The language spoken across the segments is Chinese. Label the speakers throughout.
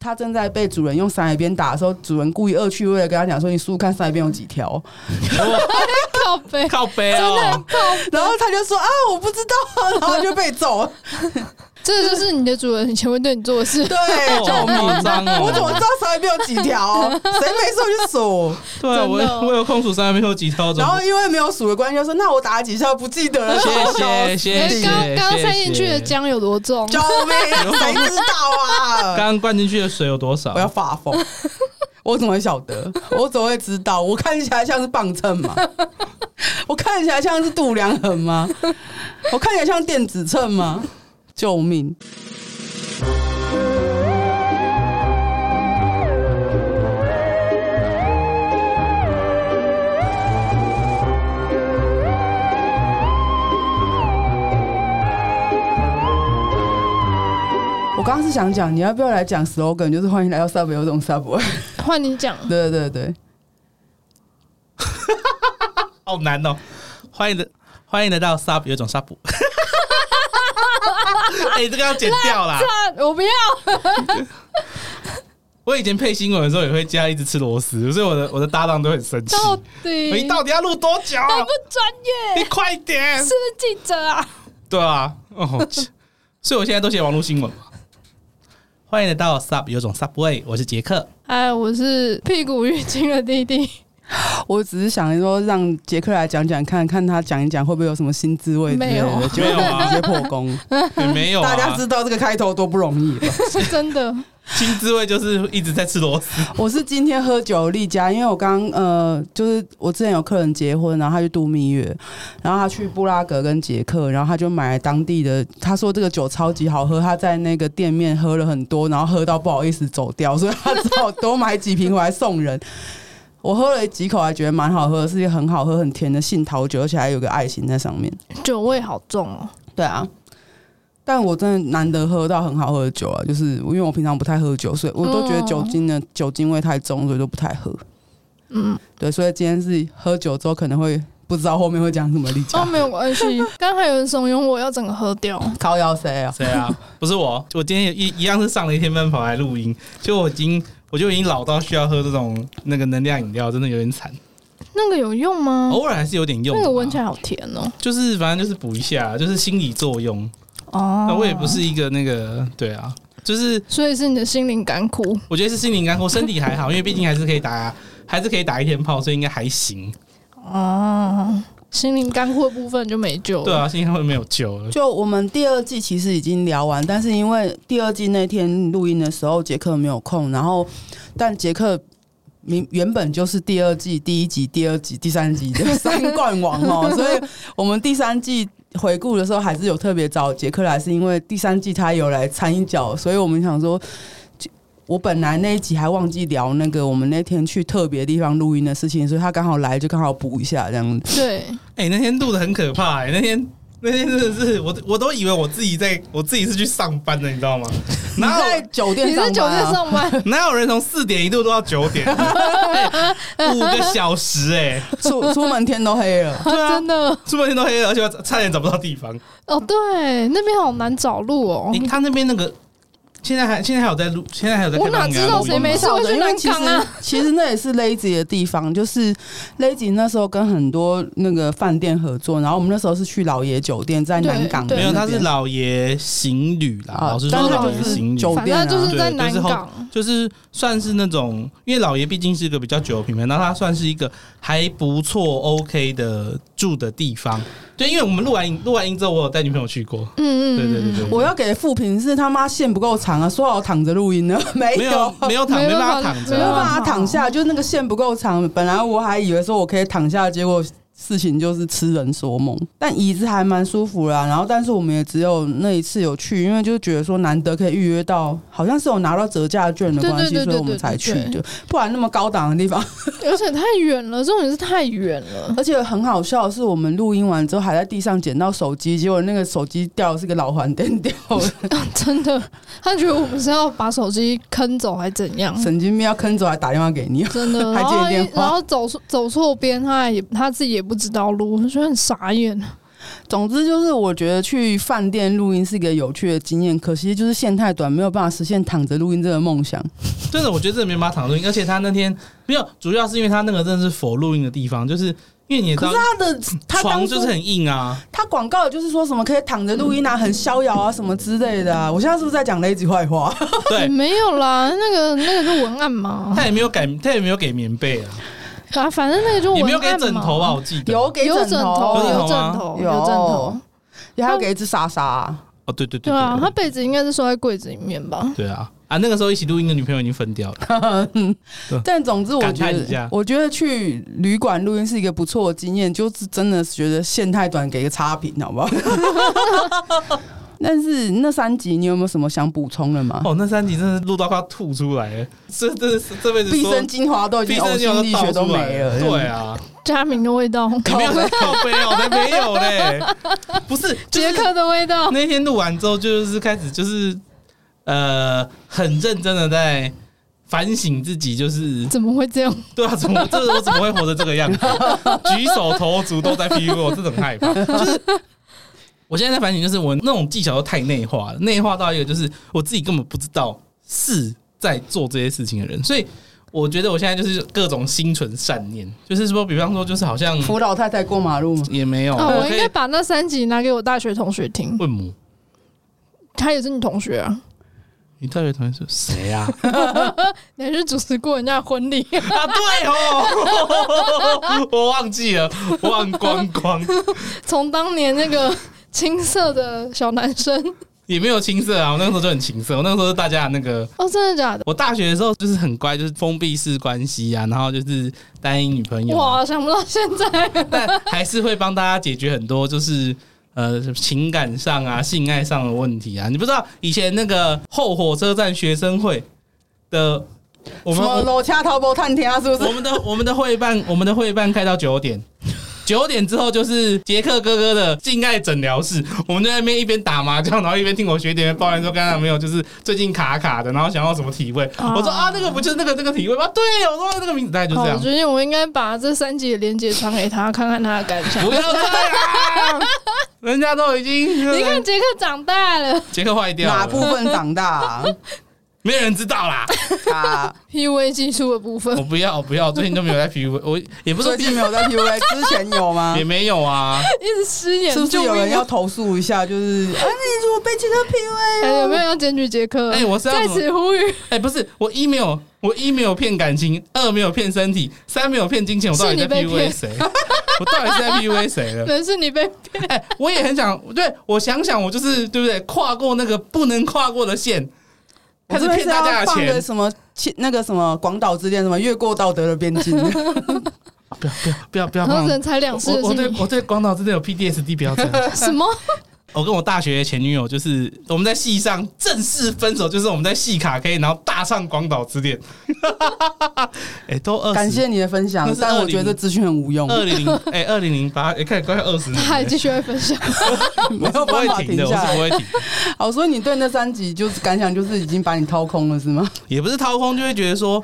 Speaker 1: 它正在被主人用三海鞭打的时候，主人故意恶趣味的跟他讲说：“你数数看三海鞭有几条。
Speaker 2: 靠背，
Speaker 3: 靠背
Speaker 2: 真的很
Speaker 3: 哦，
Speaker 2: 靠背”
Speaker 1: 然后他就说：“啊，我不知道啊。”然后就被揍 了。
Speaker 2: 这就是你的主人以前会对你做的事。
Speaker 1: 对，救
Speaker 3: 哎好
Speaker 1: 命！
Speaker 3: 夸张哦！
Speaker 1: 我怎么知道三海鞭有几条？谁没数我就 数。
Speaker 3: 对啊，我
Speaker 2: 真的
Speaker 3: 我有空数三没有几条，怎
Speaker 1: 然
Speaker 3: 么
Speaker 1: 后因为没有数的关系，就说那我打了几下不记得了，
Speaker 3: 谢
Speaker 1: 糟糕
Speaker 3: 谢哎谢谢，
Speaker 2: 刚刚刚
Speaker 3: 谢谢
Speaker 2: 塞进去的，姜有多重？
Speaker 1: 救 命，谁知道
Speaker 3: 刚
Speaker 1: 啊？
Speaker 3: 刚灌进去的水有多少
Speaker 1: 我？要发 疯，我怎么会晓得？我怎么会知道？我看起来像是磅秤吗？我看起来像是度量衡吗？我看起来像电子秤吗？救命！我刚刚是想讲，你要不要来讲 slogan？就是欢迎来到 Subway，有种 Subway。
Speaker 2: 换你讲，
Speaker 1: 对对对，
Speaker 3: 好难哦！欢迎的，欢迎来到 Sub，有一种 Sub。哎、这个要剪掉啦！
Speaker 2: 啊，我不 要。
Speaker 3: 我以前配新闻的时候也会加一直吃螺丝，所以我的我的搭档都很生气。
Speaker 2: 到底
Speaker 3: 你到底要录多久？
Speaker 2: 他不专业，
Speaker 3: 你快点！
Speaker 2: 是不是记者啊？
Speaker 3: 对啊，哦，所以我现在都写网络新闻嘛。欢迎来到 Sub，有种 Subway，我是杰克。
Speaker 2: 哎，我是屁股淤青的弟弟，
Speaker 1: 我只是想说让杰克来讲讲看，看他讲一讲会不会有什么新滋味之类
Speaker 2: 没有
Speaker 1: 的，结果
Speaker 3: 没有啊
Speaker 1: 直接破功。
Speaker 3: 也没有、
Speaker 1: 大
Speaker 3: 啊，
Speaker 1: 家知道这个开头多不容易了。
Speaker 2: 是真的。
Speaker 3: 新滋味就是一直在吃螺丝。
Speaker 1: 我是今天喝酒立家，因为我刚呃，就是我之前有客人结婚，然后他去度蜜月，然后他去布拉格跟捷克，然后他就买了当地的，他说这个酒超级好喝，他在那个店面喝了很多，然后喝到不好意思走掉，所以他只好多买几瓶回来送人。我喝了几口，还觉得蛮好喝，是一个很好喝、很甜的杏桃酒，而且还有个爱心在上面。
Speaker 2: 酒味好重哦，
Speaker 1: 对啊，但我真的难得喝到很好喝的酒啊，就是因为我平常不太喝酒，所以我都觉得
Speaker 2: 嗯
Speaker 1: 酒精的、酒精味太重，所以都不太喝。
Speaker 2: 嗯，
Speaker 1: 对，所以今天是喝酒之后可能会不知道后面会讲什么例
Speaker 2: 哦，
Speaker 1: 假，
Speaker 2: 没有关 系。刚还有人怂恿我要整个喝掉，
Speaker 1: 靠腰谁啊？
Speaker 3: 谁啊？不是我，我今天也一一样是上了一天班跑来录音，就我已经我就已经老到需要喝这种那个能量饮料，真的有点惨，
Speaker 2: 那个有用
Speaker 1: 嗯
Speaker 2: 吗？
Speaker 3: 偶尔还是有点用的
Speaker 2: 那
Speaker 3: 啊。
Speaker 2: 个闻起来好甜哦。
Speaker 3: 就是反正就是补一下，就是心理作用。那
Speaker 2: 哦
Speaker 3: 我也不，是一个那个对啊，就是
Speaker 2: 所以是你的心灵感苦
Speaker 3: 我觉得是心灵干我身体还好，因为毕竟还是可以打，还是可以打一天炮，所以应该还行。
Speaker 2: 哦。心灵干枯的部分就没救了。
Speaker 3: 对，啊，现在会没有救了。
Speaker 1: 就我们第二季其实已经聊完，但是因为第二季那天录音的时候，杰克没有空，然后但杰克明原本就是第二季第一集、第二集、第三集的三冠王哦，所以我们第三季。回顾的时候还是有特别找杰克来，是因为第三季他有来参一脚，所以我们想说，我本来那一集还忘记聊那个我们那天去特别地方录音的事情，所以他刚好来就刚好补一下这样子。
Speaker 2: 对，
Speaker 3: 哎、那天录的很可怕、哎，那天那天真的是我我都以为我自己在我自己是去上班的，你知道吗？
Speaker 1: 你
Speaker 3: 哪有
Speaker 1: 在酒店
Speaker 2: 你
Speaker 1: 上
Speaker 2: 是
Speaker 1: 班、啊？
Speaker 2: 酒店上班，
Speaker 3: 哪有人从四点一路都到九点？哎 五个小时哎、
Speaker 1: 出出门天都黑了。
Speaker 3: 对啊
Speaker 2: 真的
Speaker 3: 出门天都黑了，而且我差点找不到地方。
Speaker 2: 哦，对，那边好难找路哦
Speaker 3: 哎、。他那边那个现在还现在还有在录，现在还有在
Speaker 2: 我
Speaker 3: 开放
Speaker 2: 哪
Speaker 3: 给
Speaker 2: 知
Speaker 3: 他
Speaker 2: 道
Speaker 3: 录音
Speaker 2: 谁没
Speaker 3: 吗
Speaker 2: 事会去
Speaker 1: 因为其
Speaker 2: 南港
Speaker 1: 实
Speaker 2: 啊
Speaker 1: 其实那也是 Lazy 的地方，就是 Lazy 那时候跟很多那个饭店合作，然后我们那时候是去老爷酒店，在南港的
Speaker 2: 对
Speaker 3: 没有，
Speaker 1: 那
Speaker 3: 他是
Speaker 1: 边
Speaker 3: 老爷行旅啦。
Speaker 1: 啊
Speaker 3: 老实说，
Speaker 1: 但
Speaker 2: 他
Speaker 3: 老
Speaker 2: 就
Speaker 3: 爷
Speaker 1: 是
Speaker 3: 行旅
Speaker 1: 酒
Speaker 2: 反
Speaker 1: 店啊
Speaker 2: 正就是在
Speaker 3: 哦对
Speaker 2: 南
Speaker 3: 就是后
Speaker 2: 港，
Speaker 3: 就是算是那种，因为老爷毕竟是一个比较久的品牌，那它算是一个还不错 OK 的住的地方。对，因为我们录完音录完音之后，我有带女朋友去过。
Speaker 2: 嗯嗯，
Speaker 3: 对对对
Speaker 2: 嗯
Speaker 3: 对，
Speaker 1: 我要给的负评是他妈线不够长啊，说好躺着录音呢， 没
Speaker 3: 没有没有躺，
Speaker 2: 没
Speaker 3: 没
Speaker 2: 办法
Speaker 3: 办法躺
Speaker 1: 哎没
Speaker 3: 着
Speaker 1: 有
Speaker 3: 啊。
Speaker 1: 办法躺下，就是那个线不够长。本来我还以为说我可以躺下，结果事情就是痴人说梦。但椅子还蛮舒服啦，然后但是我们也只有那一次有去，因为就觉得说难得可以预约到，好像是有拿到折价券的关系，
Speaker 2: 对对对对
Speaker 1: 所以我们才去
Speaker 2: 对对
Speaker 1: 的。不然那么高档的地 方，
Speaker 2: 而且太远了，重点是太远了。
Speaker 1: 而且很好笑的是，我们录音完之后还在地上捡到手机，结果那个手机掉的是个老环灯掉的，
Speaker 2: 真的，他觉得我们是要把手机坑走还怎样？
Speaker 1: 神经病要坑走来打电话给你。
Speaker 2: 真 的，
Speaker 1: 还
Speaker 2: 然
Speaker 1: 接
Speaker 2: 后
Speaker 1: 电话
Speaker 2: 然后走错走错边，他也他自己也不知道路，我觉得很傻眼。
Speaker 1: 总之就是，我觉得去饭店录音是一个有趣的经验，可惜就是线太短，没有办法实现躺着录音这个梦想。
Speaker 3: 真的，我觉得真的没办法躺录音，而且他那天没有，主要是因为他那个真的是否录音的地方，就是因为你也知
Speaker 1: 可
Speaker 3: 道
Speaker 1: 是他的他当
Speaker 3: 床
Speaker 1: 初
Speaker 3: 就是很硬 啊，
Speaker 1: 他广告就是说什么可以躺着录音啊，很逍遥啊什么之类的啊。我现在是不是在讲 Lazy 坏 话？
Speaker 2: 也
Speaker 3: 对，
Speaker 2: 没有啦，那个那个就文案嘛，
Speaker 3: 他也没有改，他也没有给棉被啊，
Speaker 2: 啊，反正那个就
Speaker 3: 也
Speaker 2: 文
Speaker 3: 没有给
Speaker 2: 案
Speaker 3: 枕
Speaker 2: 嘛
Speaker 3: 头吧，，啊我记得
Speaker 1: 有给
Speaker 2: 有枕头，
Speaker 3: 有
Speaker 2: 有
Speaker 3: 枕头
Speaker 2: 枕
Speaker 3: 吗
Speaker 2: 头，
Speaker 1: 有
Speaker 2: 有枕头，
Speaker 1: 也还有给一只莎莎、
Speaker 3: 哦，对对对
Speaker 2: 对啊，他
Speaker 3: 对
Speaker 2: 被子应该是收在柜子里面吧？
Speaker 3: 对啊啊，那个时候一起录音的女朋友已经分掉了，
Speaker 1: 但总之，我觉
Speaker 3: 感叹一下
Speaker 1: 得，我觉得去旅馆录音是一个不错的经验，就是真的觉得线太短，给个差评，好 不好？但是那三集你有没有什么想补充的吗？
Speaker 3: 哦，那三集真的录到快要吐出来了，这这这辈子
Speaker 1: 毕
Speaker 3: 说
Speaker 1: 生精华都已
Speaker 3: 毕
Speaker 1: 经
Speaker 3: 生
Speaker 1: 呕
Speaker 3: 精
Speaker 1: 心
Speaker 3: 华
Speaker 1: 沥血
Speaker 3: 倒
Speaker 1: 都
Speaker 3: 出来
Speaker 1: 没了，
Speaker 3: 对，啊，
Speaker 2: 佳明的味道，
Speaker 3: 你没有在靠背哦，才没有 嘞，不是
Speaker 2: 杰克的味道，
Speaker 3: 那天录完之后，就是开始就是呃，很认真的在反省自己，就是
Speaker 2: 怎么会这样？
Speaker 3: 对啊，怎么这我怎么会活成这 个样子？举手投足都在 PUA，我真的很害怕。就是我现在在反省，就是我那种技巧都太内化了，内化到一个就是我自己根本不知道是在做这些事情的人，所以。我觉得我现在就是各种心存善念，就是说，比方说，就是 好像
Speaker 1: 扶老太太过马路吗？
Speaker 3: 也没有，
Speaker 2: 哦，我
Speaker 3: 可
Speaker 2: 应
Speaker 3: 以嗯
Speaker 2: 该把那三集拿给我大学同学听，
Speaker 3: 问母，
Speaker 2: 他也是你同学啊，
Speaker 3: 你大学同学是谁啊呀、
Speaker 2: 你还是主持过人家的婚礼，
Speaker 3: 啊，对哦，我忘记了，忘光光，
Speaker 2: 从当年那个青涩的小男生，
Speaker 3: 也没有青涩啊，我那个时候就很青涩，我那个时候是大家的那个。
Speaker 2: 哦，真的假的？
Speaker 3: 我大学的时候就是很乖，就是封闭式关系啊，然后就是单一女朋友啊、
Speaker 2: 哇，想不到现在，
Speaker 3: 但还是会帮大家解决很多就是呃情感上啊、性爱上的问题啊。你不知道以前那个后火车站学生会的，我
Speaker 1: 什
Speaker 3: 们
Speaker 1: 么
Speaker 3: 我
Speaker 1: 楼掐头波探天啊？是不
Speaker 3: 我
Speaker 1: 是？
Speaker 3: 们的我们的会办， 我们的会办开到九点，九点之后就是杰克哥哥的性爱诊疗室，我们就在那边一边打麻将，然后一边听我学姐抱怨说，刚才没有，就是最近卡卡的，然后想要什么体位，
Speaker 1: 哦
Speaker 2: 啊
Speaker 3: 我说啊，那个不就是那个那个体位吗？对，哦我说那个名字大概就
Speaker 2: 好，
Speaker 3: 这
Speaker 2: 我
Speaker 1: 哦
Speaker 3: 样，
Speaker 2: 决定我应该把这三集的连接传给他，看看他的感 想。
Speaker 3: 不要这样， 人家都已经呃
Speaker 2: 你看杰克长大了
Speaker 3: 杰克坏掉
Speaker 1: 哪
Speaker 3: 了，
Speaker 1: 部分长大啊？
Speaker 3: 没人知道啦，
Speaker 1: 啊
Speaker 2: ，PUA 技术的 部
Speaker 3: 我
Speaker 2: 分，
Speaker 3: 不要我不要，最近都没有在 P U，我也不是
Speaker 1: 最近没有在 PUA，之前有吗
Speaker 3: 也？ 没有啊，
Speaker 2: 一直失言，
Speaker 1: 是不是
Speaker 2: 救命
Speaker 1: 有
Speaker 2: 啊
Speaker 1: 人要投诉一下？就是啊，你怎么被其他 PUA
Speaker 2: 哎
Speaker 1: 了？
Speaker 2: 有没有要检举杰克？
Speaker 3: 哎我是要
Speaker 2: 在
Speaker 3: 怎么
Speaker 2: 此呼 吁，
Speaker 3: 哎、不是，我一没有，我一没有骗感情，二没有骗身体，三没有骗金钱，我到底
Speaker 2: 是
Speaker 3: 在
Speaker 2: 你被
Speaker 3: PUA
Speaker 2: 骗
Speaker 3: 谁？ 我到底是在 PUA 谁了？
Speaker 2: 能是你被
Speaker 3: 哎、我也很想，对我想想，我就是对不对？跨过那个不能跨过的线，开
Speaker 1: 我
Speaker 3: 始
Speaker 1: 这边
Speaker 3: 骗
Speaker 1: 是
Speaker 3: 大家
Speaker 1: 要
Speaker 3: 的
Speaker 1: 放个
Speaker 3: 钱。
Speaker 1: 什么切那个什么广岛之恋，什么越过道德的边境，
Speaker 3: 啊不要不要不要不要！
Speaker 2: 然后只
Speaker 3: 不要
Speaker 2: 能才两次
Speaker 3: 我
Speaker 2: 的
Speaker 3: 我
Speaker 2: 事
Speaker 3: 对
Speaker 2: 情。
Speaker 3: 我对广岛真的有 PDSD 标准。
Speaker 2: 什么？
Speaker 3: 我跟我大学前女友就是我们在戏上正式分手，就是我们在戏卡 K，然后大唱《广岛之恋》。 哎、都二十
Speaker 1: 感谢你的分享
Speaker 3: 那，是
Speaker 1: 但我
Speaker 3: 20
Speaker 1: 觉得这资讯很无用，
Speaker 3: 二零零哎二零零八哎，看快二十年
Speaker 2: 他
Speaker 3: 了，
Speaker 2: 还继续会分享，
Speaker 1: 没有
Speaker 3: 不
Speaker 1: 办
Speaker 3: 会
Speaker 1: 法
Speaker 3: 停
Speaker 1: 停
Speaker 3: 的，我
Speaker 1: 下
Speaker 3: 是不
Speaker 1: 来。
Speaker 3: 会停。
Speaker 1: 好，所以你对那三集就是感想，就是已经把你掏空了，是吗？
Speaker 3: 也不是掏空，就会觉得说，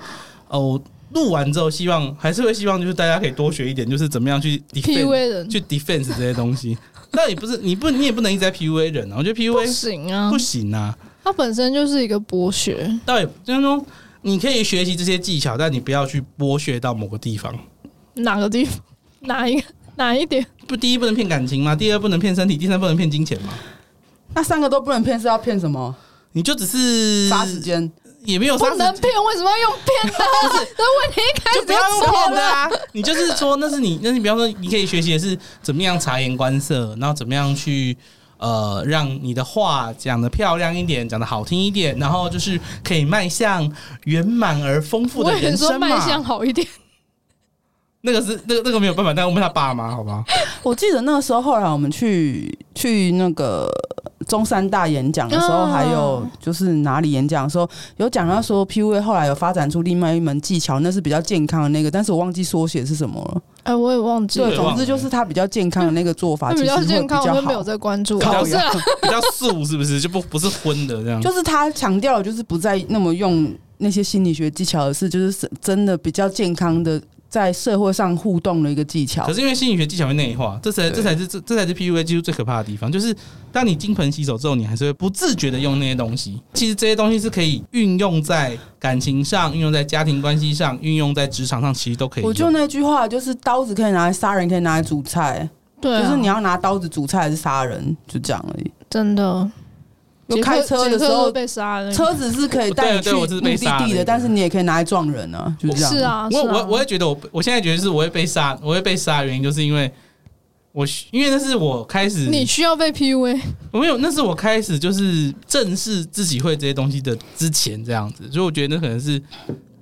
Speaker 3: 哦，录完之后，希望还是会希望就是大家可以多学一点，就是怎么样去 defend
Speaker 2: PUA 人
Speaker 3: 去 defense 这些东西。 但也不是你不你也不能一直在 PUA 人啊，我觉得
Speaker 2: 不
Speaker 3: PUA
Speaker 2: 行啊
Speaker 3: 不，行啊，
Speaker 2: 他本身就是一个博学，
Speaker 3: 倒也就是说。你可以学习这些技巧，但你不要去剥削到某个地方。
Speaker 2: 哪个地方， 哪一个，哪一点？
Speaker 3: 不，第一不能骗感情嘛，第二不能骗身体，第三不能骗金钱嘛。
Speaker 1: 那三个都不能骗，是要骗什么？
Speaker 3: 你就只是
Speaker 1: 杀时，间，
Speaker 3: 也没有杀
Speaker 2: 不
Speaker 3: 时
Speaker 2: 能骗，为什么要用骗的？ 那问题一开始
Speaker 3: 就不要用
Speaker 2: 哎错
Speaker 3: 骗的
Speaker 2: 了。
Speaker 3: 啊！你就是说，那是你，那你比方说，你可以学习的是怎么样察言观色，然后怎么样去呃，让你的话讲的漂亮一点，讲的好听一点，然后就是可以迈向圆满而丰富
Speaker 2: 我
Speaker 3: 的
Speaker 2: 也
Speaker 3: 人
Speaker 2: 说
Speaker 3: 生
Speaker 2: 卖相
Speaker 3: 嘛。
Speaker 2: 好 一点，
Speaker 3: 那个是那个那个没有办法，但我问他爸妈，好吧？
Speaker 1: 我记得那个时候，后来我们去去那个中山大演讲的时候，
Speaker 2: 啊
Speaker 1: 还有就是哪里演讲的时候，有讲到说 PUA 后来有发展出另外一门技巧，那是比较健康的那个，但是我忘记缩写是什么了。
Speaker 2: 哎，我也忘记
Speaker 3: 对
Speaker 1: 对，
Speaker 2: 了。
Speaker 1: 总之就是它比较健康的那个做法，
Speaker 2: 那
Speaker 1: 其
Speaker 2: 比
Speaker 1: 实
Speaker 2: 较
Speaker 1: 会
Speaker 2: 健
Speaker 1: 比
Speaker 2: 康，我
Speaker 1: 较
Speaker 2: 就没有
Speaker 1: 好。
Speaker 2: 在关注啊。
Speaker 1: 靠
Speaker 2: 不是啊，
Speaker 3: 比较素是不是？就不不是荤的这样。
Speaker 1: 就是他强调，就是不再那么用那些心理学技巧，而是就是真的比较健康的在社会上互动的一个技巧
Speaker 3: 可。是因为心理学技巧会内化，这才
Speaker 1: 对
Speaker 3: 这才是这这才是 PUA 技术最可怕的地方，就是当你金盆洗手之后，你还是会不自觉的用那些东西。其实这些东西是可以运用在感情上、运用在家庭关系上、运用在职场上，其实都可以用。
Speaker 1: 我就那句话，就是刀子可以拿来杀人，可以拿来煮菜，
Speaker 2: 对啊，
Speaker 1: 就是你要拿刀子煮菜还是杀人，就这样而已。
Speaker 2: 真的，
Speaker 1: 就开车的时
Speaker 2: 杰克
Speaker 1: 候
Speaker 2: 会，被杀了，
Speaker 1: 车子是可以带你去
Speaker 3: 对对啊
Speaker 1: 目
Speaker 3: 我就是被
Speaker 1: 的
Speaker 3: 杀
Speaker 1: 地
Speaker 3: 的
Speaker 1: 的，但是你也可以拿来撞人啊，就这样。
Speaker 2: 是，啊，
Speaker 3: 我
Speaker 2: 是啊
Speaker 3: 我我也觉得我我现在觉得是我会被杀，我会被杀的原因就是因为我因为那是我开始
Speaker 2: 你需要被 PUA，
Speaker 3: 我没有，那是我开始就是正视自己会这些东西的之前这样子，所以我觉得那可能是、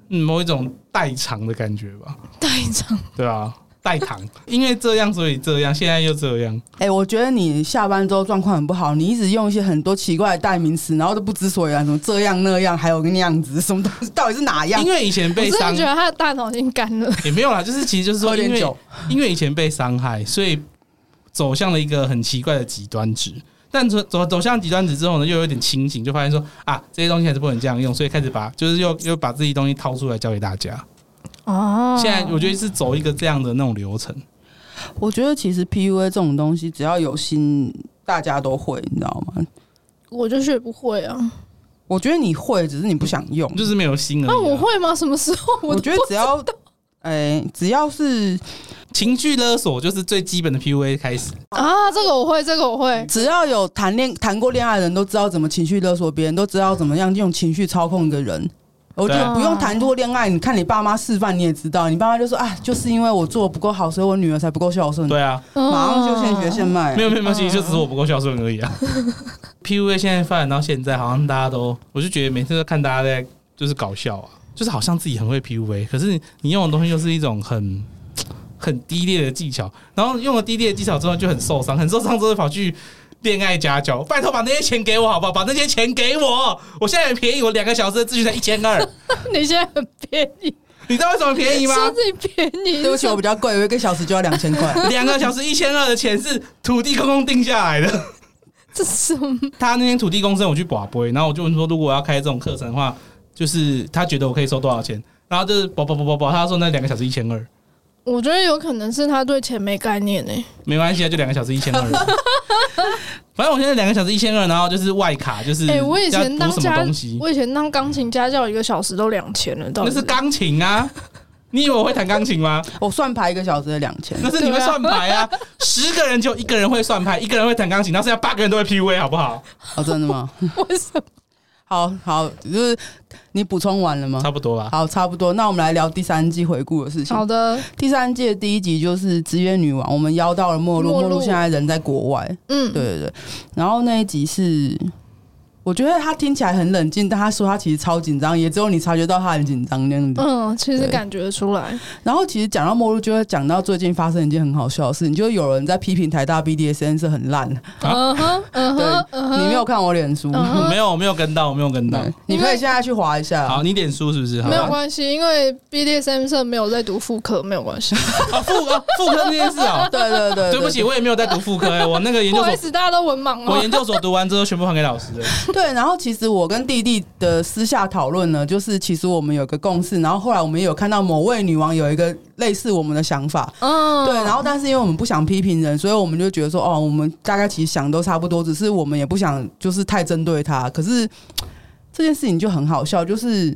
Speaker 3: 嗯、某一种代偿的感觉吧，
Speaker 2: 带一张，
Speaker 3: 对啊，代偿，因为这样所以这样，现在又这样，
Speaker 1: 哎、我觉得你下班之后状况很不好，你一直用一些很多奇怪的代名词，然后都不知所以然，什么这样那样，还有个那样子，什么东西到底是哪样
Speaker 2: 哎
Speaker 3: 因？为以前
Speaker 2: 我
Speaker 3: 被
Speaker 2: 真的
Speaker 3: 伤
Speaker 2: 觉得他的大脑已经干了，
Speaker 3: 也没有啦，就是其实就是
Speaker 1: 喝
Speaker 3: 说因
Speaker 1: 点
Speaker 3: 为
Speaker 1: 酒，
Speaker 3: 因为以前被伤害，所以走向了一个很奇怪的极端值。但走走走向极端值之后呢，又有点清醒，就发现说啊，这些东西还是不能这样用，所以开始把就是又又把自己东西掏出来教给大家。
Speaker 1: 啊
Speaker 2: 哦，
Speaker 3: 现在我觉得是走一个这样的那种流程。
Speaker 1: 我觉得其实 PUA 这种东西，只要有心，大家都会，你知道吗？
Speaker 2: 我就学不会啊，
Speaker 1: 我觉得你会，只是你不想用。
Speaker 3: 就是没有心而已、啊。
Speaker 2: 那我会吗？什么时候
Speaker 1: 我
Speaker 2: 都
Speaker 1: 觉得只要，哎、只要是
Speaker 3: 情绪勒索就是最基本的 PUA 开始，
Speaker 2: 啊，这个我会，这个我会，
Speaker 1: 只要有谈恋谈过恋爱的人都知道怎么情绪勒索别人，都知道怎么样用情绪操控一个人。我觉
Speaker 3: 对
Speaker 1: 得
Speaker 2: 啊
Speaker 1: 不用谈过恋爱，你看你爸妈示范，你也知道，你爸妈就说啊，就是因为我做的不够好，所以我女儿才不够孝顺，
Speaker 3: 对啊，
Speaker 1: 马上就现学现卖
Speaker 3: 没。有没有，没有其实就只是我不够孝顺而已啊。PUA 现在发展到现在，好像大家都，我就觉得每次都看大家在就是搞笑啊，就是好像自己很会 PUA，可是你用的东西又是一种很很低劣的技巧，然后用了低劣的技巧之后就很受伤，很受伤之后跑去。恋爱家教，拜托把那些钱给我好不好？把那些钱给我，我现在很便宜，我两个小时的咨询才一千二，
Speaker 2: 哦你现在很便宜，
Speaker 3: 你知道为什么便宜吗？
Speaker 2: 说自己便宜，
Speaker 1: 对不起，我比较贵，我一个小时就要两千 块。
Speaker 3: 两个小时一千二的钱是土地公公定下来的。
Speaker 2: 这是什么？
Speaker 3: 他那天土地公生我去把杯，然后我就问说，如果我要开这种课程的话，就是他觉得我可以收多少钱？然后就是宝宝宝宝宝，他说那两个小时一千二，
Speaker 2: 我觉得有可能是他对钱没概念欸呢、
Speaker 3: 没关系啊，就两个小时一千二。反正我现在两个小时一千二，然后就是外卡，就是
Speaker 2: 哎、我以前
Speaker 3: 要
Speaker 2: 当
Speaker 3: 读什么
Speaker 2: 家
Speaker 3: 东西，，
Speaker 2: 我以前当钢琴家教一个小时都两千了，到
Speaker 3: 那
Speaker 2: 底
Speaker 3: 是钢琴啊。你以为我会弹钢琴吗？
Speaker 1: 我算牌一个小时的两千，
Speaker 3: 那是你会算牌啊！十个人就一个人会算牌，一个人会弹钢琴，那剩下八个人都会 PUA，好不好？
Speaker 1: 哦，真的 吗？
Speaker 2: 为什么？
Speaker 1: 好好，就是你补充完了吗
Speaker 3: 差？不多吧。
Speaker 1: 好，差不多。那我们来聊第三季回顾的事情。
Speaker 2: 好的，
Speaker 1: 第三季的第一集就是职业女王，我们邀到了莫露，
Speaker 2: 莫
Speaker 1: 莫
Speaker 2: 露
Speaker 1: 露现在人在国外，
Speaker 2: 嗯，
Speaker 1: 对，对对。然后那一集是，我觉得他听起来很冷静，但他说他其实超紧张，也只有你察觉到他很紧张那样子。
Speaker 2: 嗯，其实
Speaker 1: 对
Speaker 2: 感觉得出来，
Speaker 1: 然后其实讲到莫露，就会讲到最近发生一件很好笑的事情，就是有人在批评台大 BDSN 是很烂。
Speaker 2: 嗯哼，嗯哼，嗯哼，
Speaker 1: 你没有看我脸书？
Speaker 2: 嗯
Speaker 3: 我没有，我没有跟到，我没有跟到
Speaker 1: 对。，你可以现在去划一下。
Speaker 3: 嗯好，你点书是不是？好
Speaker 2: 没有
Speaker 3: 啊
Speaker 2: 关系，因为 BDSM 社没有在读副科，没有关系。
Speaker 3: 啊，妇啊，妇科这件事 啊、
Speaker 1: 对对对对，
Speaker 3: 对不起，我也没有在 读妇科、欸，我那个研
Speaker 2: 不
Speaker 3: 究
Speaker 2: 好意
Speaker 3: 所，
Speaker 2: 思，大家都文盲
Speaker 3: 我
Speaker 2: 哦。
Speaker 3: 研究所读完之后全部还给老师了。
Speaker 1: 对，然后其实我跟弟弟的私下讨论呢，就是其实我们有个共识，然后后来我们也有看到某位女王有一个类似我们的想法，
Speaker 2: 嗯，
Speaker 1: 对，然后但是因为我们不想批评人，所以我们就觉得说，哦，我们大概其实想都差不多，只是我们也不想就是太针对他。可是这件事情就很好笑，就是。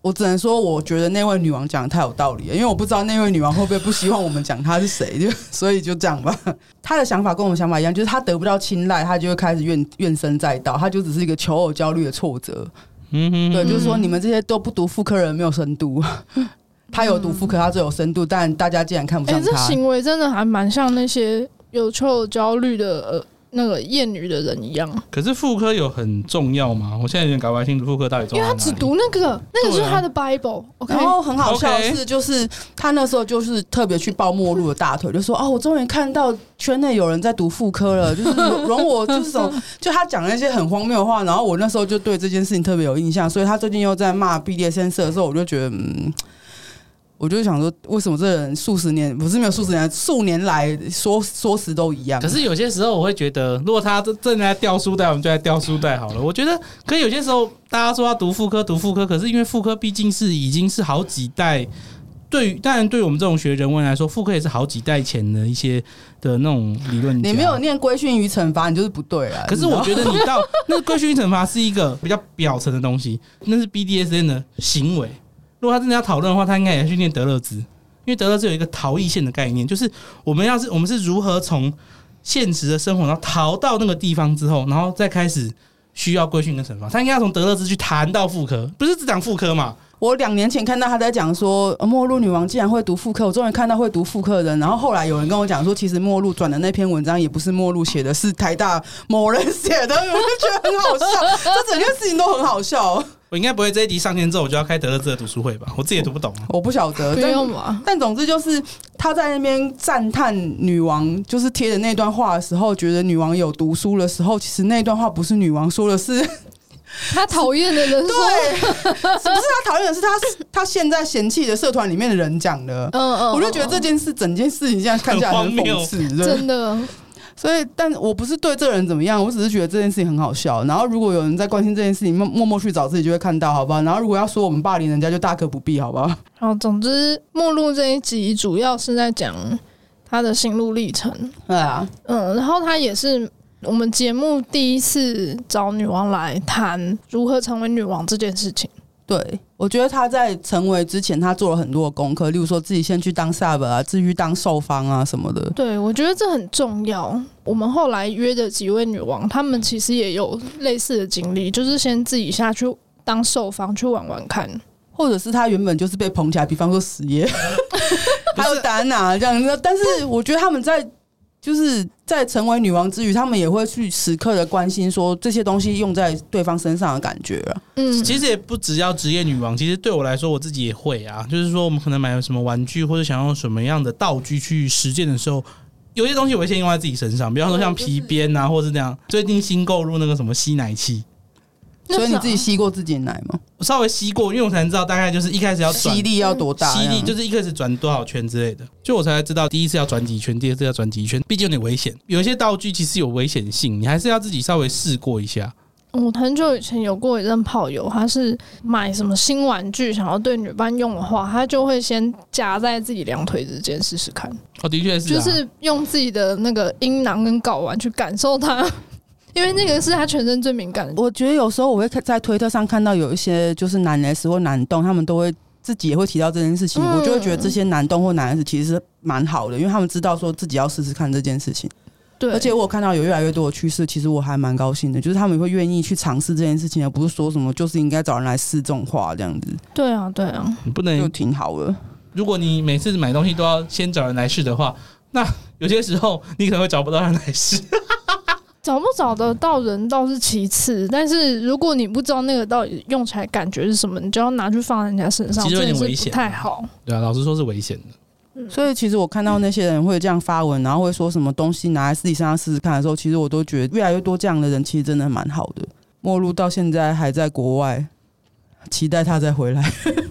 Speaker 1: 我只能说，我觉得那位女王讲的太有道理了，因为我不知道那位女王会不会不希望我们讲她是谁，就所以就这样吧。她的想法跟我们想法一样，就是她得不到青睐，她就会开始怨怨声载道，她就只是一个求偶焦虑的挫折。
Speaker 3: 嗯哼，
Speaker 1: 对，就是说
Speaker 2: 嗯
Speaker 1: 你们这些都不读妇科的人没有深度， 他有读妇科，他最有深度，但大家竟然看不
Speaker 2: 哎、
Speaker 1: 上
Speaker 2: 这
Speaker 1: 他。
Speaker 2: 行为真的还蛮像那些有求偶焦虑的呃那个厌女的人一样，
Speaker 3: 可是妇科有很重要吗？我现在有点搞不太清楚妇科到底重
Speaker 2: 因为
Speaker 3: 要
Speaker 2: 他
Speaker 3: 在
Speaker 2: 只
Speaker 3: 哪里。
Speaker 2: 读那个，那个就是
Speaker 3: 对啊
Speaker 2: 他的 Bible。OK，
Speaker 1: 然后很好笑的
Speaker 3: OK
Speaker 1: 是，就是他那时候就是特别去抱末路的大腿，就说：“哦，我终于看到圈内有人在读妇科了，就是容容我就是什么，就他讲了一些很荒谬的话。”然后我那时候就对这件事情特别有印象，所以他最近又在骂 BDSN 社的时候，我就觉得，嗯，我就想说，为什么这人数十年不是没有数十年，数年来说说辞都一样？
Speaker 3: 可是有些时候我会觉得，如果他正正在掉书袋，我们就来掉书袋好了。我觉得，可有些时候大家说要读妇科，读妇科，可是因为妇科毕竟是已经是好几代对于当然对于我们这种学人文来说，傅柯也是好几代前的一些的那种理论家。
Speaker 1: 你没有念规训与惩罚，你就是不对啊。
Speaker 3: 嗯啊可是我觉得你到那个规训与惩罚是一个比较表层的东西，那是 BDSN 的行为。如果他真的要讨论的话，他应该也要去念德勒兹，因为德勒兹有一个逃逸线的概念，就是我们要是我们是如何从现实的生活，然后逃到那个地方之后，然后再开始需要规训跟惩罚。他应该要从德勒兹去谈到妇科，不是只讲妇科嘛？
Speaker 1: 我两年前看到他在讲说，呃末路女王竟然会读妇科，我终于看到会读妇科的人。然后后来有人跟我讲说，其实末路转的那篇文章也不是末路写的，是台大某人写的，我就觉得很好笑，这整件事情都很好笑。
Speaker 3: 我应该不会这一集上线之后我就要开德勒兹的读书会吧？我自己也读不懂啊。
Speaker 1: 我不晓得，
Speaker 2: 不
Speaker 1: 但
Speaker 2: 用嘛，
Speaker 1: 但总之就是他在那边赞叹女王，就是贴的那段话的时候，觉得女王有读书的时候，其实那段话不是女王说的是，是
Speaker 2: 他讨厌的人说，
Speaker 1: 对， 是不是他讨厌的是他他现在嫌弃的社团里面的人讲的。
Speaker 2: 嗯嗯，
Speaker 1: 我就觉得这
Speaker 2: 嗯
Speaker 1: 件事整件事情这样看起来很
Speaker 3: 很荒谬
Speaker 1: 讽刺，对
Speaker 2: 真的
Speaker 1: 所以，但我不是对这个人怎么样，我只是觉得这件事情很好笑。然后，如果有人在关心这件事情，默默默去找自己就会看到，好不好？然后，如果要说我们霸凌人家，就大可不必，好不好？
Speaker 2: 好，总之，目录这一集主要是在讲他的心路历程。
Speaker 1: 对啊，
Speaker 2: 嗯，然后他也是我们节目第一次找女王来谈如何成为女王这件事情。
Speaker 1: 对，我觉得他在成为之前，他做了很多的功课，例如说自己先去当 sub 啊，至于当受方啊什么的。
Speaker 2: 对，我觉得这很重要。我们后来约的几位女王，她们其实也有类似的经历，就是先自己下去当受方去玩玩看。
Speaker 1: 或者是他原本就是被捧起来，比方说实 业，还有达娜这样子。但是我觉得他们在就是在成为女王之余，他们也会去时刻的关心说这些东西用在对方身上的感觉啊。
Speaker 2: 嗯，
Speaker 3: 其实也不只要职业女王，其实对我来说，我自己也会啊。就是说，我们可能买了什么玩具，或者想用什么样的道具去实践的时候，有些东西我会先用在自己身上，比方说像皮鞭啊，或是那样。最近新购入那个什么吸奶器，
Speaker 2: 那
Speaker 1: 所以你
Speaker 2: 啥
Speaker 1: 自己吸过自己的奶吗？
Speaker 3: 我稍微吸过，因为我才知道大概就是一开始要转
Speaker 1: 吸力要多大？嗯
Speaker 3: 吸力，就是是一开始转多少圈之类的，就我才知道第一次要转几圈，第二次要转几圈，毕竟有点危险。有一些道具其实有危险性，你还是要自己稍微试过一下。
Speaker 2: 我很久以前有过一任炮友，他是买什么新玩具想要对女伴用的话，他就会先夹在自己两腿之间试试看，
Speaker 3: 哦，的确是、
Speaker 2: 就
Speaker 3: 啊，
Speaker 2: 是用自己的那个阴囊跟睾丸去感受它， 因为那个是他全身最敏感的。
Speaker 1: 我觉得有时候我会看在推特上看到有一些就是男 S 或男动，他们都会自己也会提到这件事情，
Speaker 2: 嗯
Speaker 1: 我就会觉得这些男动或男 S 其实是蛮好的，因为他们知道说自己要试试看这件事情。
Speaker 2: 对，
Speaker 1: 而且我看到有越来越多的趋势，其实我还蛮高兴的，就是他们会愿意去尝试这件事情，而不是说什么就是应该找人来试这种话这样子，
Speaker 2: 对啊，对啊，
Speaker 3: 你不
Speaker 1: 就
Speaker 3: 能
Speaker 1: 挺好了。
Speaker 3: 如果你每次买东西都要先找人来试的话，那有些时候你可能会找不到人来试。
Speaker 2: 找不找得到人倒是其次，但是如果你不知道那个到底用起来感觉是什么，你就要拿去放在人家身上，
Speaker 3: 其实有
Speaker 2: 这
Speaker 3: 点
Speaker 2: 也
Speaker 3: 危
Speaker 2: 是
Speaker 3: 险
Speaker 2: 不太好。
Speaker 3: 对啊，老实说是危险的。
Speaker 1: 所以其实我看到那些人会这样发文，然后会说什么东西拿来自己身上试试看的时候，其实我都觉得越来越多这样的人，其实真的蛮好的。末路到现在还在国外，期待他再回来，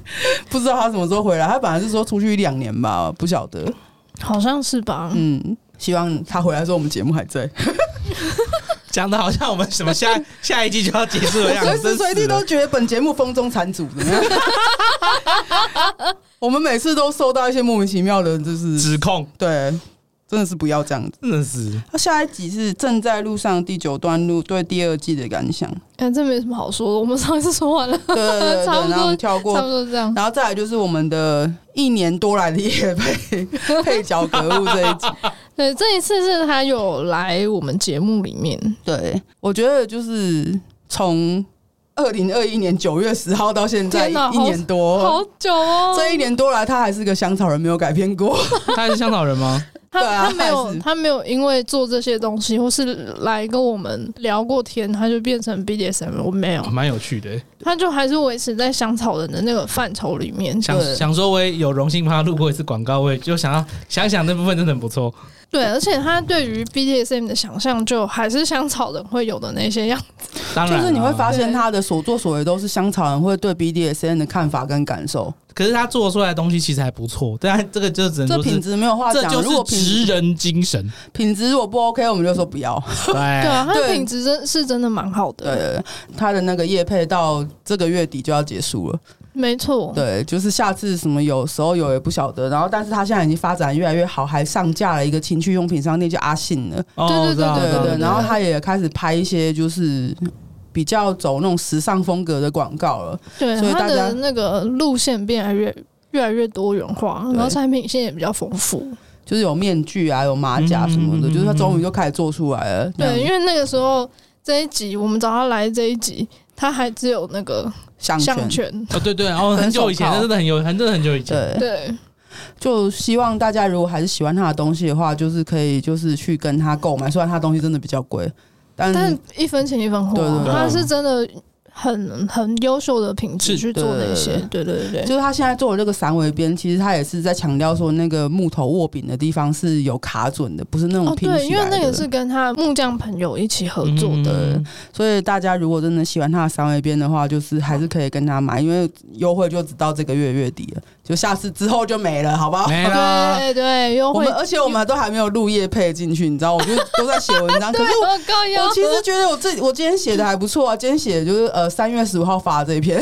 Speaker 1: 不知道他什么时候回来。他本来是说出去一两年吧，不晓得。
Speaker 2: 好像是吧？
Speaker 1: 嗯，希望他回来的时候我们节目还在，
Speaker 3: 讲的好像我们什么 下下一季就要结束的样
Speaker 1: 随
Speaker 3: 子，啊真
Speaker 1: 时
Speaker 3: 是
Speaker 1: 随地
Speaker 3: 的
Speaker 1: 都觉得本节目风中残烛，怎么样？ 我们每次都收到一些莫名其妙的，就是
Speaker 3: 指控，
Speaker 1: 对，真的是不要这样子。
Speaker 3: 真的是
Speaker 1: 那下一集是正在路上第九段路对第二季的感想，
Speaker 2: 哎、这没什么好说的，我们上一次说完了，
Speaker 1: 对对对对，
Speaker 2: 差不多
Speaker 1: 然后我们跳
Speaker 2: 差
Speaker 1: 过
Speaker 2: 不，多这样。
Speaker 1: 然后再来就是我们的一年多来的夜配 配角格物这 一集。
Speaker 2: 对，这一次是他有来我们节目里面，
Speaker 1: 对，我觉得就是从二零二一年九月十号到现在
Speaker 2: 天哪
Speaker 1: 一年
Speaker 2: 好
Speaker 1: 多，
Speaker 2: 久哦。
Speaker 1: 这一年多来他还是个香草人，没有改变过。
Speaker 3: 他还是香港人吗？
Speaker 2: 他、
Speaker 1: 对啊
Speaker 2: 他没
Speaker 1: 还
Speaker 2: 有
Speaker 1: 是
Speaker 2: 他没有因为做这些东西，或是来跟我们聊过天，他就变成 BDSM 了。我没有
Speaker 3: 哦，蛮有趣的欸，
Speaker 2: 他就还是维持在香草人的那个范畴里面。
Speaker 3: 想
Speaker 1: 对
Speaker 3: 想说我也有荣幸帮他录过一次广告，我也就想要想想那部分真的很不错。
Speaker 2: 对，而且他对于 BDSM 的想象，就还是香草人会有的那些样子。
Speaker 3: 当然
Speaker 1: 就
Speaker 3: 啊，
Speaker 1: 是你会发现
Speaker 2: 对
Speaker 1: 他的所作所为都是香草人会对 BDSN 的看法跟感受。
Speaker 3: 可是他做出来的东西其实还不错，但这个就只能
Speaker 1: 这
Speaker 3: 说
Speaker 1: 品
Speaker 3: 是。
Speaker 1: 质没有话
Speaker 3: 这
Speaker 1: 讲。
Speaker 3: 就
Speaker 1: 如果
Speaker 3: 是
Speaker 1: 品质
Speaker 3: 职人精神，哎
Speaker 1: 品质如果不 OK，我们就说不要。
Speaker 3: 对
Speaker 2: 对啊，它的
Speaker 1: 对
Speaker 2: 品质真是真的蛮好
Speaker 1: 对
Speaker 2: 的，
Speaker 1: 对，对他的那个业配到这个月底就要结束了。
Speaker 2: 没错，
Speaker 1: 对，就是下次什么有时候有也不晓得。然后，但是他现在已经发展越来越好，还上架了一个情趣用品商店叫阿信了。
Speaker 3: 哦
Speaker 2: 对对
Speaker 3: 我知道
Speaker 2: 啊
Speaker 1: 对
Speaker 3: 我知道
Speaker 1: 对对，
Speaker 2: 对
Speaker 1: 然后他也开始拍一些就是比较走那种时尚风格的广告了。
Speaker 2: 对，
Speaker 1: 所以
Speaker 2: 它
Speaker 1: 大家
Speaker 2: 的那个路线变得越越来越多元化，然后产品线也比较丰富。
Speaker 1: 嗯就是有面具啊，有马甲什么的，
Speaker 3: 嗯嗯嗯
Speaker 1: 就是他终于就开始做出来了。这样
Speaker 2: 对，因为那个时候这一集我们找他来这一集，他还只有那个
Speaker 1: 项
Speaker 2: 项
Speaker 1: 圈，
Speaker 2: 圈。
Speaker 3: 哦，对对，然后很久以前，
Speaker 1: 很手铐
Speaker 3: 那真的很有，很真的很久以前。
Speaker 1: 对，
Speaker 2: 对，
Speaker 1: 就希望大家如果还是喜欢他的东西的话，就是可以就是去跟他购买，虽然他东西真的比较贵，但
Speaker 2: 但一分钱一分货啊
Speaker 1: 嗯对对，
Speaker 3: 对
Speaker 2: 他是真的很很优秀的品质
Speaker 3: 是
Speaker 2: 去做那些。对对对对，
Speaker 1: 就是他现在做的这个散尾边，其实他也是在强调说，那个木头握柄的地方是有卡准的，不是那种
Speaker 2: 哦
Speaker 1: 拼起来的。
Speaker 2: 对，因为那个是跟他木匠朋友一起合作的。
Speaker 1: 的
Speaker 3: 嗯
Speaker 1: 所以大家如果真的喜欢他的三维边的话，就是还是可以跟他买，因为优惠就只到这个月月底了，就下次之后就没了，好 不好？
Speaker 3: 没啦，
Speaker 2: 哦对对，
Speaker 1: 嗯
Speaker 2: 优
Speaker 1: 啊我
Speaker 2: 惠
Speaker 1: 们而且我们都还没有录业配进去，你知道，我就都在写文 章。可
Speaker 2: 对
Speaker 1: 是
Speaker 2: 我高
Speaker 1: 我
Speaker 3: 啊
Speaker 2: 腰，
Speaker 1: 我其实觉得我这我今天写的还不错啊，今天写的就是呃三月十五号发的这一 篇，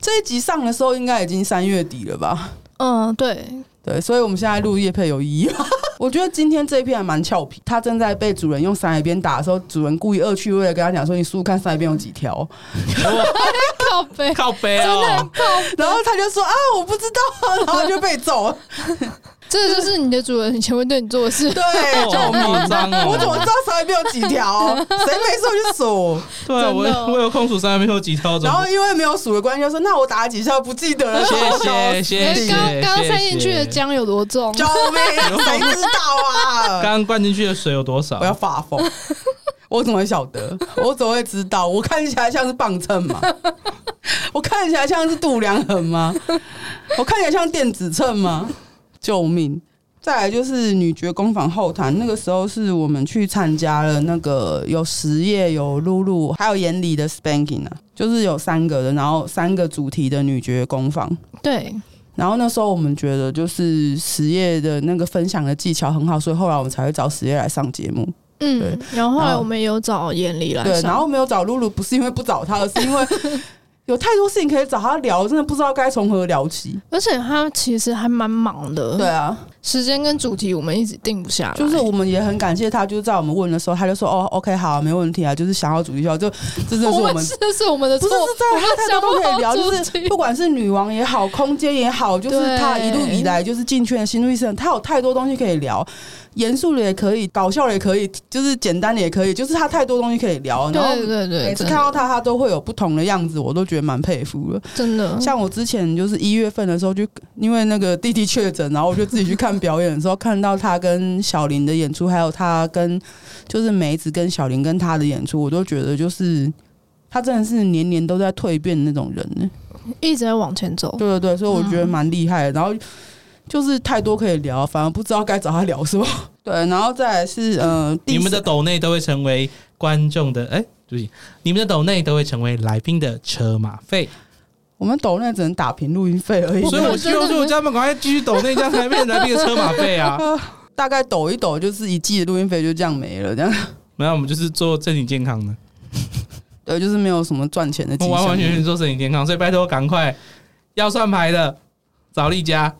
Speaker 1: 这一集上的时候应该已经三月底了吧？
Speaker 2: 嗯对，
Speaker 1: 对，所以我们现在录叶配有意义 吗？我觉得今天这一篇还蛮俏皮。他正在被主人用三海鞭打的时候，主人故意恶趣味的跟他讲说：“你数数看三海鞭有几条。
Speaker 2: 靠背，
Speaker 3: 靠背
Speaker 2: 真的很
Speaker 3: 哦，
Speaker 2: 靠”
Speaker 1: 然后他就说：“啊，我不知道。” 然后就被揍了。
Speaker 2: 这就是你的主人以前会对你做的事。
Speaker 1: 对，
Speaker 3: 好
Speaker 1: 救命！
Speaker 3: 夸张哦！
Speaker 1: 我怎么知道三海鞭有几 条？谁没数就数。
Speaker 3: 对啊，我
Speaker 2: 真的哦
Speaker 3: 我有空数三没有几条，怎
Speaker 1: 然
Speaker 3: 么
Speaker 1: 后因为没有数的关系，就说：“那我打了几下不记得了。”
Speaker 3: 谢谢谢谢，
Speaker 2: 哎刚刚塞进去的
Speaker 3: 谢谢，
Speaker 2: 姜有 多重？
Speaker 1: 救命！谁知道
Speaker 3: 刚
Speaker 1: 啊？
Speaker 3: 刚灌进去的水有多少
Speaker 1: 我？要发疯。我怎么会晓得？我怎么会知道？我看起来像是磅秤吗？我看起来像是度量衡吗？我看起来像电子秤吗？救命！再来就是女爵工坊后谈，那个时候是我们去参加了那个有实业、有露露，还有眼里的 spanking 啊，就是有三个的，然后三个主题的女爵工坊。
Speaker 2: 对，
Speaker 1: 然后那时候我们觉得就是实业的那个分享的技巧很好，所以后来我们才会找实业来上节目。
Speaker 2: 嗯，然后后
Speaker 1: 然
Speaker 2: 来
Speaker 1: 后
Speaker 2: 我们也有找严丽来
Speaker 1: 对，
Speaker 2: 上
Speaker 1: 然后没有找露露，不是因为不找她，而是因 为有太多事情可以找她聊，真的不知道该从何聊起。
Speaker 2: 而且他其实还蛮忙的，
Speaker 1: 对，啊，
Speaker 2: 时间跟主题我们一直定不下来，
Speaker 1: 就是我们也很感谢她，就是在我们问的时候，她就说：“哦，OK，好，没问题啊。”就是想要主题笑，就这真的是我
Speaker 2: 我
Speaker 1: 们
Speaker 2: 们。这是我们的
Speaker 1: 不
Speaker 2: 错，
Speaker 1: 是是在
Speaker 2: 我们
Speaker 1: 太
Speaker 2: 想
Speaker 1: 多
Speaker 2: 不
Speaker 1: 都可以聊，
Speaker 2: 好主
Speaker 1: 就是
Speaker 2: 题
Speaker 1: 不。管是女王也好，空间也好，就是
Speaker 2: 对
Speaker 1: 她一路以来就是进圈的心路历程，她有太多东西可以聊，严肃的也可以，搞笑的也可以，就是简单的也可以，就是她太多东西可以聊。然后
Speaker 2: 对对对，
Speaker 1: 每次
Speaker 2: 真的
Speaker 1: 看到她，她都会有不同的样子，我都觉得蛮佩服的。
Speaker 2: 真的
Speaker 1: 像我之前就是一月份的时候，就因为那个弟弟确诊，然后我就自己去看表演的时候，看到他跟小林的演出，还有他跟就是梅子跟小林跟他的演出，我都觉得就是他真的是年年都在蜕变的那种人呢。
Speaker 2: 一直在往前走，
Speaker 1: 对对对，所以我觉得蛮厉害的。然后就是太多可以聊，反而不知道该找他聊什么。对，然后再来是呃，第
Speaker 3: 你们的
Speaker 1: 四
Speaker 3: 斗内都会成为观众的，哎，对不起，你们的斗内都会成为来宾的车马费，
Speaker 1: 我们抖内只能打平录音费而已，
Speaker 3: 所以我希望说，我家们赶快继续斗内，这样才变成来宾的车马费啊。
Speaker 1: 大概抖一抖就是一季的录音费就这样没了，这样
Speaker 3: 没有，我们就是做身体健康的，
Speaker 1: 对，就是没有什么赚钱的迹
Speaker 3: 我
Speaker 1: 象。
Speaker 3: 完完全全做身体健康，所以拜托赶快要算牌的找丽佳，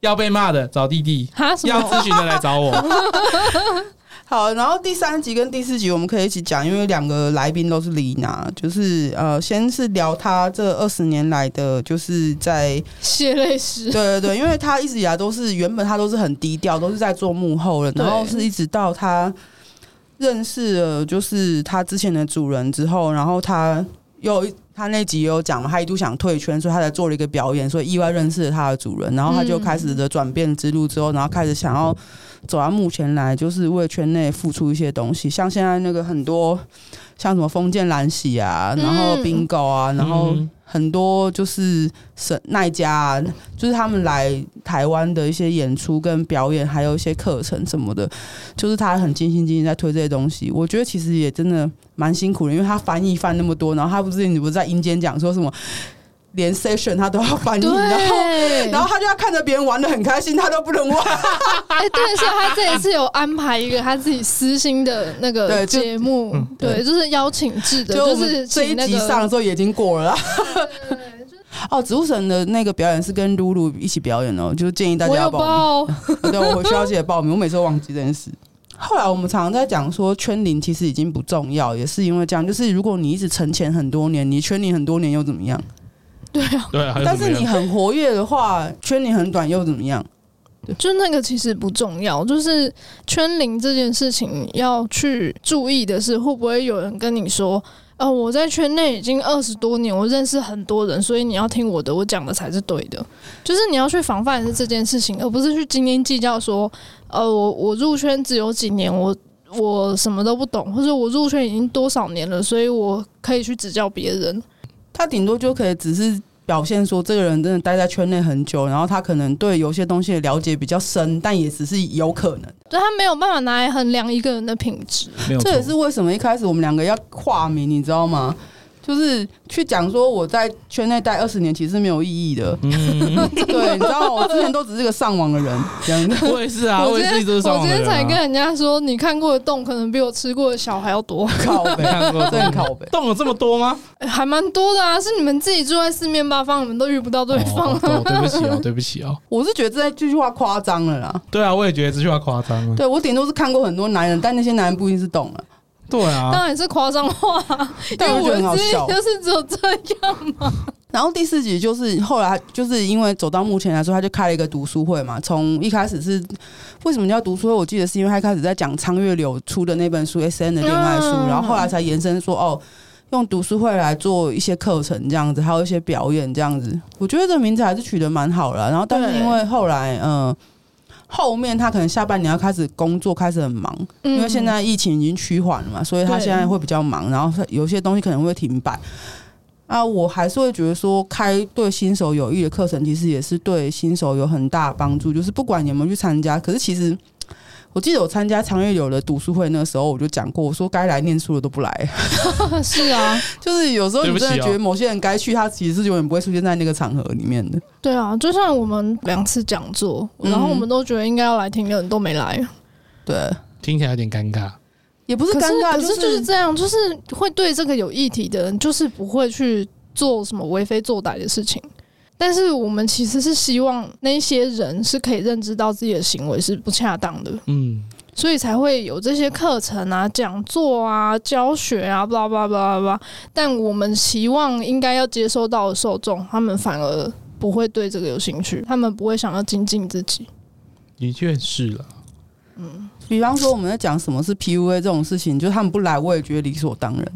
Speaker 3: 要被骂的找弟弟，
Speaker 2: 哈什
Speaker 3: 要
Speaker 2: 么？
Speaker 3: 咨询的来 找我。
Speaker 1: 好，然后第三集跟第四集我们可以一起讲，因为两个来宾都是李娜，就是呃，先是聊她这二十年来的，就是在
Speaker 2: 血泪
Speaker 1: 对
Speaker 2: 史，
Speaker 1: 对对，因为她一直以来都是原本她都是很低调，都是在做幕后了，
Speaker 2: 对
Speaker 1: 然后是一直到她认识了就是她之前的主人之后，然后她又她那集也有讲嘛，她一度想退圈，所以她才做了一个表演，所以意外认识了她的主人，然后她就
Speaker 2: 嗯
Speaker 1: 开始的转变之路之后，然后开始想要走到目前来，就是为圈内付出一些东西，像现在那个很多像什么封建蓝喜啊，然后
Speaker 2: 嗯
Speaker 1: bingo 啊，然后
Speaker 3: 嗯
Speaker 1: 很多就是沈奈家、啊，就是他们来台湾的一些演出跟表演，还有一些课程什么的，就是他很尽心尽力在推这些东西。我觉得其实也真的蛮辛苦的，因为他翻译翻那么多，然后他不是你不是在阴间讲说什么。连 session 他都要翻译，然后
Speaker 2: 对，
Speaker 1: 然后他就要看着别人玩的很开心，他都不能玩。
Speaker 2: 哎、对，所以他这一次有安排一个他自己私心的那个
Speaker 1: 对就
Speaker 2: 节目
Speaker 3: 嗯，
Speaker 2: 对，就是邀请制的，
Speaker 1: 我
Speaker 2: 就
Speaker 1: 们
Speaker 2: 是
Speaker 1: 这一
Speaker 2: 请那
Speaker 1: 集
Speaker 2: 个
Speaker 1: 上的时候也已经过了啦。 哦，植物神的那个表演是跟露露一起表演哦，就是建议大家
Speaker 2: 我
Speaker 1: 要
Speaker 2: 有
Speaker 1: 报名。
Speaker 2: 报哦，
Speaker 1: 对，我需要记得报名，我每次都忘记这件事。后来我们常常在讲说，圈龄其实已经不重要，也是因为这样，就是如果你一直沉潜很多年，你圈龄很多年又怎么样？
Speaker 2: 对啊，
Speaker 3: 对啊，还
Speaker 1: 但是
Speaker 3: 怎么
Speaker 1: 你
Speaker 3: 样
Speaker 1: 很活跃的话，圈龄很短又怎么样？
Speaker 2: 就那个其实不重要，就是圈龄这件事情要去注意的是，会不会有人跟你说，呃，我在圈内已经二十多年，我认识很多人，所以你要听我的，我讲的才是对的。就是你要去防范的是这件事情，而不是去斤斤计较说，呃，我我入圈只有几年，我我什么都不懂，或者我入圈已经多少年了，所以我可以去指教别人。
Speaker 1: 他顶多就可以只是表现说，这个人真的待在圈内很久，然后他可能对有些东西的了解比较深，但也只是有可能。
Speaker 2: 对他没有办法拿来衡量一个人的品质，
Speaker 3: 没有错
Speaker 1: 这也是为什么一开始我们两个要化名，你知道吗？就是去讲说我在圈内待二十年其实是没有意义的，
Speaker 3: 嗯，
Speaker 1: 对，你知道吗我之前都只是个上网的人，这样子。
Speaker 3: 我也是啊，
Speaker 2: 我
Speaker 3: 我
Speaker 2: 今
Speaker 3: 也是
Speaker 2: 天
Speaker 3: 一直都是上
Speaker 2: 我
Speaker 3: 网
Speaker 2: 今
Speaker 3: 的
Speaker 2: 天
Speaker 3: 人啊
Speaker 2: 才跟人家说，你看过的洞可能比我吃过的小还要多，
Speaker 1: 靠背
Speaker 3: 没，看过，
Speaker 1: 这很 靠背。
Speaker 3: 动了这么多吗？
Speaker 2: 哎还蛮多的啊。是你们自己住在四面八方，你们都遇不到对方。
Speaker 3: 哦哦对不起哦，对不起哦。
Speaker 1: 我是觉得这这句话夸张了啦。
Speaker 3: 对啊，我也觉得这句话夸张啊。
Speaker 1: 对我顶多是看过很多男人，但那些男人不一定是懂了。
Speaker 3: 对啊，
Speaker 2: 当然是夸张话，啊因
Speaker 1: 但
Speaker 2: 为
Speaker 1: 我觉得很
Speaker 2: 我
Speaker 1: 好
Speaker 2: 自己
Speaker 1: 笑
Speaker 2: 就是只有这样。
Speaker 1: 然后第四集就是后来就是因为走到目前来说，他就开了一个读书会嘛。从一开始是为什么叫读书会？我记得是因为他一开始在讲苍月柳出的那本书《S N 的恋爱书》
Speaker 2: 嗯
Speaker 1: 然后后来才延伸说哦，用读书会来做一些课程这样子，还有一些表演这样子。我觉得这名字还是取得蛮好了。然后但是
Speaker 2: 对
Speaker 1: 因为后来嗯、呃后面他可能下半年要开始工作，开始很忙， 因为现在疫情已经趋缓了嘛，所以他
Speaker 2: 嗯对
Speaker 1: 现在会比较忙，然后有些东西可能会停摆。啊，我还是会觉得说，开对新手有益的课程，其实也是对新手有很大的帮助。就是不管你有没有去参加，可是其实我记得我参加长月柳的读书会那时候，我就讲过，我说该来念书的都不来，
Speaker 2: 嗯是啊，
Speaker 1: 就是有时候
Speaker 3: 对
Speaker 1: 你
Speaker 3: 不起
Speaker 1: 真的
Speaker 3: 哦
Speaker 1: 觉得某些人该去，他其实是永远不会出现在那个场合里面的。
Speaker 2: 对啊，就像我们两次讲座，
Speaker 1: 嗯
Speaker 2: 然后我们都觉得应该要来听的人都没来，
Speaker 1: 对，
Speaker 3: 听起来有点尴尬。
Speaker 1: 也不是
Speaker 2: 可
Speaker 1: 尴
Speaker 2: 是
Speaker 1: 尬，
Speaker 2: 可是
Speaker 1: 就
Speaker 2: 就是这样，就是会对这个有议题的人，就是不会去做什么为非作歹的事情。但是我们其实是希望那些人是可以认知到自己的行为是不恰当的，
Speaker 3: 嗯，
Speaker 2: 所以才会有这些课程啊、讲座啊、教学啊，巴拉巴拉巴拉巴拉。但我们希望应该要接收到的受众，他们反而不会对这个有兴趣，他们不会想要精进自己。
Speaker 3: 的确是了。
Speaker 1: 比方说我们在讲什么是 PUA 这种事情，就是他们不来，我也觉得理所当然。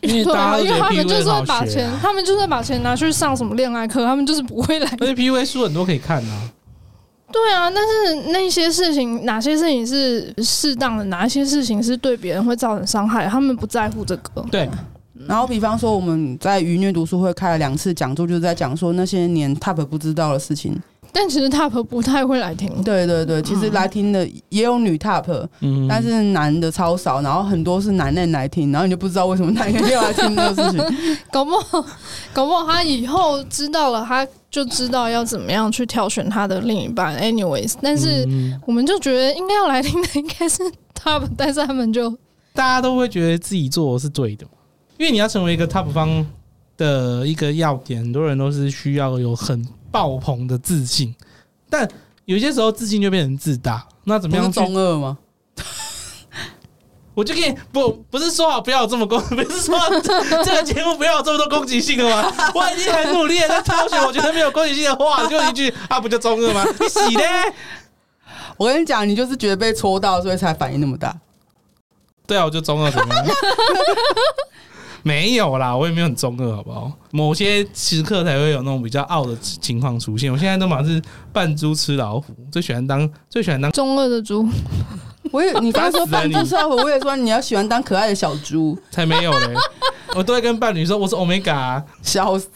Speaker 3: 因为
Speaker 2: 对
Speaker 3: 大
Speaker 2: 啊，
Speaker 3: 家都
Speaker 2: 因为
Speaker 3: 觉得
Speaker 2: 他
Speaker 3: PUA
Speaker 2: 们就是会
Speaker 3: 很
Speaker 2: 把
Speaker 3: 好学
Speaker 2: 钱，
Speaker 3: 啊，
Speaker 2: 他们就是会把钱拿去上什么恋爱课，他们就是不会来
Speaker 3: 而且 PUA 书很多可以看啊。
Speaker 2: 对啊，但是那些事情，哪些事情是适当的，哪一些事情是对别人会造成伤害，他们不在乎这个。
Speaker 3: 对，
Speaker 1: 然后，比方说我们在愚虐读书会开了两次讲座，就是在讲说那些年 TOP 不知道的事情。
Speaker 2: 但其实 TOP 不太会来听，
Speaker 1: 对对对，其实来听的也有女 TOP，、
Speaker 3: 嗯，
Speaker 1: 但是男的超少，然后很多是男人来听，然后你就不知道为什么男人要来听这 个事情。
Speaker 2: 搞不好，搞不好他以后知道了，他就知道要怎么样去挑选他的另一半。Anyways，但是
Speaker 3: 嗯
Speaker 2: 我们就觉得应该要来听的应该是 TOP，但是他们就
Speaker 3: 大家都会觉得自己做的是对的嘛，因为你要成为一
Speaker 1: 嗯
Speaker 3: 个 top 方的一个要点，很多人都是需要有很爆棚的自信，但有些时候自信就变成自大。那怎么
Speaker 1: 不是
Speaker 3: 样去
Speaker 1: 中二吗？
Speaker 3: 我就给你不不是说好不要有这么攻，不是说 这这个节目不要有这么多攻击性的吗？我已经很努力了，在挑选我觉得没有攻击性的话，就一句啊，不就中二吗？你洗嘞？
Speaker 1: 我跟你讲，你就是觉得被戳到，所以才反应那么大。
Speaker 3: 对啊，我就中二怎么样？ 没有啦，我也没有很中二，好不好？某些时刻才会有那种比较傲的情况出现。我现在都嘛是扮猪吃老虎，最喜欢当最喜欢当
Speaker 2: 中二的猪。
Speaker 1: 我也，你刚才说
Speaker 3: 烦
Speaker 1: 扮
Speaker 3: 死了
Speaker 1: 猪社会，我也说你要喜欢当可爱的小猪。
Speaker 3: 才没有嘞。我都会跟伴侣说我是 omega，啊
Speaker 1: 笑死！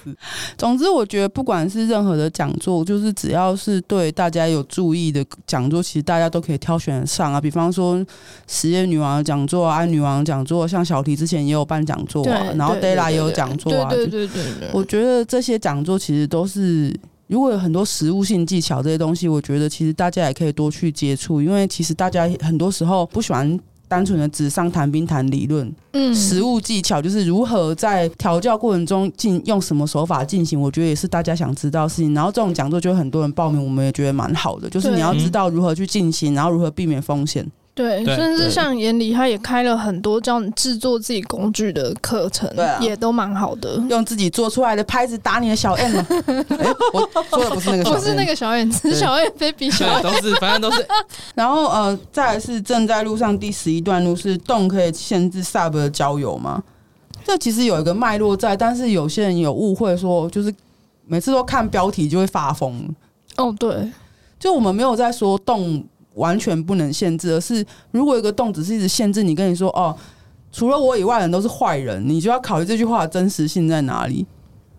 Speaker 1: 总之，我觉得不管是任何的讲座，就是只要是对大家有注意的讲座，其实大家都可以挑选上啊。比方说实验女王的讲座啊，爱女王的讲座，像小提之前也有办讲座
Speaker 2: 对
Speaker 1: 啊，，然后
Speaker 2: 对对
Speaker 1: Della
Speaker 2: 对
Speaker 1: 也有
Speaker 2: 对
Speaker 1: 讲座啊。
Speaker 2: 对
Speaker 1: 就
Speaker 2: 对对对对，
Speaker 1: 我觉得这些讲座其实都是。如果有很多实务性技巧这些东西，我觉得其实大家也可以多去接触，因为其实大家很多时候不喜欢单纯的只上谈兵谈理论，
Speaker 2: 嗯
Speaker 1: 食物技巧，就是如何在调教过程中进用什么手法进行，我觉得也是大家想知道的事情。然后这种讲座就有很多人报名，我们也觉得蛮好的，就是
Speaker 2: 对
Speaker 1: 你要知道如何去进行，然后如何避免风险。
Speaker 2: 对，
Speaker 3: 对
Speaker 2: 甚
Speaker 3: 对
Speaker 2: 至像眼里他也开了很多教你制作自己工具的课程，
Speaker 1: 对啊
Speaker 2: 也都蛮好的。
Speaker 1: 用自己做出来的拍子打你的小 M，哎、我说的不是那个小 M，
Speaker 2: 不是那个小眼子，
Speaker 1: 对
Speaker 2: 小眼 baby 小
Speaker 3: 对，都是反正都是
Speaker 1: 然后呃，再来是正在路上第十一段路是动可以限制 sub 的交友吗？这其实有一个脉络在，但是有些人有误会说，就是每次都看标题就会发疯。
Speaker 2: 哦，对，
Speaker 1: 就我们没有在说动完全不能限制，而是如果一个动只是一直限制你，跟你说哦，除了我以外的人都是坏人，你就要考虑这句话的真实性在哪里。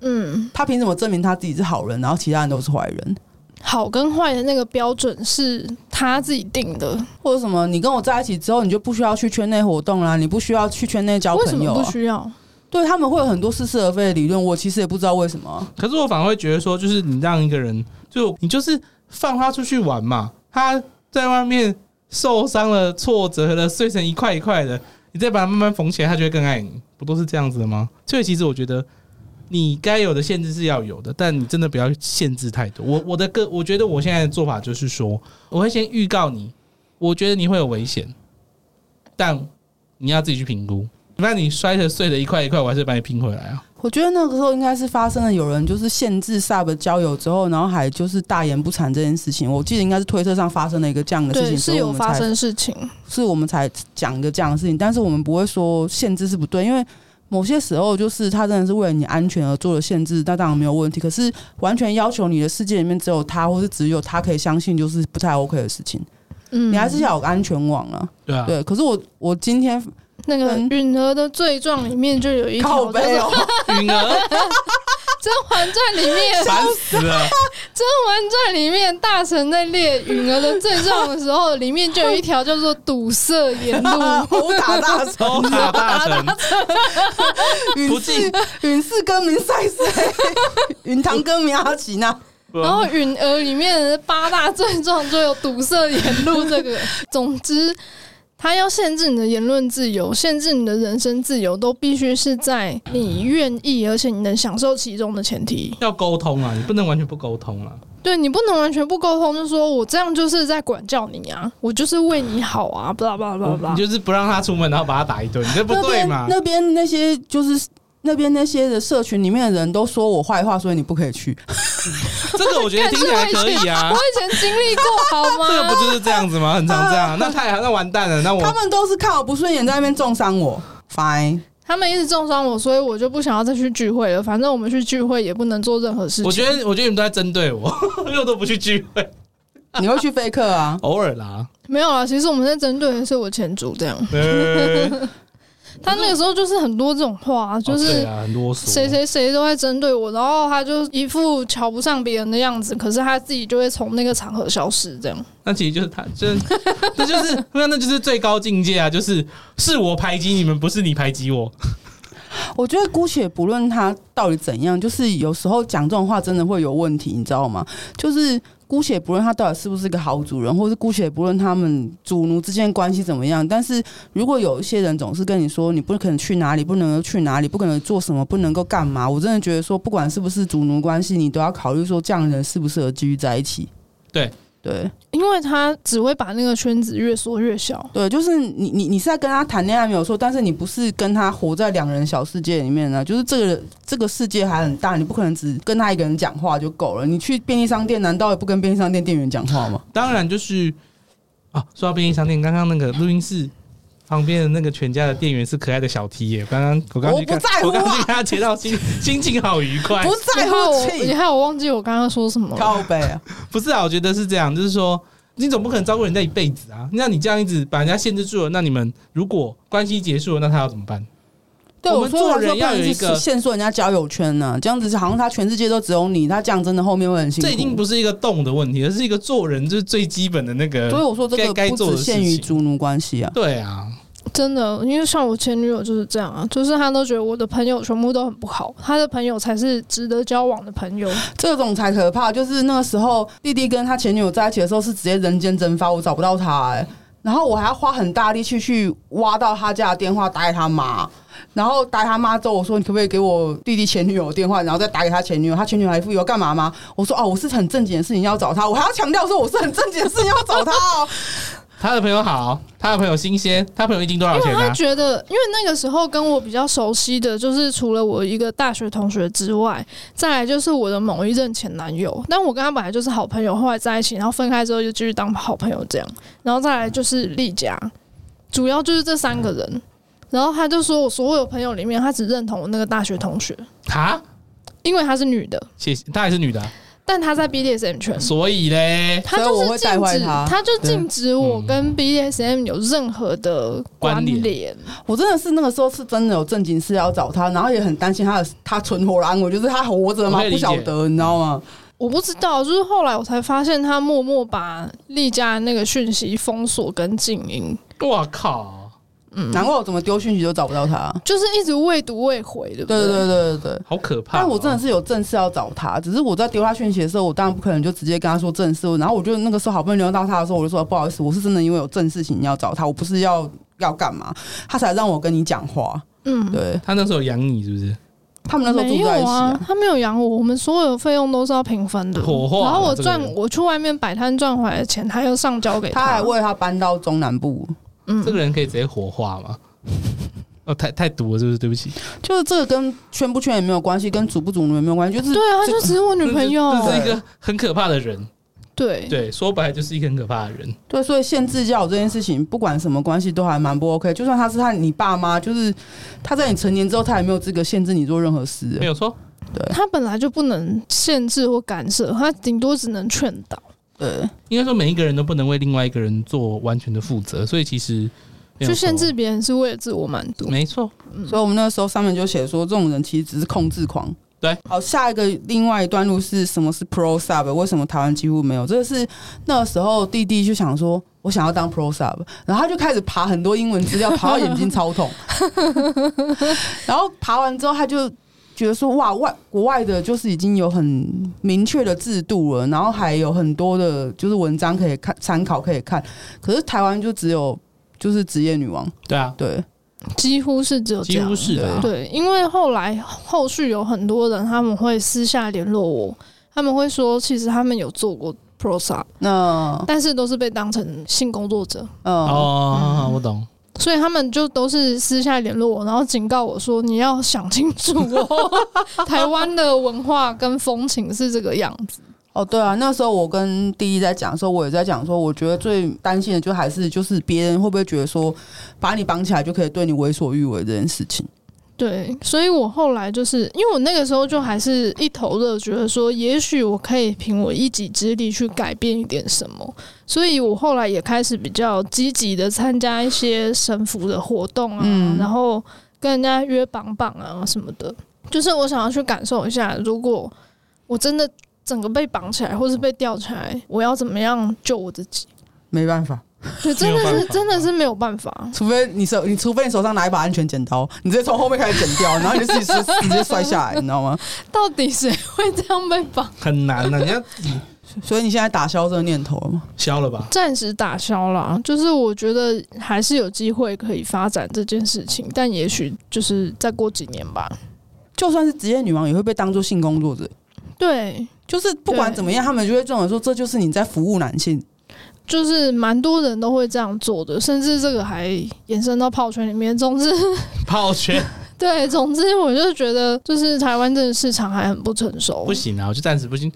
Speaker 2: 嗯，
Speaker 1: 他凭什么证明他自己是好人，然后其他人都是坏人？
Speaker 2: 好跟坏的那个标准是他自己定的，
Speaker 1: 或者什么？你跟我在一起之后，你就不需要去圈内活动啦，你不需要去圈内交
Speaker 2: 为什
Speaker 1: 朋
Speaker 2: 么
Speaker 1: 友、
Speaker 2: 不
Speaker 1: 啊。
Speaker 2: 需要？
Speaker 1: 对他们会有很多似是而非的理论，我其实也不知道为什么啊。
Speaker 3: 可是我反而会觉得说，就是你让一个人，就你就是放他出去玩嘛，他在外面受伤了、挫折了、碎成一块一块的，你再把它慢慢缝起来，他就会更爱你，不都是这样子的吗？所以其实我觉得。你该有的限制是要有的，但你真的不要限制太多。我我的个，我觉得我现在的做法就是说，我会先预告你，我觉得你会有危险，但你要自己去评估。那你摔的碎的一块一块，我还是把你拼回来啊。
Speaker 1: 我觉得那个时候应该是发生了有人就是限制 sub 交友之后，然后还就是大言不惭这件事情。我记得应该是推特上发生了一个这样的事
Speaker 2: 对，
Speaker 1: 情，所
Speaker 2: 是
Speaker 1: 以我
Speaker 2: 有
Speaker 1: 们
Speaker 2: 发
Speaker 1: 才
Speaker 2: 生事情，
Speaker 1: 是我们才讲个这样的事情，但是我们不会说限制是不对，因为某些时候就是他真的是为了你安全而做的限制，那当然没有问题。可是完全要求你的世界里面只有他，或是只有他可以相信，就是不太 OK 的事情。
Speaker 2: 嗯，
Speaker 1: 你还是要有个安全网啊，
Speaker 3: 对啊，
Speaker 1: 对。可是我我今天
Speaker 2: 那个
Speaker 1: 嗯
Speaker 2: 《允儿的罪状》里面就有一条
Speaker 1: 靠
Speaker 2: 叫
Speaker 1: 背
Speaker 2: 做
Speaker 1: 哦，
Speaker 3: 允儿
Speaker 2: 《甄嬛传》里 面，《甄
Speaker 3: 烦死 了。
Speaker 2: 嬛传》里面大臣在列允儿的罪状的时候，里面就有一条叫做堵塞言路。
Speaker 1: 殴打大神，
Speaker 3: 抽卡大神，不
Speaker 1: 允
Speaker 3: 敬
Speaker 1: 氏允氏更名赛 谁？允堂更名阿奇娜。
Speaker 2: 然后允儿里面的八大罪状就有堵塞言路这个。总之，他要限制你的言论自由，限制你的人身自由，都必须是在你愿意，而且你能享受其中的前提。
Speaker 3: 要沟通啊，你不能完全不沟通啊。
Speaker 2: 对你不能完全不沟通，就说我这样就是在管教你啊，我就是为你好啊，巴拉巴拉巴拉
Speaker 3: 哦你。就是不让他出门，然后把他打一顿，你这不
Speaker 1: 那
Speaker 3: 对
Speaker 1: 边
Speaker 3: 嘛？
Speaker 1: 那边那些就是那边那些的社群里面的人都说我坏话，所以你不可以去。
Speaker 3: 这个我觉得听起来可以 啊
Speaker 2: 我。以前经历过好
Speaker 3: 这个
Speaker 2: 吗？
Speaker 3: 不就是这样子吗？很常这样。那太好，那完蛋了。那
Speaker 1: 他
Speaker 3: 我
Speaker 1: 们都是看我不顺眼，在那边重伤我。Fine，
Speaker 2: 他们一直重伤我，所以我就不想要再去聚会了。反正我们去聚会也不能做任何事情。
Speaker 3: 我觉得，我觉得你们都在针对我， 因为我都不去聚会，
Speaker 1: 你会去飞客啊？
Speaker 3: 偶尔啦。
Speaker 2: 没有啊，其实我们在针对的是我前主这样。
Speaker 3: 呃
Speaker 2: 他那个时候就是很多这种话，就
Speaker 3: 哦对
Speaker 2: 是
Speaker 3: 啊，很啰嗦。
Speaker 2: 谁谁谁都在针对我，然后他就一副瞧不上别人的样子，可是他自己就会从那个场合消失，这样。
Speaker 3: 那其实就是他，就是 那就是那那就是最高境界啊！就是是我排挤你们，不是你排挤我。
Speaker 1: 我觉得姑且不论他到底怎样，就是有时候讲这种话真的会有问题，你知道吗？就是姑且不论他到底是不是个好主人，或是姑且不论他们主奴之间关系怎么样，但是如果有一些人总是跟你说你不可能去哪里，不能够去哪里，不可能做什么，不能够干嘛，我真的觉得说，不管是不是主奴关系，你都要考虑说这样的人适不适合继续在一起。
Speaker 3: 对
Speaker 1: 对
Speaker 2: 因为他只会把那个圈子越缩越小，
Speaker 1: 对，就是你你你是在跟他谈恋爱没有错，但是你不是跟他活在两人小世界里面呢。就是这个这个世界还很大，你不可能只跟他一个人讲话就够了。你去便利商店，难道也不跟便利商店店员讲话吗？
Speaker 3: 当然就是啊，说到便利商店，刚刚那个录音室旁边的那个全家的店员是可爱的小 T 耶。刚刚我刚
Speaker 1: 我
Speaker 3: 去看
Speaker 1: 不在乎啊
Speaker 3: 我刚去跟他切到心， 心情好愉快
Speaker 1: 不。在
Speaker 2: 你害
Speaker 1: 乎
Speaker 2: 我，你
Speaker 1: 气，
Speaker 2: 害我忘记我刚刚说什么了。
Speaker 1: 靠背啊！
Speaker 3: 不是啊，我觉得是这样，就是说你总不可能照顾人家一辈子啊。那你这样一直把人家限制住了，那你们如果关系结束了，那他要怎么办？
Speaker 1: 对
Speaker 3: 我
Speaker 1: 我
Speaker 3: 们
Speaker 1: 说
Speaker 3: 做
Speaker 1: 他说
Speaker 3: 人
Speaker 1: 不
Speaker 3: 要
Speaker 1: 能
Speaker 3: 有一
Speaker 1: 一
Speaker 3: 个
Speaker 1: 直限缩人家交友圈呢、这样子是好像他全世界都只有你，他这样真的后面会很辛苦。
Speaker 3: 这已经不是一个动的问题，而是一个做人就是最基本的那
Speaker 1: 所以
Speaker 3: 个。
Speaker 1: 我说这个
Speaker 3: 该该
Speaker 1: 不
Speaker 3: 做的
Speaker 1: 只
Speaker 3: 事
Speaker 1: 限于
Speaker 3: 情
Speaker 1: 主奴关系啊。
Speaker 3: 对啊，
Speaker 2: 真的，因为像我前女友就是这样啊，就是她都觉得我的朋友全部都很不好，她的朋友才是值得交往的朋友。
Speaker 1: 这种才可怕。就是那个时候，弟弟跟他前女友在一起的时候是直接人间蒸发，我找不到他、哎，然后我还要花很大力气去挖到他家的电话，打给他妈。然后打给他妈之后，我说你可不可以给我弟弟前女友的电话，然后再打给他前女友。他前女友还一副有干嘛吗？我说哦，我是很正经的事情要找他，我还要强调说我是很正经的事情要找他哦。
Speaker 3: 他的朋友好，他的朋友新鲜，他朋友一斤多少钱
Speaker 2: 她
Speaker 3: 啊？
Speaker 2: 觉得，因为那个时候跟我比较熟悉的就是除了我一个大学同学之外，再来就是我的某一任前男友。但我跟他本来就是好朋友，后来在一起，然后分开之后就继续当好朋友这样。然后再来就是丽佳，主要就是这三个人。然后他就说我所有朋友里面，他只认同我那个大学同学，
Speaker 3: 哈，
Speaker 2: 因为她是女的，
Speaker 3: 谢谢，她也是女的啊、
Speaker 2: 但她在 BDSM 圈。
Speaker 3: 所以嘞，
Speaker 2: 他
Speaker 1: 所以
Speaker 2: 就
Speaker 1: 我
Speaker 2: 是
Speaker 1: 会
Speaker 2: 禁
Speaker 1: 带坏
Speaker 2: 止，
Speaker 1: 他
Speaker 2: 他就
Speaker 1: 对
Speaker 2: 禁止我跟 BDSM 有任何的关
Speaker 3: 嗯关联
Speaker 2: 联。
Speaker 1: 我真的是那个时候是真的有正经事要找他，然后也很担心他的他存活的安危，就是他活着吗
Speaker 3: 我可以？
Speaker 1: 不
Speaker 3: 理解
Speaker 1: 晓得，你知道吗？
Speaker 2: 我不知道，就是后来我才发现，他默默把丽佳那个讯息封锁跟静音，
Speaker 3: 我靠，
Speaker 1: 难怪我怎么丢讯息都找不到他。
Speaker 2: 就是一直未读未回，对不
Speaker 1: 对对
Speaker 2: 对
Speaker 1: 对对对对。
Speaker 3: 好可怕、哦！
Speaker 1: 但我真的是有正事要找他，只是我在丢他讯息的时候，我当然不可能就直接跟他说正事。然后我就那个时候好不容易轮到他的时候，我就说不好意思，我是真的因为有正事情要找他，我不是要要干嘛，他才让我跟你讲话。
Speaker 2: 嗯，
Speaker 1: 对
Speaker 3: 他那时候有养你是不是？
Speaker 1: 他们那时候
Speaker 2: 没
Speaker 1: 住在一
Speaker 2: 有
Speaker 1: 起
Speaker 2: 啊
Speaker 1: 啊，，
Speaker 2: 他没有养我，我们所有的费用都是要平分的。
Speaker 3: 火化了
Speaker 2: 然后我
Speaker 3: 这个
Speaker 2: 赚
Speaker 3: 人，
Speaker 2: 我去外面摆摊赚回来的钱，他又上交给
Speaker 1: 他还为他搬到中南部，
Speaker 2: 嗯
Speaker 3: 这，个人可以直接火化吗？ 哦，太太毒了，是不是？对不起，
Speaker 1: 就是这个跟圈不圈也没有关系，跟主不主奴也没有关系，就是
Speaker 2: 对啊，他就只是我女朋 友，
Speaker 3: 这是一个很可怕的人。
Speaker 2: 对
Speaker 3: 对，说白了就是一个很可怕的人。
Speaker 1: 对，所以限制交友这件事情，不管什么关系都还蛮不 OK。就算他是他你爸妈，就是他在你成年之后，他也没有资格限制你做任何事。
Speaker 3: 没有错，
Speaker 2: 他本来就不能限制或干涉，他顶多只能劝导。
Speaker 1: 对，
Speaker 3: 应该说每一个人都不能为另外一个人做完全的负责，所以其实没有
Speaker 2: 就
Speaker 3: 错
Speaker 2: 限制，别人是为了自我满足。
Speaker 3: 没错，
Speaker 1: 所以我们那个时候上面就写说，这种人其实只是控制狂。
Speaker 3: 对，
Speaker 1: 好，下一个另外一段路是什么是 Pro Sub？为什么台湾几乎没有？这个是那个时候弟弟就想说，我想要当 Pro Sub，然后他就开始爬很多英文资料，爬到眼睛超痛。然后爬完之后，他就觉得说，哇，外国外的就是已经有很明确的制度了，然后还有很多的就是文章可以看参考可以看，可是台湾就只有就是职业女王，
Speaker 3: 对啊，
Speaker 1: 对。
Speaker 2: 几乎是只有这
Speaker 3: 几
Speaker 2: 样。
Speaker 3: 乎是的啊。
Speaker 2: 对，因为后来后续有很多人他们会私下联络我，他们会说其实他们有做过 pro sub，
Speaker 1: 那
Speaker 2: 但是都是被当成性工作者，
Speaker 1: 哦，
Speaker 3: 哦，我懂。
Speaker 2: 所以他们就都是私下联络我，然后警告我说你要想清楚哦， 台湾的文化跟风情是这个样子。
Speaker 1: 哦，对啊，那时候我跟弟弟在讲的时候，我也在讲说，我觉得最担心的就还是就是别人会不会觉得说，把你绑起来就可以对你为所欲为这件事情。
Speaker 2: 对，所以我后来就是因为我那个时候就还是一头热，觉得说也许我可以凭我一己之力去改变一点什么，所以我后来也开始比较积极的参加一些神符的活动啊，
Speaker 1: 嗯
Speaker 2: 然后跟人家约绑绑啊什么的，就是我想要去感受一下，如果我真的整个被绑起来或是被吊起来，我要怎么样救我自己？
Speaker 1: 没办法，
Speaker 2: 对，真的
Speaker 3: 没
Speaker 2: 是
Speaker 3: 有办法啊
Speaker 2: 真的是没有办法。
Speaker 1: 除非你手，你除非你手上拿一把安全剪刀，你直接从后面开始剪掉，然后你就自己直直接摔下来，你知道吗？
Speaker 2: 到底谁会这样被绑？
Speaker 3: 很难 啊的、你要自己
Speaker 1: 所以你现在打消这个念头了吗？
Speaker 3: 消了吧？
Speaker 2: 暂时打消啦，就是我觉得还是有机会可以发展这件事情，但也许就是再过几年吧。
Speaker 1: 就算是职业女王，也会被当做性工作者。
Speaker 2: 对，
Speaker 1: 就是不管
Speaker 2: 对
Speaker 1: 怎么样，他们就会这种说，这就是你在服务男性。
Speaker 2: 就是蛮多人都会这样做的，甚至这个还延伸到泡圈里面。总之，
Speaker 3: 泡圈
Speaker 2: 对，总之我就觉得，就是台湾这个市场还很不成熟。
Speaker 3: 不行啊，我就暂时不行。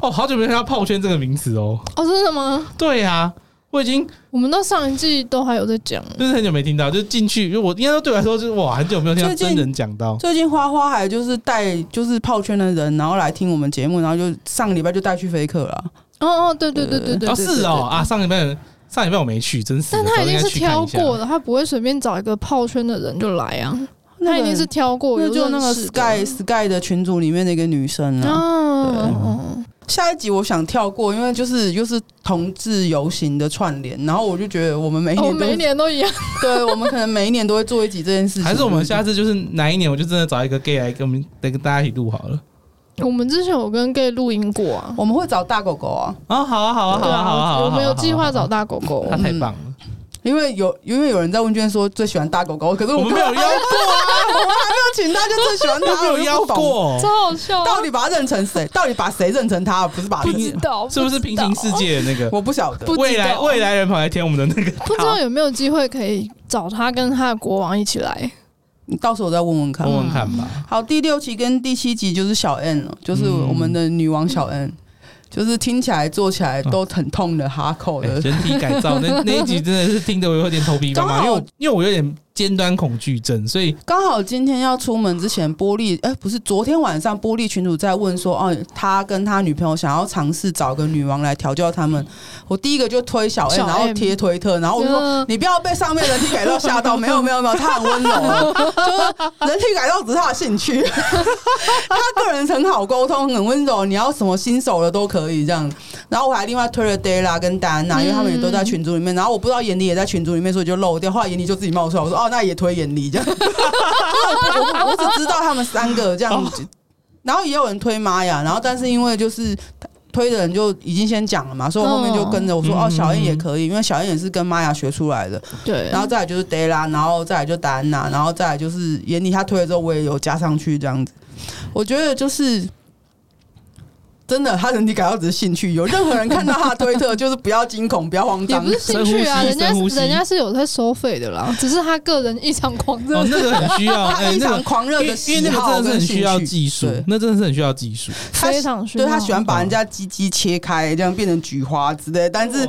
Speaker 3: 哦，好久没有听到泡圈这个名词哦。
Speaker 2: 哦，真的吗？
Speaker 3: 对啊，我已经
Speaker 2: 我们到上一季都还有在讲，
Speaker 3: 就是很久没听到，就进去，因为我应该说对我来说就是哇，很久没有听到
Speaker 1: 最近
Speaker 3: 真人讲到。
Speaker 1: 最近花花还就是带就是泡圈的人，然后来听我们节目，然后就上个礼拜就带去飞客了。啊
Speaker 2: 哦哦，对对对对对
Speaker 3: 哦，
Speaker 2: 对对
Speaker 3: 是哦啊，上礼拜上礼拜我没去，真是的。
Speaker 2: 但他
Speaker 3: 早
Speaker 2: 一
Speaker 3: 就应
Speaker 2: 定
Speaker 3: 该
Speaker 2: 是
Speaker 3: 去看
Speaker 2: 挑
Speaker 3: 一下
Speaker 2: 过的，他不会随便找一个泡圈的人就来啊。
Speaker 1: 那
Speaker 2: 他
Speaker 1: 个
Speaker 2: 一定是挑过，
Speaker 1: 那
Speaker 2: 有
Speaker 1: 就那个
Speaker 2: 认识的啊
Speaker 1: Sky Sky 的群组里面的一个女
Speaker 2: 嗯
Speaker 1: 生啊。
Speaker 2: 哦，
Speaker 1: 下一集我想跳过，因为就是又是同志游行的串联，然后我就觉得我们每一
Speaker 2: 哦，
Speaker 1: 年都
Speaker 2: 每一年都一样，
Speaker 1: 对我们可能每一年都会做一集这件事情。
Speaker 3: 还是我们下次就是哪一年，我就真的找一个 gay 来跟我们来跟大家一起录好了。
Speaker 2: 我们之前有跟 gay 录音过啊，
Speaker 1: 我们会找大狗狗啊，
Speaker 3: 哦，好啊，好啊，好
Speaker 2: 对
Speaker 3: 啊，好啊，好
Speaker 2: 啊，
Speaker 3: 啊
Speaker 2: 我们有计划，
Speaker 3: 好
Speaker 2: 找嗯
Speaker 3: 啊
Speaker 2: 大狗狗
Speaker 3: 好啊，他太棒了，
Speaker 1: 因为有因为有人在问卷说最喜欢大狗狗，可是
Speaker 3: 我
Speaker 1: 我
Speaker 3: 们没有邀过，啊
Speaker 1: 要请他就最喜欢
Speaker 2: 啊
Speaker 1: 他，
Speaker 3: 没有
Speaker 1: 我
Speaker 3: 邀
Speaker 1: 就不懂。
Speaker 3: 过，
Speaker 2: 超好笑啊，
Speaker 1: 到底把他认成谁？到底把谁认成他？不是把
Speaker 2: 不
Speaker 1: 自
Speaker 2: 知
Speaker 1: 己，
Speaker 2: 道
Speaker 3: 是不是平行世？界的那个？
Speaker 1: 我不晓得
Speaker 2: 不。知道
Speaker 3: 未来未来人跑来填我们的那个，
Speaker 2: 不知道有没有机会可以找他跟他的国王一起来？
Speaker 1: 你到时候我再问问看。
Speaker 3: 问问看吧。
Speaker 1: 好，第六期跟第七集就是小 N 了，就是我们的女王小 N，、就是听起来做起来都很痛的哈口
Speaker 3: 哎
Speaker 1: 的。
Speaker 3: 人体改造那那一集真的是听得我有点头皮发麻，
Speaker 1: 刚好
Speaker 3: 因为我因为我有点尖端恐惧症，所以
Speaker 1: 刚好今天要出门之前，玻璃哎、不是昨天晚上玻璃群主在问说，哦，他跟他女朋友想要尝试找个女王来调教他们。我第一个就推小 N，
Speaker 2: 小 M
Speaker 1: 然后贴推特，然后我就说。
Speaker 2: 嗯
Speaker 1: 你不要被上面人体改造吓到，没有没有没有，他很温柔，就是人体改造只是他的兴趣， 他个人很好沟通，很温柔，你要什么新手的都可以这样。然后我还另外推了 Della 跟戴安娜，因为他们也都在群组里面，然后我不知道眼里也在群组里面，所以就漏掉，后来眼里就自己冒出来，我说哦，那也推眼里这样，我我我只知道他们三个这样子，然后也有人推玛雅，然后但是因为就是。推的人就已经先讲了嘛，所以我后面就跟着我说、
Speaker 3: 嗯
Speaker 1: 哦，小燕也可以，因为小燕也是跟玛雅学出来的，
Speaker 2: 对，
Speaker 1: 然后再来就是 Della，然后再来就戴安娜，然后再来就是眼里他推了之后，我也有加上去这样子。我觉得就是真的，他人体改造只是兴趣，有任何人看到他的推特，就是不要惊恐，不要慌
Speaker 2: 也
Speaker 1: 张
Speaker 2: 不。是兴趣啊，人
Speaker 3: 深呼吸
Speaker 2: 家
Speaker 3: 深呼吸
Speaker 2: 人家是有在收费的啦，只是他个人异常狂热
Speaker 3: 哦，那个很需 要，
Speaker 1: 他
Speaker 3: 哎，
Speaker 1: 非
Speaker 3: 那
Speaker 1: 常
Speaker 3: 个
Speaker 1: 狂热的
Speaker 3: 因为因为
Speaker 1: 喜
Speaker 3: 那个
Speaker 1: 好
Speaker 3: 真的
Speaker 1: 跟
Speaker 3: 是很需要
Speaker 1: 兴趣，
Speaker 3: 技术
Speaker 1: 对，
Speaker 3: 那真的是很需要技术。
Speaker 1: 他
Speaker 2: 非常需要，
Speaker 1: 对他喜欢把人家鸡鸡切开，这样变成菊花之类的，但
Speaker 3: 哦
Speaker 1: 是。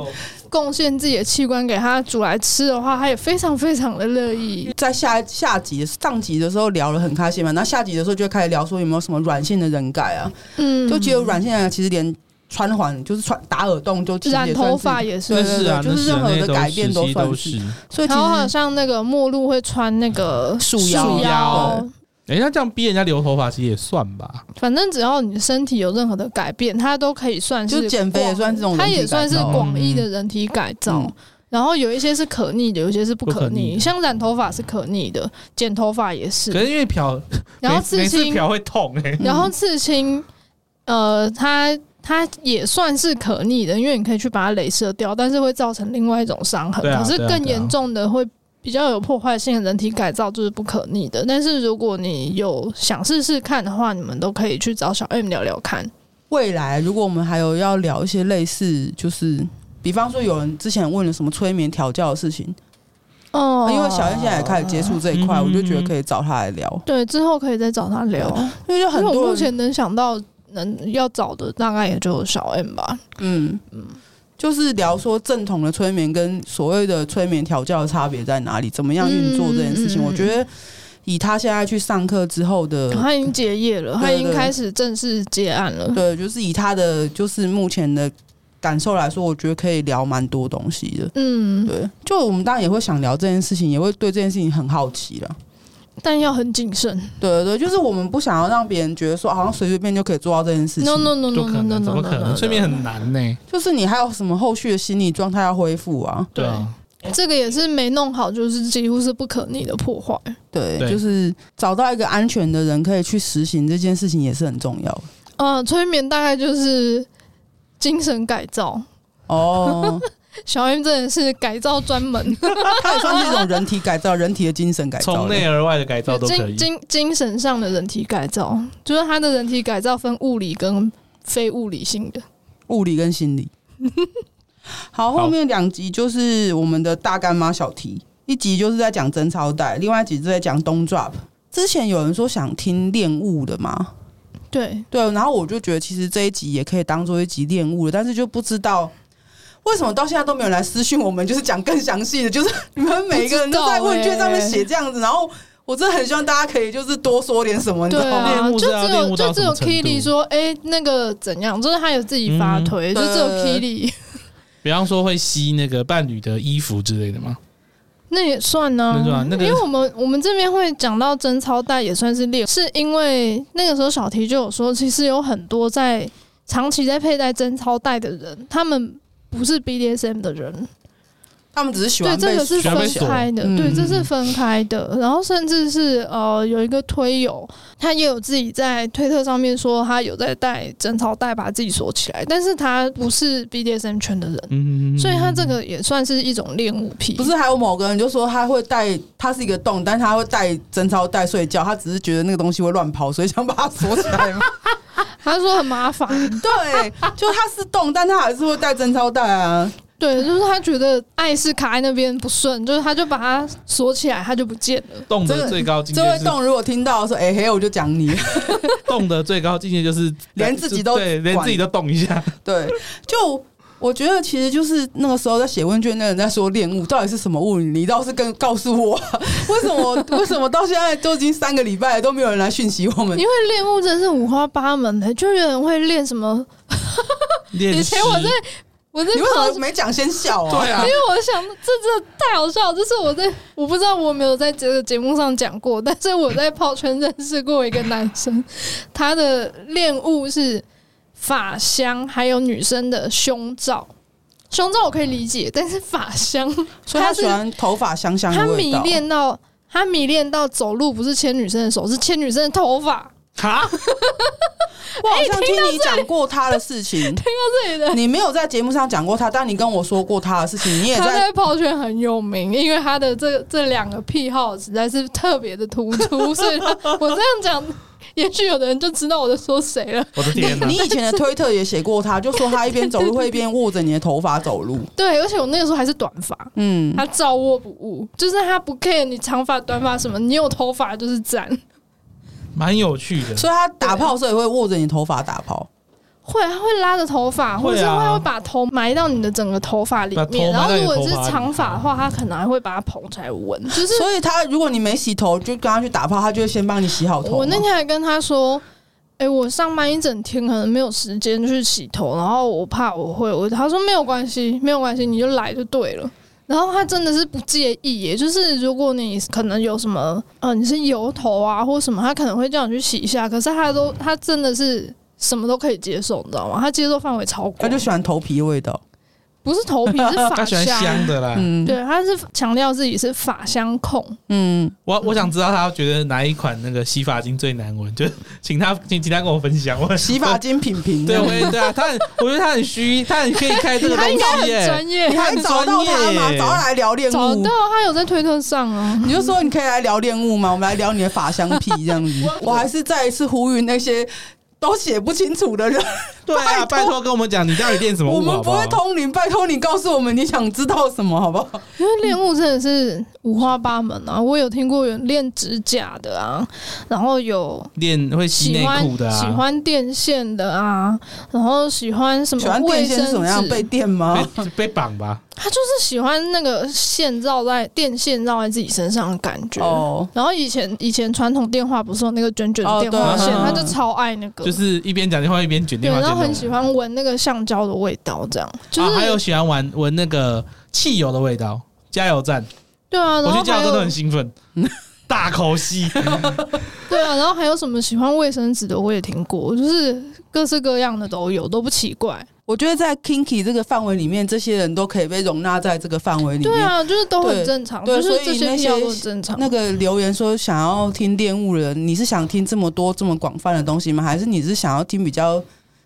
Speaker 2: 贡献自己的器官给他煮来吃的话，他也非常非常的乐意。
Speaker 1: 在下下集上集的时候聊了很开心嘛，那下集的时候就开始聊说有没有什么软性的人改啊，
Speaker 2: 嗯，
Speaker 1: 就只有软性的人其实连穿环就是穿打耳洞就其实
Speaker 2: 染
Speaker 1: 也算是
Speaker 2: 头发也是
Speaker 1: 对
Speaker 3: 那
Speaker 1: 对
Speaker 3: 是啊，
Speaker 1: 就是
Speaker 3: 那
Speaker 1: 任何
Speaker 3: 是啊
Speaker 1: 的改变
Speaker 3: 那
Speaker 1: 都
Speaker 3: 些
Speaker 1: 算
Speaker 3: 都
Speaker 1: 是
Speaker 3: 是。
Speaker 1: 所以其
Speaker 2: 然后好
Speaker 1: 实
Speaker 2: 像那个末路会穿那个
Speaker 1: 束
Speaker 2: 腰，
Speaker 1: 腰
Speaker 2: 腰
Speaker 3: 哎，那这样逼人家留头发其实也算吧？
Speaker 2: 反正只要你的身体有任何的改变，它都可以算是
Speaker 1: 就减肥也
Speaker 2: 广
Speaker 1: 算这种
Speaker 2: 它也
Speaker 1: 人体改
Speaker 2: 算
Speaker 1: 造
Speaker 2: 是广义的人体改造。
Speaker 1: 嗯
Speaker 2: 然后有一些是可逆的，有一些是不
Speaker 3: 不
Speaker 2: 可
Speaker 3: 可
Speaker 2: 逆。
Speaker 3: 逆的
Speaker 2: 像染头发是可逆的，剪头发也是。
Speaker 3: 可是因为漂，
Speaker 2: 然后
Speaker 3: 每
Speaker 2: 刺
Speaker 3: 每次
Speaker 2: 青，
Speaker 3: 漂会痛哎。
Speaker 2: 然后刺青，呃，它它也算是可逆的，因为你可以去把它镭射掉，但是会造成另外一种伤痕。
Speaker 3: 对啊
Speaker 2: 可是
Speaker 3: 对啊
Speaker 2: 更
Speaker 3: 对啊
Speaker 2: 严重的会比较有破坏性的人体改造就是不可逆的。但是如果你有想试试看的话，你们都可以去找小 M 聊聊看。
Speaker 1: 未来如果我们还有要聊一些类似就是。比方说，有人之前问了什么催眠调教的事情，
Speaker 2: 哦
Speaker 1: 啊因为小燕现在也开始接触这一块，
Speaker 3: 嗯
Speaker 1: 我就觉得可以找他来聊，
Speaker 2: 对之后可以再找他聊，
Speaker 1: 因为就很
Speaker 2: 因为我
Speaker 1: 多
Speaker 2: 目
Speaker 1: 人，
Speaker 2: 前能想到能要找的大概也就小 M 吧。
Speaker 1: 嗯嗯，就是聊说正统的催眠跟所谓的催眠调教的差别在哪里，怎么样运作这件事情，
Speaker 2: 嗯嗯嗯
Speaker 1: 我觉得以他现在去上课之后的
Speaker 2: 他已经结业了，
Speaker 1: 呃对
Speaker 2: 他已经
Speaker 1: 对
Speaker 2: 开始正式结案了。
Speaker 1: 对，就是以他的就是目前的感受来说，我觉得可以聊蛮多东西的。
Speaker 2: 嗯，
Speaker 1: 对，就我们当然也会想聊这件事情，也会对这件事情很好奇了。
Speaker 2: 但要很谨慎。
Speaker 1: 对对，就是我们不想要让别人觉得说好像随随便就可以做到这件事情。
Speaker 2: No no no
Speaker 3: 不
Speaker 2: no no no
Speaker 3: 可能，怎
Speaker 2: no
Speaker 3: 么可
Speaker 2: no！
Speaker 3: 能？催眠很难呢。
Speaker 1: 就是你还有什么后续的心理状态要恢复啊？
Speaker 3: 对啊，
Speaker 2: 这个也是没弄好，就是几乎是不可逆的破坏。
Speaker 3: 嗯
Speaker 1: 对，
Speaker 3: 对
Speaker 1: 就是找到一个安全的人可以去实行这件事情也是很重要的。
Speaker 2: 嗯，催眠大概就是精神改造，
Speaker 1: 哦，
Speaker 2: 小 M 真的是改造专 门，
Speaker 1: 它也算是一种人体改造，人体的精神改造。
Speaker 3: 从内而外的改造都可
Speaker 2: 精
Speaker 3: 以。
Speaker 2: 精精神上的人体改造，就是他的人体改造分物理跟非物理性的。
Speaker 1: 物理跟心理。 好，后面两集就是我们的大干妈小提，一集就是在讲贞操带，另外一集是在讲东 drop。之前有人说想听恋物的嘛，
Speaker 2: 对，
Speaker 1: 对，然后我就觉得其实这一集也可以当做一集恋物的，但是就不知道。为什么到现在都没有人来私讯我们？就是讲更详细的，就是你们每一个人都在问卷
Speaker 2: 欸
Speaker 1: 上面写这样子，然后我真的很希望大家可以就是多说点什么，你知
Speaker 2: 对
Speaker 1: 道吗？
Speaker 2: 啊，
Speaker 3: 练
Speaker 2: 就
Speaker 3: 物
Speaker 2: 只
Speaker 3: 是要练
Speaker 2: 有
Speaker 3: 物到
Speaker 2: 就只有
Speaker 3: 什么程度
Speaker 2: Kitty 说，哎、那个怎样？就是他有自己发
Speaker 3: 嗯
Speaker 2: 推，就只有
Speaker 1: 对
Speaker 2: Kitty。
Speaker 3: 比方说会吸那个伴侣的衣服之类的吗？
Speaker 2: 那也算呢、
Speaker 3: 那就啊那个
Speaker 2: 因为我们我们这边会讲到贞操带也算是列，是因为那个时候小提就有说，其实有很多在长期在佩戴贞操带的人，他们不是 BDSM 的人，
Speaker 1: 他们只是喜
Speaker 2: 对，
Speaker 1: 欢
Speaker 2: 这
Speaker 1: 被
Speaker 2: 个是
Speaker 3: 喜欢被
Speaker 2: 分
Speaker 3: 锁
Speaker 2: 开的，
Speaker 1: 嗯
Speaker 2: 对，这是分开的。然后甚至是呃，有一个推友，他也有自己在推特上面说他有在带贞操带把自己锁起来，但是他不是 BDSM 圈的人，
Speaker 3: 嗯，
Speaker 2: 所以他这个也算是一种恋物癖，
Speaker 1: 不是还有某个人就说他会带，他是一个洞，但他会带贞操带睡觉，他只是觉得那个东西会乱跑，所以想把它锁起来嘛。
Speaker 2: 他说很麻烦，
Speaker 1: 对，就他是洞，但他还是会带贞操带啊。
Speaker 2: 对，就是他觉得爱是卡在那边不顺，就是他就把它锁起来，他就不见了。
Speaker 3: 动
Speaker 1: 这
Speaker 3: 的
Speaker 1: 个
Speaker 3: 最高境
Speaker 1: 这位
Speaker 3: 界是
Speaker 1: 洞如果听到说，哎、嘿，我就讲你。
Speaker 3: 动的最高境界就是
Speaker 1: 连自己都
Speaker 3: 对，连
Speaker 1: 管
Speaker 3: 自己都动一下。
Speaker 1: 对，就我觉得其实就是那个时候在写问卷，那人在说恋物到底是什么物，你倒是跟告诉我，为什么为什么到现在都已经三个礼拜了都没有人来讯息我们
Speaker 2: 因？为恋物真是五花八门的、就有人会练什么，
Speaker 3: 以
Speaker 2: 以前我在我在
Speaker 1: 你为
Speaker 2: 考
Speaker 1: 什么没讲先笑啊？
Speaker 3: 对啊
Speaker 2: 因，为我想这这太好笑了，就是我在我不知道我有没有在这个节目上讲过，但是我在泡圈认识过一个男生，他的恋物是发香，还有女生的胸罩。胸罩我可以理解，但是发香，
Speaker 1: 所以他
Speaker 2: 是
Speaker 1: 喜欢头发香香
Speaker 2: 他
Speaker 1: 的味
Speaker 2: 迷
Speaker 1: 道。
Speaker 2: 恋到他迷恋到走路不是牵女生的手，是牵女生的头发。
Speaker 3: 哈，
Speaker 1: 我
Speaker 2: 哎
Speaker 1: 好像听你讲过他的事情，
Speaker 2: 对的，
Speaker 1: 你没有在节目上讲过他，但你跟我说过他的事情，你也
Speaker 2: 他
Speaker 1: 在。
Speaker 2: 在泡圈很有名，因为他的这这两个癖好实在是特别的突出，所以他我这样讲，也许有的人就知道我在说谁了。
Speaker 3: 我的天哪
Speaker 1: 你！以前的推特也写过他，就说他一边走路会一边握着你的头发走 路。
Speaker 2: 对，而且我那个时候还是短发，
Speaker 1: 嗯，
Speaker 2: 他照握不误，就是他不 care 你长发短发什么，你有头发就是赞。
Speaker 3: 蛮有趣的，
Speaker 1: 所以他打炮的时候也会握着你头发打炮。
Speaker 2: 会，他会拉着头发，
Speaker 3: 会啊
Speaker 2: 或者是他会把头埋到你的整个头发里
Speaker 3: 把头
Speaker 2: 面。然
Speaker 3: 埋到
Speaker 2: 后
Speaker 3: 你
Speaker 2: 如
Speaker 3: 的
Speaker 2: 果
Speaker 3: 头发里
Speaker 2: 是长发的话，他可能还会把它捧起来闻，就是
Speaker 1: 所以他如果你没洗头，就跟他去打炮，他就会先帮你洗好头吗。
Speaker 2: 我那天还跟他说：“哎、我上班一整天，可能没有时间去洗头，然后我怕我会。”我他说：“没有关系，没有关系，你就来就对了。”然后他真的是不介意耶，就是如果你可能有什么，呃，你是油头啊或什么，他可能会叫你去洗一下，可是他都他真的是什么都可以接受，你知道吗？他接受范围超
Speaker 1: 他
Speaker 2: 广
Speaker 1: 就，喜欢头皮的味道。
Speaker 2: 不是 头皮是
Speaker 3: 他
Speaker 2: 发
Speaker 3: 喜欢香的啦。
Speaker 1: 嗯
Speaker 2: 对，他是强调自己是发香控，
Speaker 1: 嗯，
Speaker 3: 我我想知道他觉得哪一款那个洗发精最难闻，就 请他请请他跟我分享。我
Speaker 1: 洗发精品品。
Speaker 3: 对，我也对啊，他很我觉得他很虚，他很可以开这个
Speaker 2: 他应
Speaker 3: 东
Speaker 2: 该很
Speaker 3: 西耶。
Speaker 2: 专业
Speaker 1: 你，还找到他吗
Speaker 3: 很专？业
Speaker 1: 找他来聊恋
Speaker 2: 找
Speaker 1: 物
Speaker 2: 到。他有在推特上啊。
Speaker 1: 你就说你可以来聊恋物吗？我们来聊你的法香癖这样 子。我还是再一次呼吁那些都写不清楚的人，
Speaker 3: 对
Speaker 1: 拜
Speaker 3: 啊，拜
Speaker 1: 托
Speaker 3: 托跟我们讲，你到底练什 么
Speaker 1: 我
Speaker 3: 物
Speaker 1: 们
Speaker 3: 好
Speaker 1: 不
Speaker 3: 好
Speaker 1: 会？通灵，拜托你告诉我们你想知道什么，好不好？
Speaker 2: 因为练物真的是五花八门啊，我有听过有练指甲的啊，然后有
Speaker 3: 练会
Speaker 2: 喜
Speaker 3: 洗内
Speaker 2: 欢
Speaker 3: 裤的
Speaker 2: 喜
Speaker 3: 啊，
Speaker 2: 欢电线的啊，然后喜欢什
Speaker 1: 喜
Speaker 2: 么
Speaker 1: 欢
Speaker 2: 卫
Speaker 1: 电
Speaker 2: 生
Speaker 1: 线是怎么样被
Speaker 2: 纸，
Speaker 1: 电吗？
Speaker 3: 被被绑 吧，
Speaker 2: 他就是喜欢那个线绕在电线绕在自己身上的感觉。
Speaker 1: 哦，
Speaker 2: 然后以前以前传统电话不是有那个卷卷
Speaker 1: 哦
Speaker 2: 的电话
Speaker 3: 对
Speaker 2: 线，
Speaker 3: 啊
Speaker 2: 他就超爱那个，
Speaker 3: 就是一边讲电话一边卷
Speaker 2: 对，
Speaker 3: 电话。
Speaker 2: 然后
Speaker 3: 卷
Speaker 2: 很
Speaker 3: 电话
Speaker 2: 喜欢闻那个橡胶的味道，这样就是、
Speaker 3: 啊，还有喜欢玩闻那个汽油的味道，加油站，
Speaker 2: 对啊，然
Speaker 3: 我
Speaker 2: 后
Speaker 3: 去加
Speaker 2: 还
Speaker 3: 油站都
Speaker 2: 有
Speaker 3: 很 兴奋，大口吸，
Speaker 2: 对啊，然后还有什么喜欢卫生纸的，我也听过，就是各式各样的都有，都不奇怪。
Speaker 1: 我觉得在 kinky 这个范围里面，这些人都可以被容纳在这个范围里面。
Speaker 2: 对啊，就是都
Speaker 1: 对
Speaker 2: 很正常，
Speaker 1: 对
Speaker 2: 就
Speaker 1: 所
Speaker 2: 是
Speaker 1: 以
Speaker 2: 这些
Speaker 1: 那
Speaker 2: 必要
Speaker 1: 些
Speaker 2: 都很正常。
Speaker 1: 那个留言说想要听恋物的人，你是想听这么多这么广泛的东西吗？还是你是想要听比较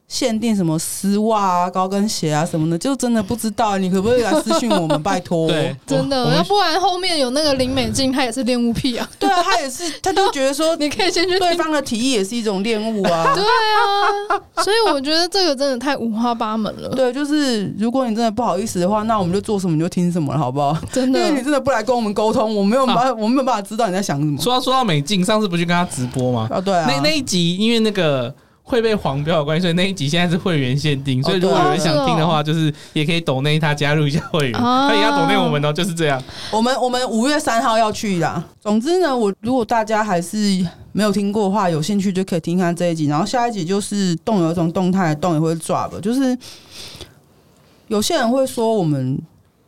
Speaker 1: 限定什么丝袜啊、高跟鞋啊什么的？就真的不知道，你可不可以来私讯我们？拜托。
Speaker 3: 对，
Speaker 2: 哦真
Speaker 3: 我我
Speaker 2: 的，
Speaker 3: 们
Speaker 2: 要不然后面有那个林美静，她也是恋物癖啊。
Speaker 1: 对啊，他也是，他就觉得说
Speaker 2: 你可以先去
Speaker 1: 对啊
Speaker 2: 听。
Speaker 1: 方的提议也是一种恋物啊
Speaker 2: 对。啊，所以我觉得这个真的太五花八门了，
Speaker 1: 对，就是如果你真的不好意思的话，那我们就做什么你就听什么了，好不 好？
Speaker 2: 真
Speaker 1: 因
Speaker 2: 的
Speaker 1: 为。你真的不来跟我们沟通，我没有办法，我没有办法知道你在想什么。
Speaker 3: 说到说到美静，上次不去跟她直播吗？
Speaker 1: 啊，对啊，
Speaker 3: 那那一集因为那个会被黄标的关系，所以那一集现在是会员限定，所以
Speaker 1: 哦
Speaker 3: 如果
Speaker 1: 啊
Speaker 3: 有人想听的话，就是也可以抖内他加入一下会员，
Speaker 2: 哦
Speaker 3: 他也要抖内我们哦，就是这样。
Speaker 1: 我们我们五月三号要去啦。总之呢，我如果大家还是没有听过的话，有兴趣就可以听看这一集。然后下一集就是动有一种动态，动也会 drop，就是有些人会说我们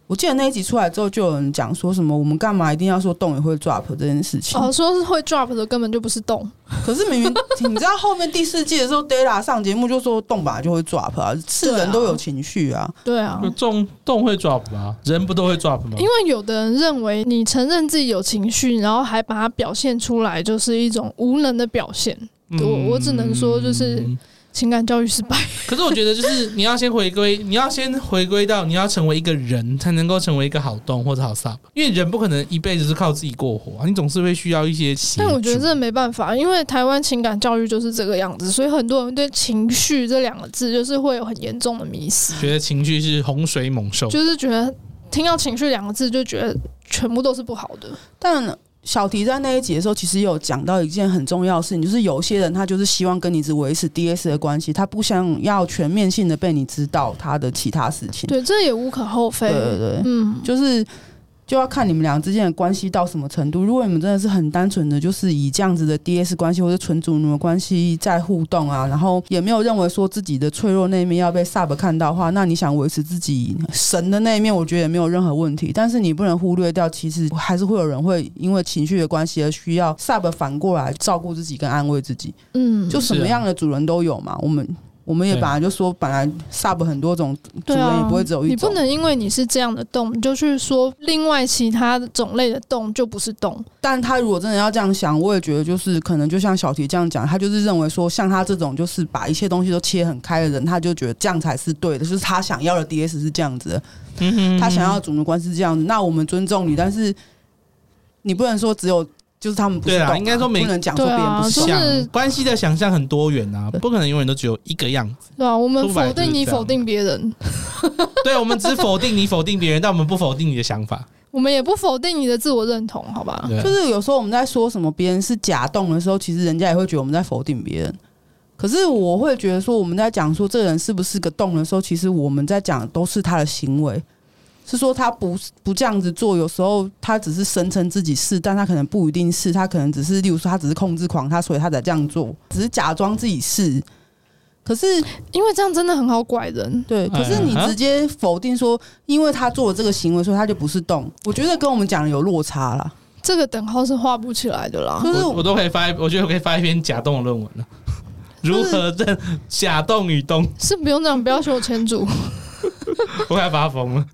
Speaker 1: 我记得那一集出来之后，就有人讲说什么我们干嘛一定要说动也会 drop 这件事情？
Speaker 2: 哦，说是会 drop 的根本就不是动，
Speaker 1: 可是明明你知道后面第四季的时候，Della 上节目就说动吧就会 drop 啊，是
Speaker 2: 对啊
Speaker 1: 人都有情绪啊。
Speaker 2: 对啊，
Speaker 3: 重动会 drop 吗？人不都会 drop 吗？
Speaker 2: 因为有的人认为你承认自己有情绪，然后还把它表现出来，就是一种无能的表现。我我只能说就是
Speaker 3: 嗯
Speaker 2: 情感教育失败，
Speaker 3: 可是我觉得，就是你要先回归，你要先回归到你要成为一个人，才能够成为一个好东或者好 sub。因为人不可能一辈子是靠自己过活、啊，你总是会需要一些协
Speaker 2: 但我觉得
Speaker 3: 助
Speaker 2: 这没办法，因为台湾情感教育就是这个样子，所以很多人对情绪这两个字就是会有很严重的迷失，
Speaker 3: 觉得情绪是洪水猛
Speaker 1: 哦
Speaker 3: 兽，
Speaker 2: 就是觉得听到情绪两个字就觉得全部都是不好的。
Speaker 1: 嗯但小提在那一集的时候，其实有讲到一件很重要的事情，就是有些人他就是希望跟你只维持 DS 的关系，他不想要全面性的被你知道他的其他事情。
Speaker 2: 对，这也无可厚非。
Speaker 1: 对对对，
Speaker 2: 嗯，
Speaker 1: 就是就要看你们俩之间的关系到什么程度。如果你们真的是很单纯的，就是以这样子的 DS 关系或者纯主奴的关系在互动啊，然后也没有认为说自己的脆弱那一面要被 Sub 看到的话，那你想维持自己神的那一面，我觉得也没有任何问题。但是你不能忽略掉，其实还是会有人会因为情绪的关系而需要 Sub 反过来照顾自己跟安慰自己。
Speaker 2: 嗯，
Speaker 1: 就什么样的主人都有嘛，我们。我们也
Speaker 3: 对
Speaker 1: 本来就说，本来 sub 很多种，主
Speaker 2: 对
Speaker 1: 人
Speaker 2: 啊，
Speaker 1: 也不会只有一种。
Speaker 2: 你不能因为你是这样的洞，你就去说另外其他的种类的洞就不是洞。
Speaker 1: 但他如果真的要这样想，我也觉得就是可能就像小提这样讲，他就是认为说，像他这种就是把一切东西都切很开的人，他就觉得这样才是对的，就是他想要的 DS 是这样子的，
Speaker 3: 嗯哼
Speaker 1: 他想要的主奴关系是这样子。那我们尊重你，但是你不能说只有就是他们不是
Speaker 3: 对
Speaker 1: 懂
Speaker 3: 啦
Speaker 1: 啊、
Speaker 3: 应该说每
Speaker 1: 不能讲说
Speaker 2: 对
Speaker 1: 别人
Speaker 2: 啊
Speaker 1: 不是
Speaker 2: 就
Speaker 1: 懂。
Speaker 2: 是
Speaker 3: 想关系的想象很多元啊，不可能永远都只有一个样子。
Speaker 2: 对吧、我们
Speaker 3: 说白
Speaker 2: 否
Speaker 3: 了就是
Speaker 2: 定你，
Speaker 3: 这样
Speaker 2: 否定别人，
Speaker 3: 对，我们只否定你，否定别人，但我们不否定你的想法。
Speaker 2: 我们也不否定你的自我认同，好吧？
Speaker 3: 对，啊
Speaker 1: 就是有时候我们在说什么别人是假动的时候，其实人家也会觉得我们在否定别人。可是我会觉得说，我们在讲说这人是不是个动的时候，其实我们在讲都是他的行为，是说他不不这样子做。有时候他只是声称自己是，但他可能不一定是，他可能只是，例如说他只是控制狂，他所以他才这样做，只是假装自己是。可是
Speaker 2: 因为这样真的很好拐人。
Speaker 1: 对，可是你
Speaker 3: 哎呀
Speaker 1: 直接否定说，因为他做了这个行为，所以他就不是动，我觉得跟我们讲的有落差了。
Speaker 2: 这个等号是画不起来的啦。
Speaker 1: 就是
Speaker 3: 我我都可以发一，我觉得我可以发一篇假动的论文了。如何认假动与动？
Speaker 2: 是不用这样，不要求前主。
Speaker 3: 我快发疯了。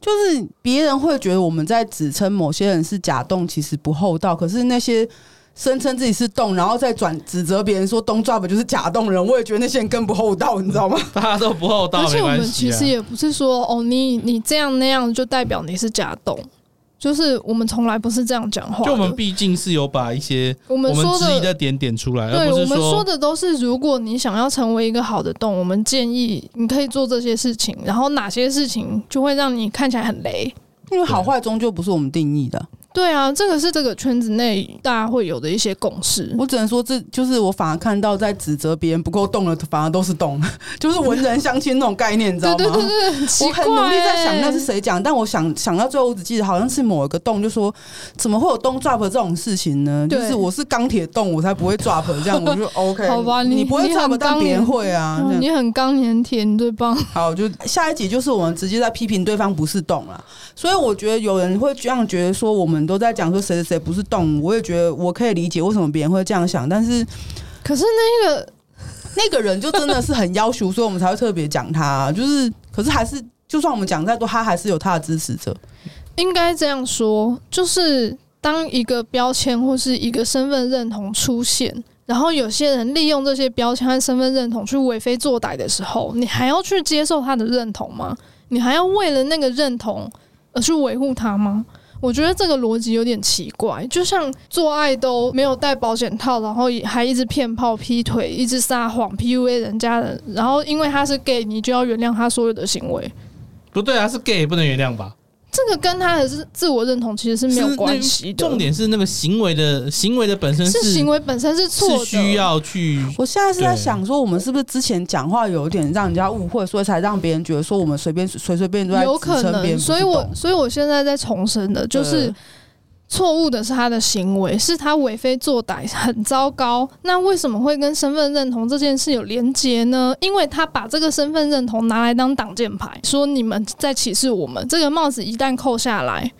Speaker 1: 就是别人会觉得我们在指称某些人哦是假动，其实不厚道。可是那些声称自己是动，然后再转指责别人说东 job 就是假动人，我也觉得那些人更不厚道，你知道吗？
Speaker 3: 大家都不厚道，
Speaker 2: 而且我
Speaker 3: 没
Speaker 2: 们
Speaker 3: 关系
Speaker 2: 其
Speaker 3: 啊
Speaker 2: 实也不是说哦，你你这样那样就代表你是假动，就是我们从来不是这样讲话的。
Speaker 3: 就我们毕竟是有把一些
Speaker 2: 我
Speaker 3: 我
Speaker 2: 们
Speaker 3: 们
Speaker 2: 说
Speaker 3: 质疑
Speaker 2: 的
Speaker 3: 的点点出来，而
Speaker 2: 对，
Speaker 3: 不
Speaker 2: 我
Speaker 3: 是
Speaker 2: 们说
Speaker 3: 说
Speaker 2: 的都是，如果你想要成为一个好的洞，我们建议你可以做这些事情，然后哪些事情就会让你看起来很雷。
Speaker 1: 因为好坏终究不是我们定义的。
Speaker 2: 对啊，这个是这个圈子内大家会有的一些共识。
Speaker 1: 我只能说这，就是我反而看到在指责别人不够动的，反而都是动，就是文人相亲那种概念，你知道
Speaker 2: 对
Speaker 1: 吗？
Speaker 2: 对对对，很奇
Speaker 1: 我
Speaker 2: 怪、
Speaker 1: 很
Speaker 2: 欸。
Speaker 1: 努力在想那是谁讲，但我想想到最后，我只记得好像是某一个洞，就说怎么会有洞 drop 这种事情呢？
Speaker 2: 对
Speaker 1: 就是我是钢铁洞，我才不会 drop 这样， 我就 OK。
Speaker 2: 好吧你
Speaker 1: 你不会
Speaker 2: 你很
Speaker 1: drop，但
Speaker 2: 钢
Speaker 1: 别人
Speaker 2: 铁
Speaker 1: 会啊。
Speaker 2: 哦
Speaker 1: 这样
Speaker 2: 你很刚，你很铁，你最棒。
Speaker 1: 好，就下一集就是我们直接在批评对方不是洞了。所以我觉得有人会这样觉得说，我们都在讲说谁谁谁不是洞，我也觉得我可以理解为什么别人会这样想，但是
Speaker 2: 可是那个
Speaker 1: 那个人就真的是很要求，所以我们才会特别讲他、啊就是，可是还是。就算我们讲再多，他还是有他的支持者。
Speaker 2: 应该这样说，就是当一个标签或是一个身份认同出现，然后有些人利用这些标签和身份认同去为非作歹的时候，你还要去接受他的认同吗？你还要为了那个认同而去维护他吗？我觉得这个逻辑有点奇怪，就像做爱都没有戴保险套，然后也还一直骗炮、劈腿、一直撒谎、PUA 人家人，然后因为他是 gay，你就要原谅他所有的行为。
Speaker 3: 不对啊，是 gay 也不能原谅吧？
Speaker 2: 这个跟他的自自我认同其实是没有关系的，
Speaker 3: 是那重点是那个行为的行为的本身
Speaker 2: 是行
Speaker 3: 为
Speaker 2: 为本身是错
Speaker 3: 是
Speaker 2: 的，
Speaker 3: 需要去
Speaker 1: 我现在是在
Speaker 3: 对
Speaker 1: 想说，我们是不是之前讲话有点让人家误会，所以才让别人觉得说我们随便随随便便都在
Speaker 2: 有
Speaker 1: 指
Speaker 2: 可
Speaker 1: 称别人
Speaker 2: 能，
Speaker 1: 不是
Speaker 2: 所以我
Speaker 1: 懂
Speaker 2: 所以我现在在重申的就是
Speaker 1: 对
Speaker 2: 错误的是他的行为，是他为非作歹，很糟糕。那为什么会跟身份认同这件事有连结呢？因为他把这个身份认同拿来当挡箭牌，说你们在歧视我们。这个帽子一旦扣下来，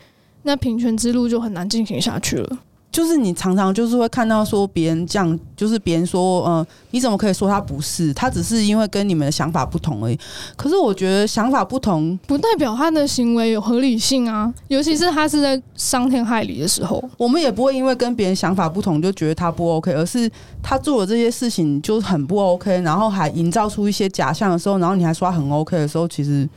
Speaker 2: 那平权之路就很难进行下去了。
Speaker 1: 就是你常常就是会看到说别人这样，就是别人说，嗯、你怎么可以说他不是？他只是因为跟你们的想法不同而已。可是我觉得想法不同，
Speaker 2: 不代表他的行为有合理性啊，尤其是他是在伤天害理的时候。
Speaker 1: 我们也不会因为跟别人想法不同就觉得他不 OK，而是他做的这些事情就很不 OK，然后还营造出一些假象的时候，然后你还说他很 OK 的时候，其实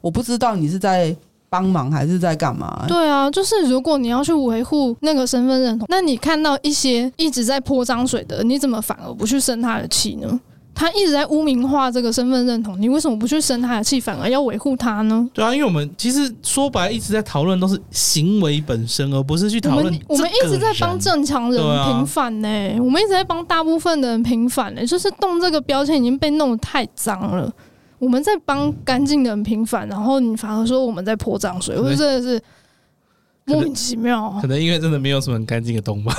Speaker 1: 我不知道你是在帮忙还是在干嘛。
Speaker 2: 对啊，就是如果你要去维护那个身份认同，那你看到一些一直在泼脏水的，你怎么反而不去生他的气呢？他一直在污名化这个身份认同，你为什么不去生他的气，反而要维护他呢？
Speaker 3: 对啊，因为我们其实说白，一直在讨论都是行为本身，而不是去
Speaker 2: 我
Speaker 3: 讨论
Speaker 2: 们我们一
Speaker 3: 这个
Speaker 2: 直在帮
Speaker 3: 人
Speaker 2: 正常人
Speaker 3: 对啊
Speaker 2: 平反呢、我们一直在帮大部分的人平反呢、就是动这个标签已经被弄得太脏了。我们在帮干净的人平反，然后你反而说我们在泼脏水，我就真的是莫名其妙啊、
Speaker 3: 可能因为真的没有什么很干净的洞 吧，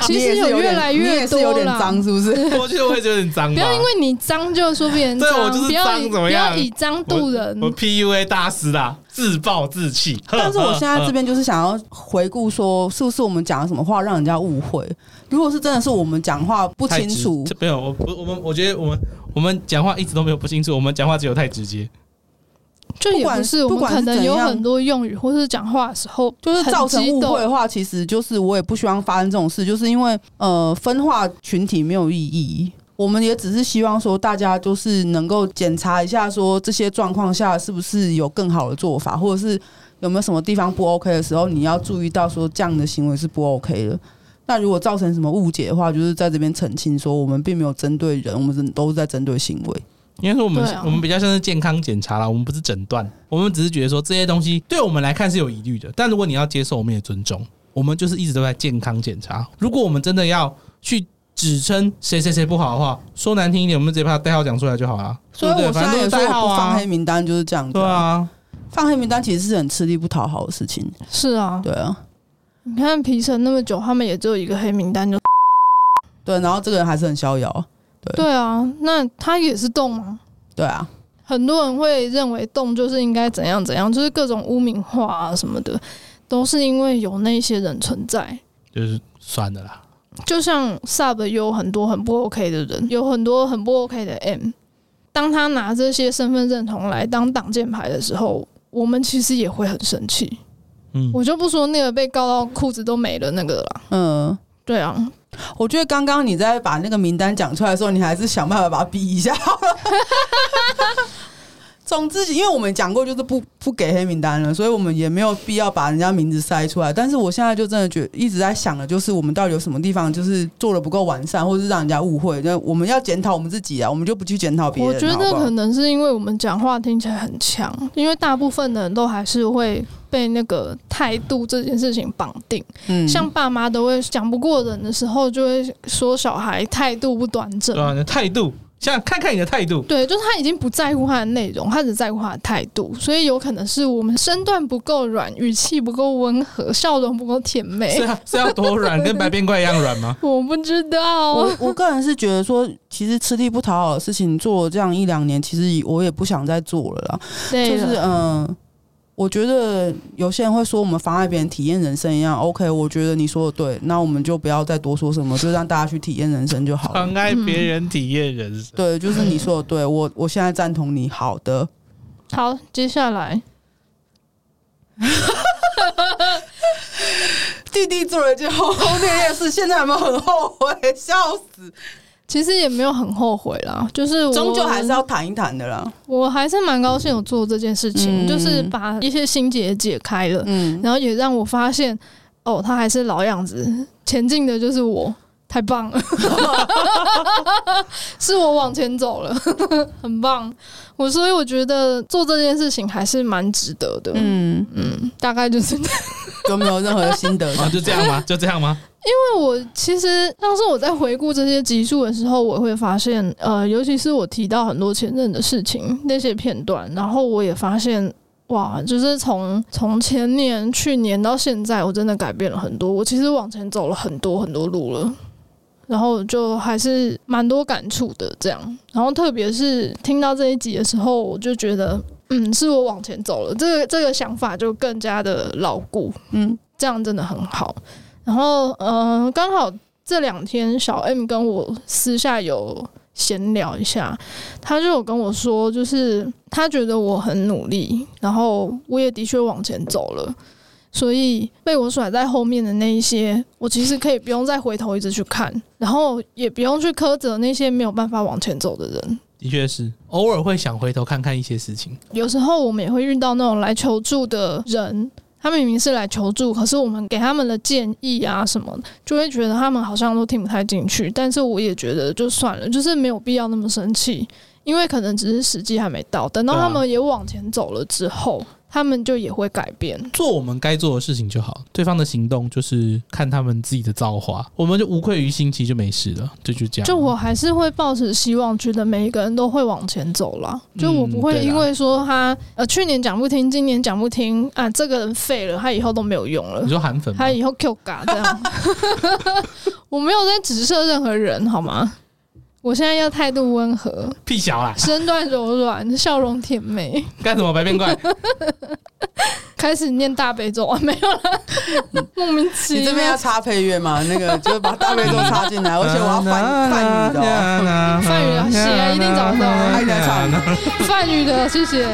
Speaker 2: 其
Speaker 1: 你也
Speaker 2: 实
Speaker 1: 是有
Speaker 2: 越
Speaker 1: 点
Speaker 2: 来
Speaker 1: 你
Speaker 2: 越
Speaker 1: 也
Speaker 2: 多
Speaker 1: 是有点
Speaker 2: 啦
Speaker 1: 脏，是不是？
Speaker 3: 我觉得我也觉得很脏吧。
Speaker 2: 不要因为你脏就说别人
Speaker 1: 啊
Speaker 3: 对我
Speaker 2: 脏，
Speaker 3: 就是
Speaker 2: 不要
Speaker 3: 脏
Speaker 2: 以
Speaker 3: 怎么
Speaker 2: 不要
Speaker 3: 样
Speaker 2: 以脏度人。
Speaker 3: 我 PUA 大师啦，自暴自弃。
Speaker 1: 但是我现在这
Speaker 3: 边
Speaker 1: 边就是想要回顾，说是不是我们讲了什么话让人家误会？如果是真的是我们讲话不清楚，
Speaker 3: 没有我我我们我觉得我们我们讲话一直都没有不清楚，我们讲话只有太直接。
Speaker 2: 就也
Speaker 1: 不管
Speaker 2: 是，我
Speaker 1: 不
Speaker 2: 们
Speaker 1: 管
Speaker 2: 可
Speaker 1: 是
Speaker 2: 能
Speaker 1: 怎
Speaker 2: 有
Speaker 1: 样
Speaker 2: 很多用语，或是讲话的时候
Speaker 1: 就是造成
Speaker 2: 很激
Speaker 1: 误
Speaker 2: 动
Speaker 1: 会哦的话，其实就是我也不希望发生这种事，就是因为呃分化群体没有意义。我们也只是希望说，大家就是能够检查一下，说这些状况下是不是有更好的做法，或者是有没有什么地方不 OK 的时候，你要注意到说这样的行为是不 OK 的。那如果造成什么误解的话，就是在这边澄清说，我们并没有针对人，我们是都是在针对行为。
Speaker 3: 应该说我们、
Speaker 2: 对啊
Speaker 3: 我们比较像是健康检查啦，我们不是诊断，我们只是觉得说这些东西对我们来看是有疑虑的，但如果你要接受，我们也尊重。我们就是一直都在健康检查。如果我们真的要去指称谁谁谁不好的话，说难听一点，我们直接把他代号讲出来就好了。
Speaker 1: 所以
Speaker 3: 对
Speaker 1: 我
Speaker 3: 不对
Speaker 1: 现
Speaker 3: 反
Speaker 1: 在
Speaker 3: 正
Speaker 1: 也
Speaker 3: 都
Speaker 1: 说
Speaker 3: 有代
Speaker 1: 我
Speaker 3: 号
Speaker 1: 不放黑
Speaker 3: 啊，
Speaker 1: 名单，就是这样子
Speaker 3: 对
Speaker 1: 啊、
Speaker 3: 啊，
Speaker 1: 放黑名单其实是很吃力不讨好的事情。
Speaker 2: 是啊，
Speaker 1: 对啊，
Speaker 2: 你看皮城那么久，他们也只有一个黑名单就
Speaker 1: 对，然后这个人还是很逍遥。对
Speaker 2: 对啊，那他也是动啊。
Speaker 1: 对啊，
Speaker 2: 很多人会认为动就是应该怎样怎样，就是各种污名化啊什么的，都是因为有那些人存在。
Speaker 3: 就是算了啦。
Speaker 2: 就像 Sub 有很多很不 OK 的人，有很多很不 OK 的 M。当他拿这些身份认同来当挡箭牌的时候，我们其实也会很生气。
Speaker 3: 嗯，
Speaker 2: 我就不说那个被告到裤子都没了那个了啦，
Speaker 1: 嗯，
Speaker 2: 对啊，
Speaker 1: 我觉得刚刚你在把那个名单讲出来的时候，你还是想办法把它逼一下 好了。总之，因为我们讲过就是不不给黑名单了，所以我们也没有必要把人家名字筛出来。但是我现在就真的觉一直在想的就是我们到底有什么地方就是做的不够完善，或是让人家误会。那我们要检讨我们自己啊，我们就不去检讨别人。
Speaker 2: 我觉
Speaker 1: 好不
Speaker 2: 得
Speaker 1: 好
Speaker 2: 可能是因为我们讲话听起来很强，因为大部分的人都还是会被那个态度这件事情绑定。
Speaker 1: 嗯
Speaker 2: 像爸妈都会讲不过人的时候，就会说小孩态度不端正
Speaker 3: 对。啊，你的态度，像看看你的态度。
Speaker 2: 对，就是他已经不在乎他的内容，他只在乎他的态度，所以有可能是我们身段不够软，语气不够温和，笑容不够甜美
Speaker 3: 是。要是要多软，跟白变怪一样软吗？
Speaker 2: 我不知道，
Speaker 1: 我我个人是觉得说，其实吃力不讨好的事情做了这样一两年，其实我也不想再做了啦。
Speaker 2: 对
Speaker 1: 就是
Speaker 2: 了，
Speaker 1: 嗯、我觉得有些人会说我们妨碍别人体验人生一样。OK，我觉得你说的对，那我们就不要再多说什么，就让大家去体验人生就 好了。
Speaker 3: 妨碍别人体验人生。
Speaker 1: 对，就是你说的对，我我现在赞同你。好的，
Speaker 2: 好，接下来
Speaker 1: 弟弟做了一件轰轰烈烈的事，现在有没有很后悔？笑死！
Speaker 2: 其实也没有很后悔啦，就是我
Speaker 1: 终究还是要谈一谈的啦。
Speaker 2: 我还是蛮高兴有做这件事
Speaker 1: 嗯
Speaker 2: 情，就是把一些心结解开了，
Speaker 1: 嗯，
Speaker 2: 然后也让我发现，哦，他还是老样子，前进的就是我，太棒了， 是我往前走了， 很棒。我所以我觉得做这件事情还是蛮值得的。嗯
Speaker 1: 嗯，
Speaker 2: 大概就是这样，
Speaker 1: 有没有任何的心得？
Speaker 3: 啊，就这样吗？就这样吗？
Speaker 2: 因为我其实当时我在回顾这些集数的时候，我会发现，呃，尤其是我提到很多前任的事情那些片段，然后我也发现，哇，就是从从前年、去年到现在，我真的改变了很多。我其实往前走了很多很多路了，然后就还是蛮多感触的。这样，然后特别是听到这一集的时候，我就觉得，嗯，是我往前走了，这个这个想法就更加的牢固。
Speaker 1: 嗯，
Speaker 2: 这样真的很好。然后，嗯、刚好这两天小 M 跟我私下有闲聊一下，他就有跟我说，就是他觉得我很努力，然后我也的确往前走了，所以被我甩在后面的那一些，我其实可以不用再回头一直去看，然后也不用去苛责那些没有办法往前走的人。
Speaker 3: 的确是偶尔会想回头看看一些事情，
Speaker 2: 有时候我们也会遇到那种来求助的人，他明明是来求助，可是我们给他们的建议啊什么，就会觉得他们好像都听不太进去。但是我也觉得就算了，就是没有必要那么生气，因为可能只是时机还没到，等到
Speaker 3: 对啊
Speaker 2: 他们也往前走了之后，他们就也会改变。
Speaker 3: 做我们该做的事情就好。对方的行动就是看他们自己的造化，我们就无愧于心，其实就没事了，就就这样。
Speaker 2: 就我还是会抱持希望，觉得每一个人都会往前走啦。
Speaker 3: 嗯
Speaker 2: 就我不会
Speaker 3: 对啦
Speaker 2: 因为说他呃去年讲不听，今年讲不听啊，这个人废了，他以后都没有用了
Speaker 3: 你。说韩粉吗
Speaker 2: 他？以后 Q 嘎这样， 我没有在指涉任何人，好吗？我现在要态度温和，
Speaker 3: 屁小啦，
Speaker 2: 身段柔软，笑容甜美。
Speaker 3: 干什么白变怪？
Speaker 2: 开始念大悲咒啊，没有了， 莫名其妙。
Speaker 1: 你这边要插配乐吗？那个就是把大悲咒插进 来，而且我要 翻翻语的哦、
Speaker 3: 哦
Speaker 2: 梵语啊是啊一定找得到啊
Speaker 1: 他一直在唱，
Speaker 2: 梵语的，谢谢。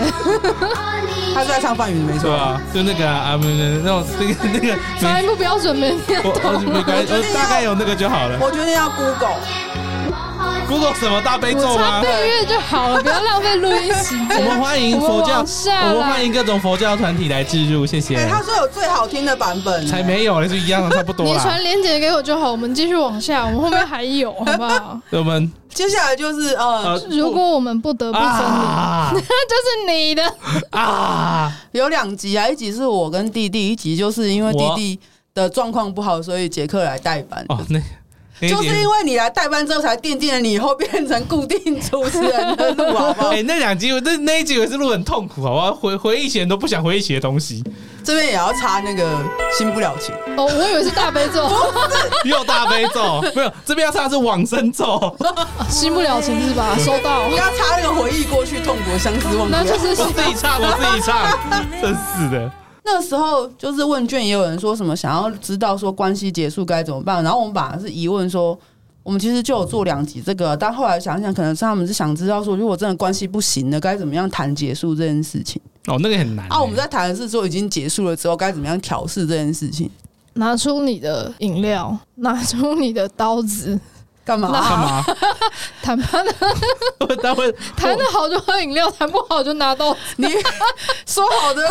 Speaker 1: 他是在唱梵语没
Speaker 3: 对
Speaker 1: 错。
Speaker 3: 啊，就那个啊，啊不是那种那个那个，
Speaker 2: 发音不标准没念
Speaker 3: 我我没关系，我大概有那个就好了。
Speaker 1: 我决定要 Google，
Speaker 3: Google 什么大悲咒
Speaker 2: 我插？
Speaker 3: 吗
Speaker 2: 配乐就好了，不要浪费录音时
Speaker 3: 我们
Speaker 2: 间。
Speaker 3: 欢迎佛
Speaker 2: 我
Speaker 3: 教，
Speaker 2: 往下啦
Speaker 3: 我们欢迎各种佛教团体来置入，谢谢
Speaker 1: 对，。哎他说有最好听的版本、
Speaker 3: 才没有，是一样的，差不多
Speaker 2: 你
Speaker 3: 啦
Speaker 2: 传。链接给我就好，我们继续往下，我们后面还有，好不好？
Speaker 3: 我们
Speaker 1: 接下来就是呃，
Speaker 3: 呃，
Speaker 2: 如果我们不得不分离，
Speaker 3: 啊
Speaker 2: 那就是你的。
Speaker 3: 啊，
Speaker 1: 有两集啊，一集是我跟弟弟，一集就是因为弟弟的状况不好，所以杰克来代班。
Speaker 3: 哦，那那一
Speaker 1: 就是
Speaker 3: 集
Speaker 1: 因为你来代班之后，才奠定了你以后变成固定主持人的路，好不好
Speaker 3: 哎、？那两集我那那一集我是录得很痛苦，好不好？回回忆前都不想回忆起的东西，
Speaker 1: 这边也要插那个新不了情，
Speaker 2: 哦，我以为是大悲咒，
Speaker 3: 又大悲 咒，没有这边要唱的是往生咒，
Speaker 2: 新不了情是吧？收到。
Speaker 1: 要插那个回忆过去，痛苦相思忘不啊
Speaker 2: 那就
Speaker 1: 了。
Speaker 2: 是
Speaker 3: 我自 己唱，我自己唱，真是的。
Speaker 1: 那时候就是问卷也有人说什么想要知道说关系结束该怎么办，然后我们本来是疑问说，我们其实就有做两集这个，但后来想想，可能是他们是想知道说，如果真的关系不行了，该怎么样谈结束这件事情。
Speaker 3: 哦，那个很难、
Speaker 1: 啊，我们在谈的是说已经结束了之后该怎么样调试这件事情，
Speaker 2: 拿出你的饮料，拿出你的刀子，
Speaker 1: 干嘛、
Speaker 3: 干嘛？
Speaker 2: 谈判的
Speaker 3: 我待会
Speaker 2: 谈的好就喝饮料，谈不好就拿刀。
Speaker 1: 你说好的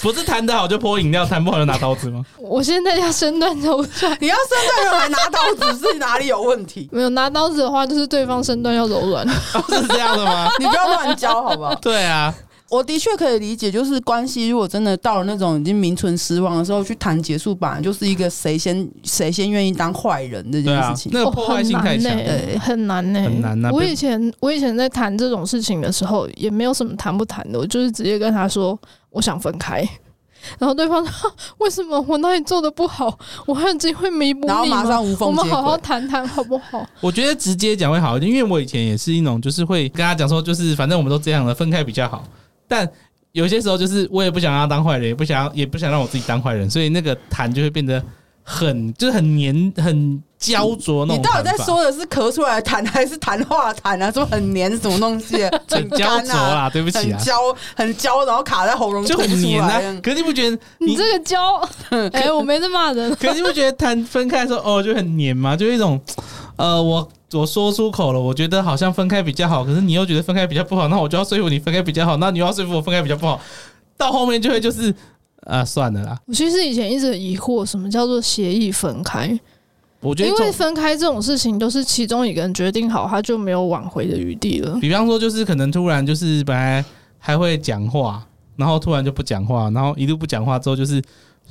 Speaker 3: 不是弹得好就泼饮料，弹不好就拿刀子吗？
Speaker 2: 我现在要身段柔软，
Speaker 1: 你要生对人还拿刀子是哪里有问题？
Speaker 2: 没有拿刀子的话，就是对方身段要柔 软。
Speaker 3: 哦是这样的吗？
Speaker 1: 你不要乱教好不好？
Speaker 3: 对啊，
Speaker 1: 我的确可以理解，就是关系如果真的到了那种已经名存实亡的时候，去谈结束，本来就是一个谁先谁先愿意当坏人这
Speaker 3: 对
Speaker 1: 件
Speaker 3: 啊
Speaker 1: 事，情。
Speaker 3: 那个破坏性太强
Speaker 1: 欸
Speaker 2: 哦，
Speaker 3: 了。
Speaker 2: 很难呢、
Speaker 3: 很难啊
Speaker 2: 我
Speaker 3: 被
Speaker 2: 以前我以前在谈这种事情的时候，也没有什么谈不谈的，我就是直接跟他说我想分开， 然后对方说 为什么我哪里做的不好，我还有机会弥补你
Speaker 1: 然后马
Speaker 2: 吗
Speaker 1: 上无
Speaker 2: 我
Speaker 1: 缝
Speaker 2: 们
Speaker 1: 接
Speaker 2: 好好
Speaker 1: 轨，
Speaker 2: 谈谈好不好？
Speaker 3: 我觉得直接讲会好一点，因为我以前也是一种，就是会跟他讲说，就是反正我们都这样了，分开比较好。但有些时候，就是我也不想让他当坏人，也不想要也不想让我自己当坏人，所以那个谈就会变得很就是很黏、很焦灼那
Speaker 1: 你
Speaker 3: 种
Speaker 1: 到底
Speaker 3: 谈法。
Speaker 1: 在说的是咳出来谈还是谈话谈啊？什么很黏什么东 西，
Speaker 3: 很焦
Speaker 1: 干
Speaker 3: 灼啦？对不起
Speaker 1: 很
Speaker 3: 啊，
Speaker 1: 焦很焦，然后卡在喉咙
Speaker 3: 就
Speaker 1: 吐不
Speaker 3: 很
Speaker 1: 出
Speaker 3: 黏啊
Speaker 1: 来这样。。
Speaker 3: 可是你不觉得
Speaker 2: 你
Speaker 3: 你
Speaker 2: 这 个教，哎、我没在骂人，
Speaker 3: 可是你不觉得谈分开的时候，哦，就很黏吗？就一种，呃，我我说出口了，我觉得好像分开比较好，可是你又觉得分开比较不好，那我就要说服你分开比较好，那你又要说服我分开比较不好，到后面就会就是，啊、算了啦。
Speaker 2: 我其实以前一直很疑惑，什么叫做协议分开？
Speaker 3: 我觉得
Speaker 2: 因
Speaker 3: 这
Speaker 2: 为
Speaker 3: 种，
Speaker 2: 分开这种事情都是其中一个人决定好，他就没有挽回的余地了。
Speaker 3: 比方说，就是可能突然就是本来还会讲话，然后突然就不讲话，然后一路不讲话之后，就是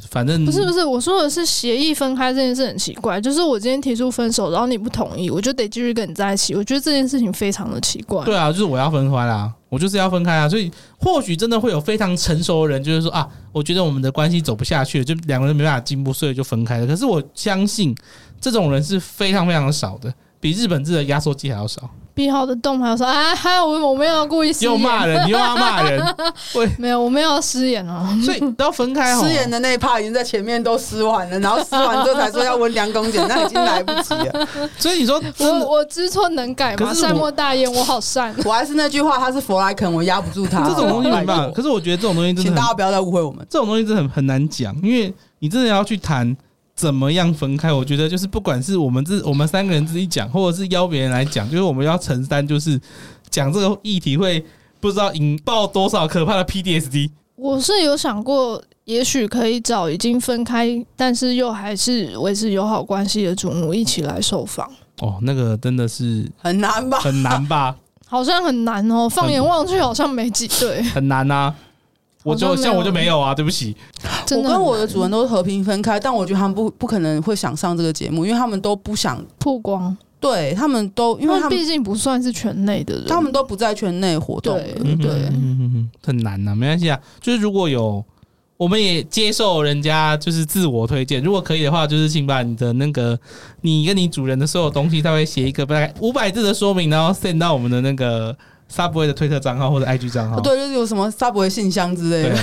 Speaker 3: 反正
Speaker 2: 不是不是，我说的是协议分开这件事很奇怪，就是我今天提出分手，然后你不同意，我就得继续跟你在一起。我觉得这件事情非常的奇怪。
Speaker 3: 对啊，就是我要分开啦，我就是要分开啊。所以或许真的会有非常成熟的人，就是说啊，我觉得我们的关系走不下去了，就两个人没办法进步，所以就分开了。可是我相信这种人是非常非常的少的，比日本制的压缩机还要少。
Speaker 2: 比好的动还有说啊哈，我我没有故意失
Speaker 3: 又
Speaker 2: 言，
Speaker 3: 骂人，你又要骂人，喂，
Speaker 2: 没有，我没有要失言哦。
Speaker 3: 所以都要分开哦。
Speaker 1: 失言的那一趴已经在前面都撕完了，然后撕完之后才说要温良恭俭，那已经来不及了。
Speaker 3: 所以你说
Speaker 2: 我我知错能改嘛，
Speaker 3: 可是我
Speaker 2: 善莫大焉，我好善。
Speaker 1: 我还是那句话，他是佛莱肯，我压不住他。
Speaker 3: 这种东西没办法，
Speaker 1: 拜托
Speaker 3: 可是我觉得这种东西真
Speaker 1: 请
Speaker 3: 的
Speaker 1: 大
Speaker 3: 很，
Speaker 1: 家不要再误会我们。
Speaker 3: 这种东西真的很很难讲，因为你真的要去谈怎么样分开。我觉得就是不管是我们自我们三个人自己讲，或者是邀别人来讲，就是我们要承担，就是讲这个议题会不知道引爆多少可怕的 PDSD。
Speaker 2: 我是有想过，也许可以找已经分开，但是又还是维持友好关系的主奴一起来受访，
Speaker 3: 哦，那个真的是
Speaker 1: 很难吧？
Speaker 3: 很难 吧，
Speaker 2: 好像很难哦。放眼望去，好像没几对，
Speaker 3: 很难啊。我
Speaker 2: 好像
Speaker 3: 就
Speaker 2: 没有
Speaker 3: 像我就没有啊，对不起，
Speaker 2: 真
Speaker 1: 我
Speaker 2: 的很
Speaker 1: 跟我的主人都是和平分开，但我觉得他们不不可能会想上这个节目，因为他们都不想，
Speaker 2: 曝光，
Speaker 1: 对他们都因
Speaker 2: 因
Speaker 1: 为
Speaker 2: 为
Speaker 1: 他们
Speaker 2: 毕竟不算是圈内的人，
Speaker 1: 他们都不在圈内活动
Speaker 2: 对
Speaker 1: 了。
Speaker 3: 嗯哼
Speaker 2: 对
Speaker 3: 嗯哼嗯哼很难呐、没关系啊。就是如果有，我们也接受人家就是自我推荐，如果可以的话，就是请把你的那个你跟你主人的所有东西，他会写一个大概 五百字的说明，然后 send 到我们的那个 Subway 的推特账号或者 IG 账号。
Speaker 1: 对，就是有什么 Subway 信箱之类
Speaker 3: 哦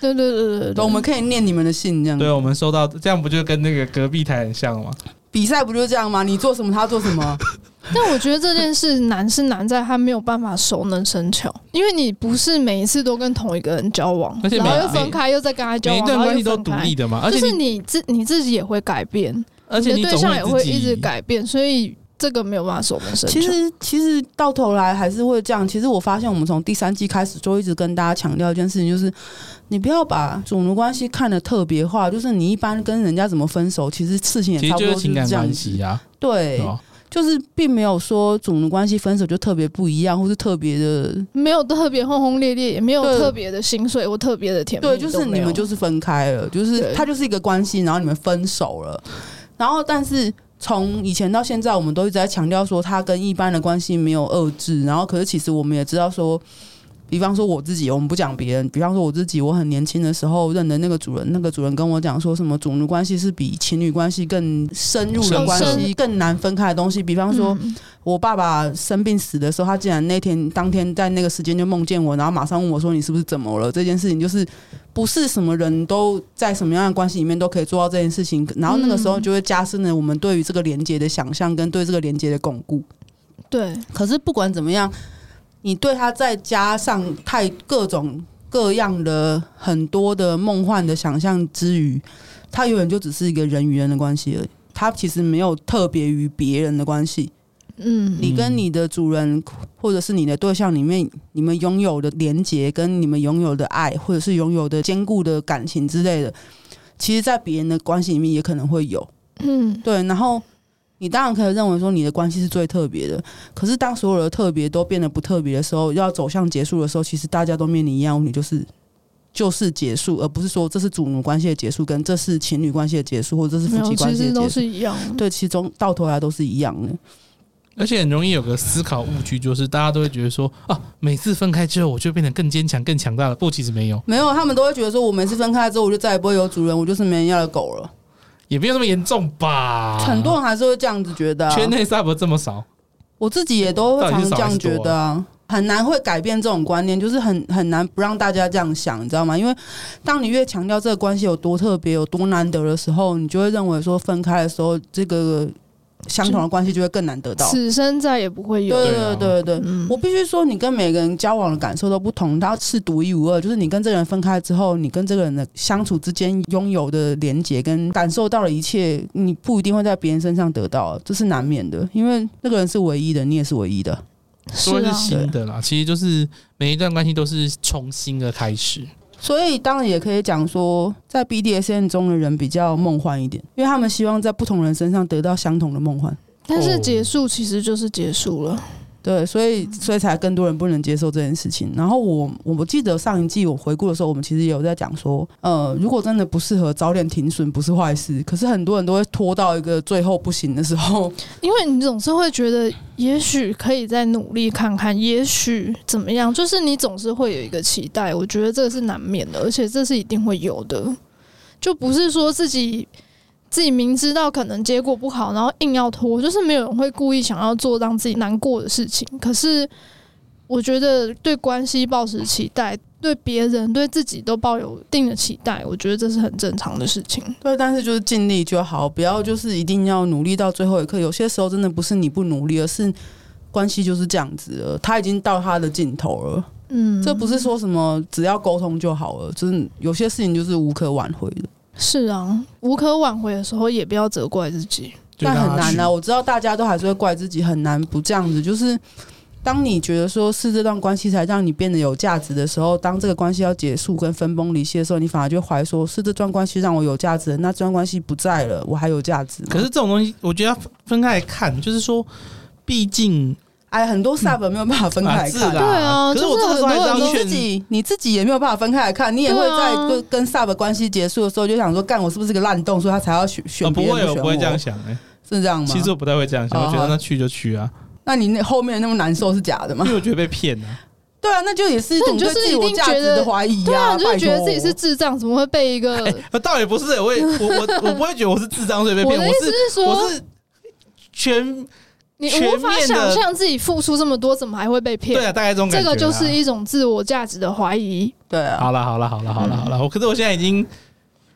Speaker 3: 对
Speaker 1: 的，
Speaker 2: 对对对对
Speaker 1: 对，我们可以念你们的信这样。
Speaker 3: 对，我啊们收到这样不就跟那个隔壁台很像吗？
Speaker 1: 比赛不就是这样吗？你做什么，他做什 么。
Speaker 2: 但我觉得这件事难是难在他没有办法熟能生巧，因为你不是每一次都跟同一个人交往，
Speaker 3: 而且
Speaker 2: 然
Speaker 3: 每
Speaker 2: 后又分开，又再跟他交
Speaker 3: 每一
Speaker 2: 往，
Speaker 3: 段
Speaker 2: 然后
Speaker 3: 关系
Speaker 2: 又
Speaker 3: 都
Speaker 2: 分
Speaker 3: 独
Speaker 2: 开
Speaker 3: 立。的嘛，而
Speaker 2: 就
Speaker 3: 且
Speaker 2: 是
Speaker 3: 你
Speaker 2: 你自你自己也会改变，
Speaker 3: 而且
Speaker 2: 你
Speaker 3: 你
Speaker 2: 的对
Speaker 3: 总
Speaker 2: 象也
Speaker 3: 会
Speaker 2: 会
Speaker 3: 自己
Speaker 2: 一直改变，所以这个没有办法熟能生巧。
Speaker 1: 其实其实到头来还是会这样。其实我发现我们从第三季开始就一直跟大家强调一件事情，就是你不要把主奴关系看得特别化，就是你一般跟人家怎么分手，其实事情也
Speaker 3: 其实
Speaker 1: 差不
Speaker 3: 就
Speaker 1: 多
Speaker 3: 是
Speaker 1: 就
Speaker 3: 情
Speaker 1: 是
Speaker 3: 感
Speaker 1: 这样
Speaker 3: 关
Speaker 1: 子。
Speaker 3: 系啊，
Speaker 1: 对，
Speaker 3: 对吧？
Speaker 1: 就是并没有说主奴关系分手就特别不一样，或是特别的。
Speaker 2: 没有特别轰轰烈烈，也没有
Speaker 1: 对
Speaker 2: 特别的心碎或特别的甜蜜都
Speaker 1: 对，
Speaker 2: 没
Speaker 1: 就
Speaker 2: 有，
Speaker 1: 是你们就是分开了，就是
Speaker 2: 对
Speaker 1: 它就是一个关系，然后你们分手了，然后但是。从以前到现在，我们都一直在强调说，它跟一般的关系没有遏制。然后，可是其实我们也知道说，比方说我自己，我们不讲别人，比方说我自己，我很年轻的时候认的那个主人，那个主人跟我讲说什么，主奴关系是比情侣关系更深入的
Speaker 3: 更
Speaker 1: 关系，
Speaker 2: 深
Speaker 1: 更难分开的东西。比方说，
Speaker 2: 嗯
Speaker 1: 我爸爸生病死的时候，他竟然那天当天在那个时间就梦见我，然后马上问我说：“你是不是怎么了？”这件事情就是不是什么人都在什么样的关系里面都可以做到这件事情，然后那个时候就会加深了我们对于这个连接的想象跟对这个连接的巩固。
Speaker 2: 对，
Speaker 1: 可是不管怎么样，你对他再加上太各种各样的很多的梦幻的想象之余，他永远就只是一个人与人的关系而已，他其实没有特别于别人的关系。
Speaker 2: 嗯，
Speaker 1: 你跟你的主人或者是你的对象里面，你们拥有的连结，跟你们拥有的爱，或者是拥有的坚固的感情之类的，其实，在别人的关系里面也可能会有。
Speaker 2: 嗯，
Speaker 1: 对，然后你当然可以认为说你的关系是最特别的，可是当所有的特别都变得不特别的时候，要走向结束的时候，其实大家都面临一样问题，就是。就是结束，而不是说这是主奴关系的结束，跟这是情侣关系的结束，或者这是
Speaker 2: 没
Speaker 1: 夫
Speaker 2: 有，
Speaker 1: 妻关
Speaker 2: 其
Speaker 1: 系
Speaker 2: 实
Speaker 1: 的结束。
Speaker 2: 都是一样。
Speaker 1: 对，其中到头来都是一样的。
Speaker 3: 而且很容易有个思考误区，就是大家都会觉得说啊，每次分开之后我就变得更坚强、更强大了。不，其实没有，
Speaker 1: 没有，他们都会觉得说，我每次分开之后，我就再也不会有主人，我就是没人要的狗了。
Speaker 3: 也没有那么严重吧。
Speaker 1: 很多人还是会这样子觉得、啊，
Speaker 3: 圈内 sub 这么少，
Speaker 1: 我自己也都会常常这样觉
Speaker 3: 到底是少还是多
Speaker 1: 得、啊。很难会改变这种观念，就是很很难不让大家这样想，你知道吗？因为当你越强调这个关系有多特别、有多难得的时候，你就会认为说分开的时候，这个相同的关系就会更难得到。
Speaker 2: 此生再也不会
Speaker 1: 对对
Speaker 2: 有。
Speaker 1: 对对，
Speaker 2: 嗯
Speaker 1: 我必须说，你跟每个人交往的感受都不同，他是独一无二。就是你跟这个人分开之后，你跟这个人的相处之间拥有的连接跟感受到的一切，你不一定会在别人身上得到，这是难免的。因为那个人是唯一的，你也是唯一的。
Speaker 2: 是
Speaker 3: 都会是
Speaker 2: 啊，
Speaker 3: 新的啦。其实就是每一段关系都是重新的开始。
Speaker 1: 所以当然也可以讲说，在 BDSN 中的人比较梦幻一点，因为他们希望在不同人身上得到相同的梦幻。
Speaker 2: 但
Speaker 3: 哦
Speaker 2: 是结束其实就是结束了。
Speaker 1: 对，所以所以才更多人不能接受这件事情。然后我我我记得上一季我回顾的时候，我们其实也有在讲说，呃，如果真的不适合，早点停损不是坏事。可是很多人都会拖到一个最后不行的时候，
Speaker 2: 因为你总是会觉得，也许可以再努力看看，也许怎么样，就是你总是会有一个期待。我觉得这个是难免的，而且这是一定会有的，就不是说自己自己明知道可能结果不好，然后硬要拖，就是没有人会故意想要做让自己难过的事情。可是我觉得对关系抱持期待，对别人、对自己都抱有一定的期待，我觉得这是很正常的事情。
Speaker 1: 对，但是就是尽力就好，不要就是一定要努力到最后一刻。有些时候真的不是你不努力，而是关系就是这样子了，他已经到他的尽头了。
Speaker 2: 嗯，
Speaker 1: 这不是说什么只要沟通就好了，就是有些事情就是无可挽回的。
Speaker 2: 是啊，无可挽回的时候，也不要责怪自己。
Speaker 3: 就
Speaker 1: 但
Speaker 3: 让
Speaker 1: 很
Speaker 3: 他
Speaker 1: 难
Speaker 3: 去
Speaker 1: 啊！我知道大家都还是会怪自己，很难不这样子。就是当你觉得说是这段关系才让你变得有价值的时候，当这个关系要结束跟分崩离析的时候，你反而就怀说是这段关系让我有价值，那这段关系不在了，我还有价值吗？
Speaker 3: 可是这种东西，我觉得要分分开来看，就是说，毕竟
Speaker 1: 哎，很多 sub 没有办法分开
Speaker 3: 啊
Speaker 1: 来
Speaker 3: 是
Speaker 1: 看。
Speaker 3: 啦
Speaker 2: 对啊
Speaker 3: 可是我
Speaker 2: 就是
Speaker 3: 这个时候还是
Speaker 2: 很多
Speaker 3: 要
Speaker 1: 你自
Speaker 3: 劝
Speaker 1: 己你自己也没有办法分开来看，你也会
Speaker 2: 对
Speaker 1: 在
Speaker 2: 啊
Speaker 1: 跟跟 sub 关系结束的时候就想说，干我是不是个烂洞，所以他才要选
Speaker 3: 啊，
Speaker 1: 选
Speaker 3: 不
Speaker 1: 别人
Speaker 3: 会，我
Speaker 1: 选
Speaker 3: 不会这样
Speaker 1: 我嗯
Speaker 3: 想哎、
Speaker 1: 是这样吗？
Speaker 3: 其实我不太会这样想，
Speaker 1: 哦
Speaker 3: 我觉得
Speaker 1: 好
Speaker 3: 那去就去啊，
Speaker 1: 那你那后面那么难受是假的吗
Speaker 3: 因？为我觉得被骗啊。
Speaker 1: 对啊，那就也是一种
Speaker 2: 那
Speaker 1: 对
Speaker 2: 你就是
Speaker 1: 自我价值的怀疑
Speaker 2: 对啊，就是
Speaker 1: 拜
Speaker 2: 觉得
Speaker 1: 托
Speaker 2: 自己是智障，怎么会被一个？
Speaker 3: 呃倒也不是、我也我 我我不会觉得我是智障所以被
Speaker 2: 我
Speaker 3: 骗，
Speaker 2: 的意
Speaker 3: 我
Speaker 2: 思
Speaker 3: 是
Speaker 2: 是
Speaker 3: 我
Speaker 2: 说，
Speaker 3: 是全
Speaker 2: 你
Speaker 3: 全
Speaker 2: 无法
Speaker 3: 面的
Speaker 2: 想象自己付出这么多，怎么还会被
Speaker 3: 对
Speaker 2: 骗？
Speaker 3: 啊，大概这种
Speaker 2: 这
Speaker 3: 感觉
Speaker 2: 个
Speaker 3: 啊。
Speaker 2: 就是一种自我价值的怀疑。
Speaker 1: 对啊，
Speaker 3: 好了好了好了好
Speaker 2: 嗯
Speaker 3: 了好了，我可是我现在已经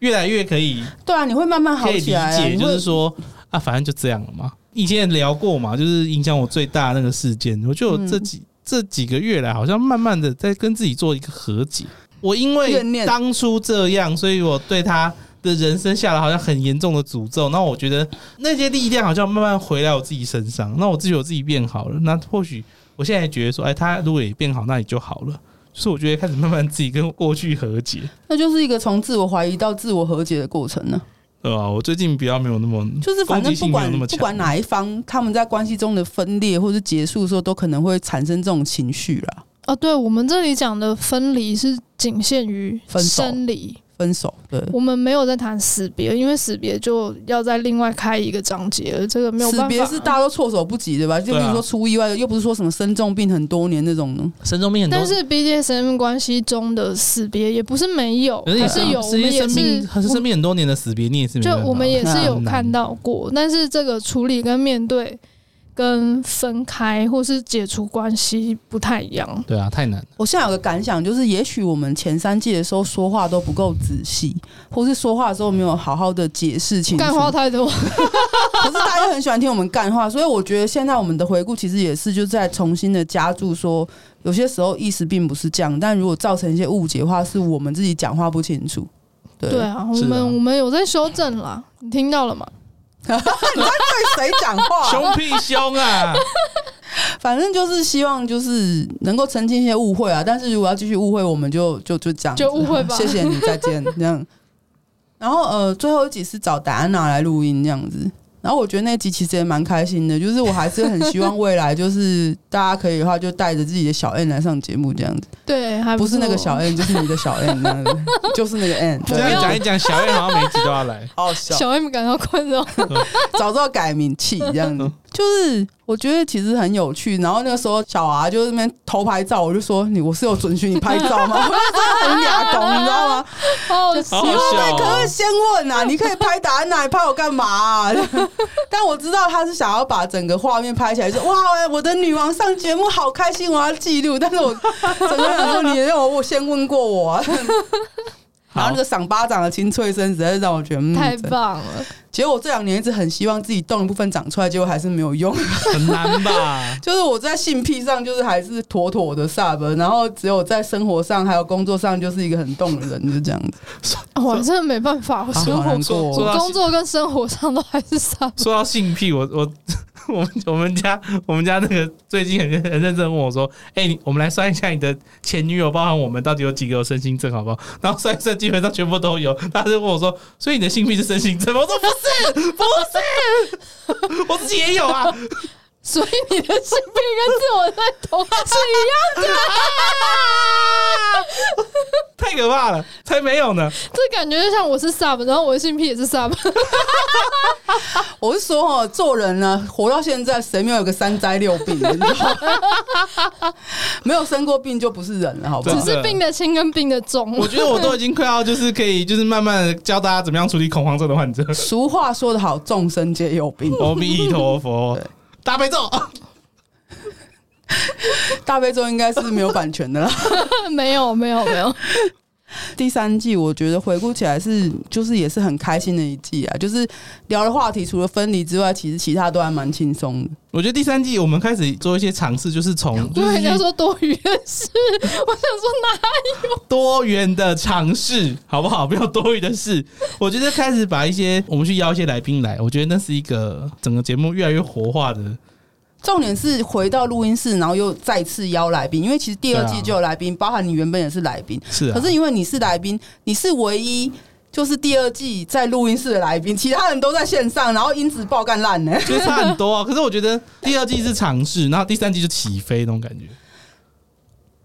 Speaker 3: 越来越可以
Speaker 1: 对啊，你会慢慢好
Speaker 3: 可以理
Speaker 1: 起来啊、
Speaker 3: 解，
Speaker 1: 你
Speaker 3: 就
Speaker 1: 会
Speaker 3: 是说啊，反正就这样了嘛。以前也聊过嘛，就是影响我最大那个事件，我就
Speaker 1: 嗯
Speaker 3: 这几、这几个月来，好像慢慢的在跟自己做一个和解。我因
Speaker 1: 怨
Speaker 3: 为
Speaker 1: 念
Speaker 3: 当初这样，所以我对他的人生下了好像很严重的诅咒。那我觉得那些力量好像慢慢回来我自己身上，那我自己有自己变好了。那或许我现在觉得说，哎，他如果也变好，那也就好了。就是我觉得开始慢慢自己跟过去和解，
Speaker 1: 那就是一个从自我怀疑到自我和解的过程呢、啊
Speaker 3: 对吧？我最近比较没有那么
Speaker 1: 就是反
Speaker 3: 攻
Speaker 1: 正
Speaker 3: 击
Speaker 1: 不
Speaker 3: 嗯性没有
Speaker 1: 管
Speaker 3: 那
Speaker 1: 不
Speaker 3: 么强
Speaker 1: 管哪一方，他们在关系中的分裂或是结束的时候，都可能会产生这种情绪啦。
Speaker 2: 哦，对，我们这里讲的分离是仅限于
Speaker 1: 分手
Speaker 2: 生离，
Speaker 1: 分手，对，
Speaker 2: 我们没有在谈死别，因为死别就要再另外开一个章节了，这个没有办
Speaker 1: 死
Speaker 2: 法。
Speaker 1: 别是大家都措手不及的吧？就
Speaker 3: 对
Speaker 1: 比
Speaker 3: 啊
Speaker 1: 如说出意外，又不是说什么生重病很多年那种呢。
Speaker 3: 神中病很多，
Speaker 2: 但是 BDSM 关系中的死别也不是没有，
Speaker 3: 可是也
Speaker 2: 还
Speaker 3: 是
Speaker 2: 有，我
Speaker 3: 啊是
Speaker 2: 们
Speaker 3: 因为
Speaker 2: 也
Speaker 3: 生病，
Speaker 2: 是
Speaker 3: 还是生病很多年的死别，你也是没
Speaker 2: 就
Speaker 3: 办法
Speaker 2: 我们也是有
Speaker 3: 很难
Speaker 2: 看到过，但是这个处理跟面对、跟分开或是解除关系不太一样。
Speaker 3: 对啊，太难了。
Speaker 1: 我现在有个感想，就是也许我们前三季的时候说话都不够仔细，或是说话的时候没有好好的解释清楚。
Speaker 2: 干话太多，
Speaker 1: 可是大家很喜欢听我们干话，所以我觉得现在我们的回顾其实也是就在重新的加注说，有些时候意思并不是这样，但如果造成一些误解的话，是我们自己讲话不清楚。对，
Speaker 2: 对啊，我
Speaker 3: 是啊
Speaker 2: 们我们有在修正啦，你听到了吗？
Speaker 1: 对谁讲话？
Speaker 3: 凶屁凶 啊！
Speaker 1: 反正就是希望就是能够澄清一些误会啊。但是如果要继续误会，我们就就就这样子
Speaker 2: 就误会吧
Speaker 1: 谢谢你，再见。这 样，然后呃，最后一集是找戴安娜来录音这样子。然后我觉得那集其实也蛮开心的，就是我还是很希望未来就是大家可以的话，就带着自己的小 N 来上节目这样子。
Speaker 2: 对，还
Speaker 1: 不是那个
Speaker 2: 错
Speaker 1: 小 N，就是你的小 N，那样子就是那个 N。
Speaker 3: 这
Speaker 1: 对，，
Speaker 3: 样讲一讲，小燕好像每集都要来
Speaker 1: 好笑，
Speaker 2: 小 M 感到困 扰，
Speaker 1: 早知道改名气这样子，就是我觉得其实很有趣。然后那个时候小啊就在那边偷拍照，我就说你我是有准许你拍照吗？我就真的很哑狗，你知道吗？哦
Speaker 2: 好好
Speaker 3: 好
Speaker 2: 笑
Speaker 3: 好笑
Speaker 1: 可不可以
Speaker 3: 哦。
Speaker 1: 先问啊？你可以拍答案啊，你拍我干嘛、啊？ 但我知道他是想要把整个画面拍起来，说哇，我的女王上节目好开心，我要记录。但是我整个人说你让我我先问过我、啊，然后那个赏巴掌的清脆声，实在是让我觉得、嗯、
Speaker 2: 太
Speaker 1: 真
Speaker 2: 棒了！
Speaker 1: 结果我这两年一直很希望自己动一部分长出来，结果还是没有用。
Speaker 3: 很 难吧？
Speaker 1: 就是我在性癖上就是还是妥妥的 sub，然后只有在生活上还有工作上就是一个很动的人，就这样子。
Speaker 2: 我真的没办法，我
Speaker 1: 好
Speaker 2: 生
Speaker 1: 好难
Speaker 2: 活
Speaker 1: 过哦
Speaker 3: 说到
Speaker 2: 工作跟生活上都还是差
Speaker 3: 说到性癖，我我 我们我们家我们家那个最近很很认真地问我说：“哎、你我们来算一下你的前女友，包含我们到底有几个有身心症，好不 好？”然后算一算，基本上全部都有。他就问我说：“所以你的 性癖是身心症吗？”我说：“不是，不是，我自己也有啊。”
Speaker 2: 所以你的性病跟自我认同是一 样的，
Speaker 3: 太可怕了，才没有呢！
Speaker 2: 这感觉就像我是 sub，然后我的性癖也是 sub，
Speaker 3: 啊
Speaker 1: 我是说哦，做人呢、活到现在，谁没有个三灾六病的？你知道吗 没有生过病就不是人了，好不
Speaker 3: 真
Speaker 1: 好
Speaker 2: 只
Speaker 3: 的？
Speaker 2: 是病的轻跟病的重。
Speaker 3: 我觉得我都已经快要就是可以，就是慢慢的教大家怎么样处理恐慌症的患 者。
Speaker 1: 俗话说得好，众生皆有病。
Speaker 2: 哦
Speaker 3: 阿弥陀佛
Speaker 1: 对，
Speaker 3: 大悲咒。
Speaker 1: 大悲咒应该是没有版权的啦。
Speaker 2: 没有没有没有，
Speaker 1: 第三季我觉得回顾起来是，就是也是很开心的一季啊。就是聊的话题除了分离之外，其实其他都还蛮轻松的。
Speaker 3: 我觉得第三季我们开始做一些尝试，就是从
Speaker 2: 因
Speaker 3: 就
Speaker 2: 为
Speaker 3: 是
Speaker 2: 人家说多余的事， 我想说哪
Speaker 3: 多元的尝试，好不好？不要多余的事。我觉得开始把一些我们去邀一些来宾来，我觉得那是一个整个节目越来越活化的。
Speaker 1: 重点是回到录音室，然后又再次邀来宾，因为其实第二
Speaker 3: 对
Speaker 1: 季
Speaker 3: 啊
Speaker 1: 就有来宾，包含你原本也是来宾，
Speaker 3: 是啊，
Speaker 1: 可是因为你是来宾，你是唯一就是第二季在录音室的来宾，其他人都在线上，然后音质爆干烂呢。
Speaker 3: 就是差很多啊。可是我觉得第二季是尝试，然后第三季就起飞那种感觉。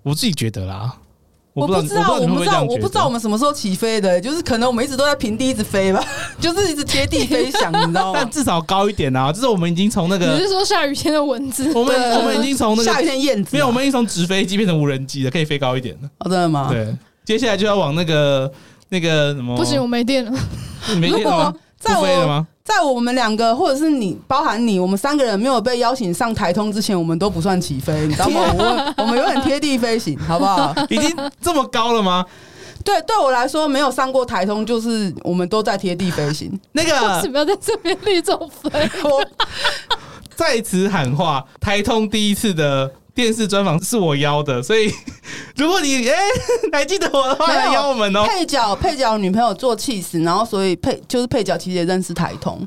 Speaker 3: 我自己觉得啦， 我不
Speaker 1: 不
Speaker 3: 知道，
Speaker 1: 我
Speaker 3: 我
Speaker 1: 不
Speaker 3: 不
Speaker 1: 知
Speaker 3: 知道
Speaker 1: 道，
Speaker 3: 你
Speaker 1: 我
Speaker 3: 会会这样觉得
Speaker 1: 不知道我们什么时候起飞的，就是可能我们一直都在平地一直飞吧， 就是一直贴地飞翔，你知道
Speaker 3: 但
Speaker 1: 吗？
Speaker 3: 至少高一点啊。就是我们已经从那
Speaker 2: 里？你
Speaker 3: 个，
Speaker 2: 是说下雨天的蚊子？
Speaker 3: 我们我们已经从那
Speaker 1: 下雨
Speaker 3: 个，
Speaker 1: 天燕子啊，
Speaker 3: 没有，我们已经从直飞机变成无人机了，可以飞高一点了。
Speaker 1: 哦，真的吗？
Speaker 3: 对，接下来就要往那个那个什么，
Speaker 2: 不行，我没电了。
Speaker 3: 你没
Speaker 1: 如
Speaker 3: 电了吗
Speaker 1: 果？在
Speaker 3: 不飞了
Speaker 1: 我
Speaker 3: 吗？
Speaker 1: 在我们两个，或者是你，包含你，我们三个人没有被邀请上台通之前，我们都不算起飞，你知道吗？
Speaker 3: 啊
Speaker 1: 我们我们有点贴地飞行，好不 好？
Speaker 3: 已经这么高 了吗？
Speaker 1: 对，对我来说，没有上过台通，就是我们都在贴地飞行。
Speaker 3: 那
Speaker 2: 为什
Speaker 3: 个
Speaker 2: 么要在这边立这种分？
Speaker 1: 我
Speaker 3: 在此喊话，台通第一次的电视专访是我邀的，所以 如果你哎、还记得我的话，
Speaker 1: 没有
Speaker 3: 来邀我们哦、
Speaker 1: 配角配角女朋友做气死，然后所以配就是配角其实也认识台通，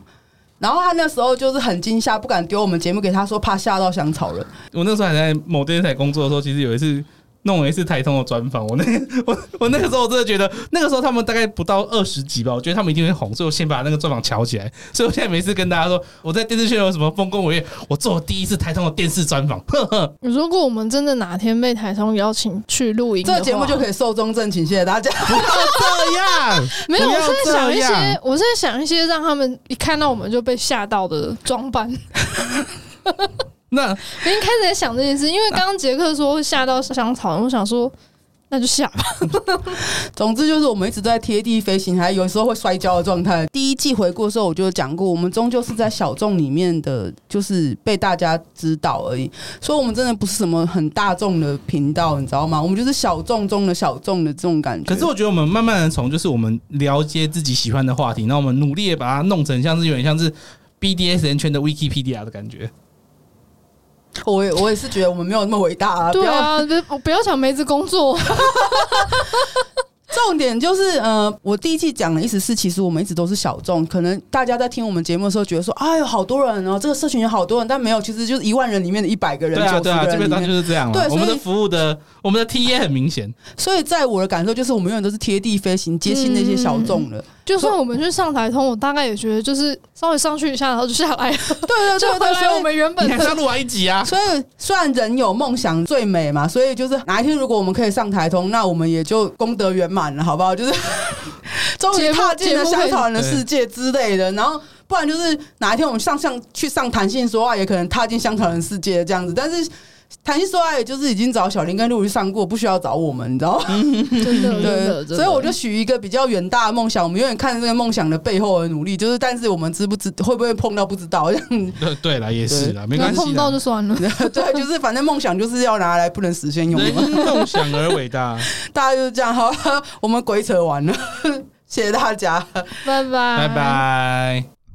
Speaker 1: 然后他那时候就是很惊吓，不敢丢我们节目给他说，怕吓到香草人。
Speaker 3: 我那时候还在某电视台工作的时候，其实有一次。弄了一次台通的专访，我那我我那个时 候我真的觉得，那个时候他们大概不到二十集吧，我觉得他们一定会红，所以我先把那个专访瞧起来。所以我现在每次跟大家说，我在电视圈有什么丰功伟业，我做了第一次台通的电视专访， 呵呵，
Speaker 2: 如果我们真的哪天被台通邀请去露营
Speaker 1: 这
Speaker 2: 的话，
Speaker 1: 个节目就可以寿终正寝，谢谢大家。
Speaker 3: 不要这样，
Speaker 2: 没有。
Speaker 3: 不
Speaker 2: 我
Speaker 3: 要
Speaker 2: 是在想一
Speaker 3: 这
Speaker 2: 些
Speaker 3: 样，
Speaker 2: 我是在想一些让他们一看到我们就被吓到的装扮。我
Speaker 3: 那
Speaker 2: 已经开始在想这件事，因为刚刚杰克说会吓到香草人，我想说那就吓吧。
Speaker 1: 总之就是我们一直都在贴地飞行，还有时候会摔跤的状态。第一季回顾的时候，我就有讲过，我们终究是在小众里面的，就是被大家知道而已。所以，我们真的不是什么很大众的频道，你知道吗？我们就是小众中的小众的这种感觉。
Speaker 3: 可是我觉得我们慢慢的从就是我们了解自己喜欢的话题，那我们努力的把它弄成像是有点像是 BDSN 圈的 Wikipedia 的感觉。
Speaker 1: 我也我也是觉得我们没有那么伟大啊。
Speaker 2: 对
Speaker 1: 不要
Speaker 2: 啊，不不要想梅子工作，
Speaker 1: 重点就是，呃，我第一季讲的意思是，其实我们一直都是小众，可能大家在听我们节目的时候，觉得说，哎呦，好多人哦，这个社群有好多人，但没有，其实就是一万人里面的一百个人，
Speaker 3: 对啊，
Speaker 1: 九十、
Speaker 3: 对
Speaker 1: 个
Speaker 3: 啊，基
Speaker 1: 人里
Speaker 3: 本上
Speaker 1: 面
Speaker 3: 就。是这样了
Speaker 1: 对。
Speaker 3: 我们的
Speaker 1: 所以
Speaker 3: 服务的，我们的 T 也很明 显，
Speaker 1: 所以在我的感受就是，我们永远都是贴地飞行，接近那些小众的。
Speaker 2: 就算我们去上台通，我大概也觉得就是稍微上去一下，然后就下来了，
Speaker 1: 对对
Speaker 2: 就
Speaker 1: 对
Speaker 2: 回
Speaker 1: 对，
Speaker 2: 来我
Speaker 1: 所以。
Speaker 2: 们原本
Speaker 3: 你
Speaker 2: 的
Speaker 3: 还是要录完一集 啊。
Speaker 1: 所以，虽然人有梦想最美嘛，所以就是哪一天如果我们可以上台通，那我们也就功德圆满了，好不好？ 就是终于踏进了香草人的世界之类的。然后，不然就是哪一天我们上上去上弹性说话，也可能踏进香草人世界这样子。但是弹性说话，也就是已经找小林跟陆瑜上过，不需要找我们，你知道吗？
Speaker 2: 真的真的，
Speaker 1: 所以我
Speaker 2: 就
Speaker 1: 就许一个比较远大的梦想，我们永远看着这个梦想的背后的努力，就是但是我们知不知会不会碰到不知道，这 样
Speaker 3: 对对啦，也是啦，没关系
Speaker 2: 碰到
Speaker 3: 啦。
Speaker 2: 就算了。
Speaker 1: 对，就是反正梦想就是要拿来不能实现 用
Speaker 3: 人
Speaker 1: 的嘛，
Speaker 3: 因梦想而 伟大，
Speaker 1: 大家就是这样，好，我们鬼扯完了，谢谢大家。
Speaker 2: 拜拜
Speaker 3: 拜拜。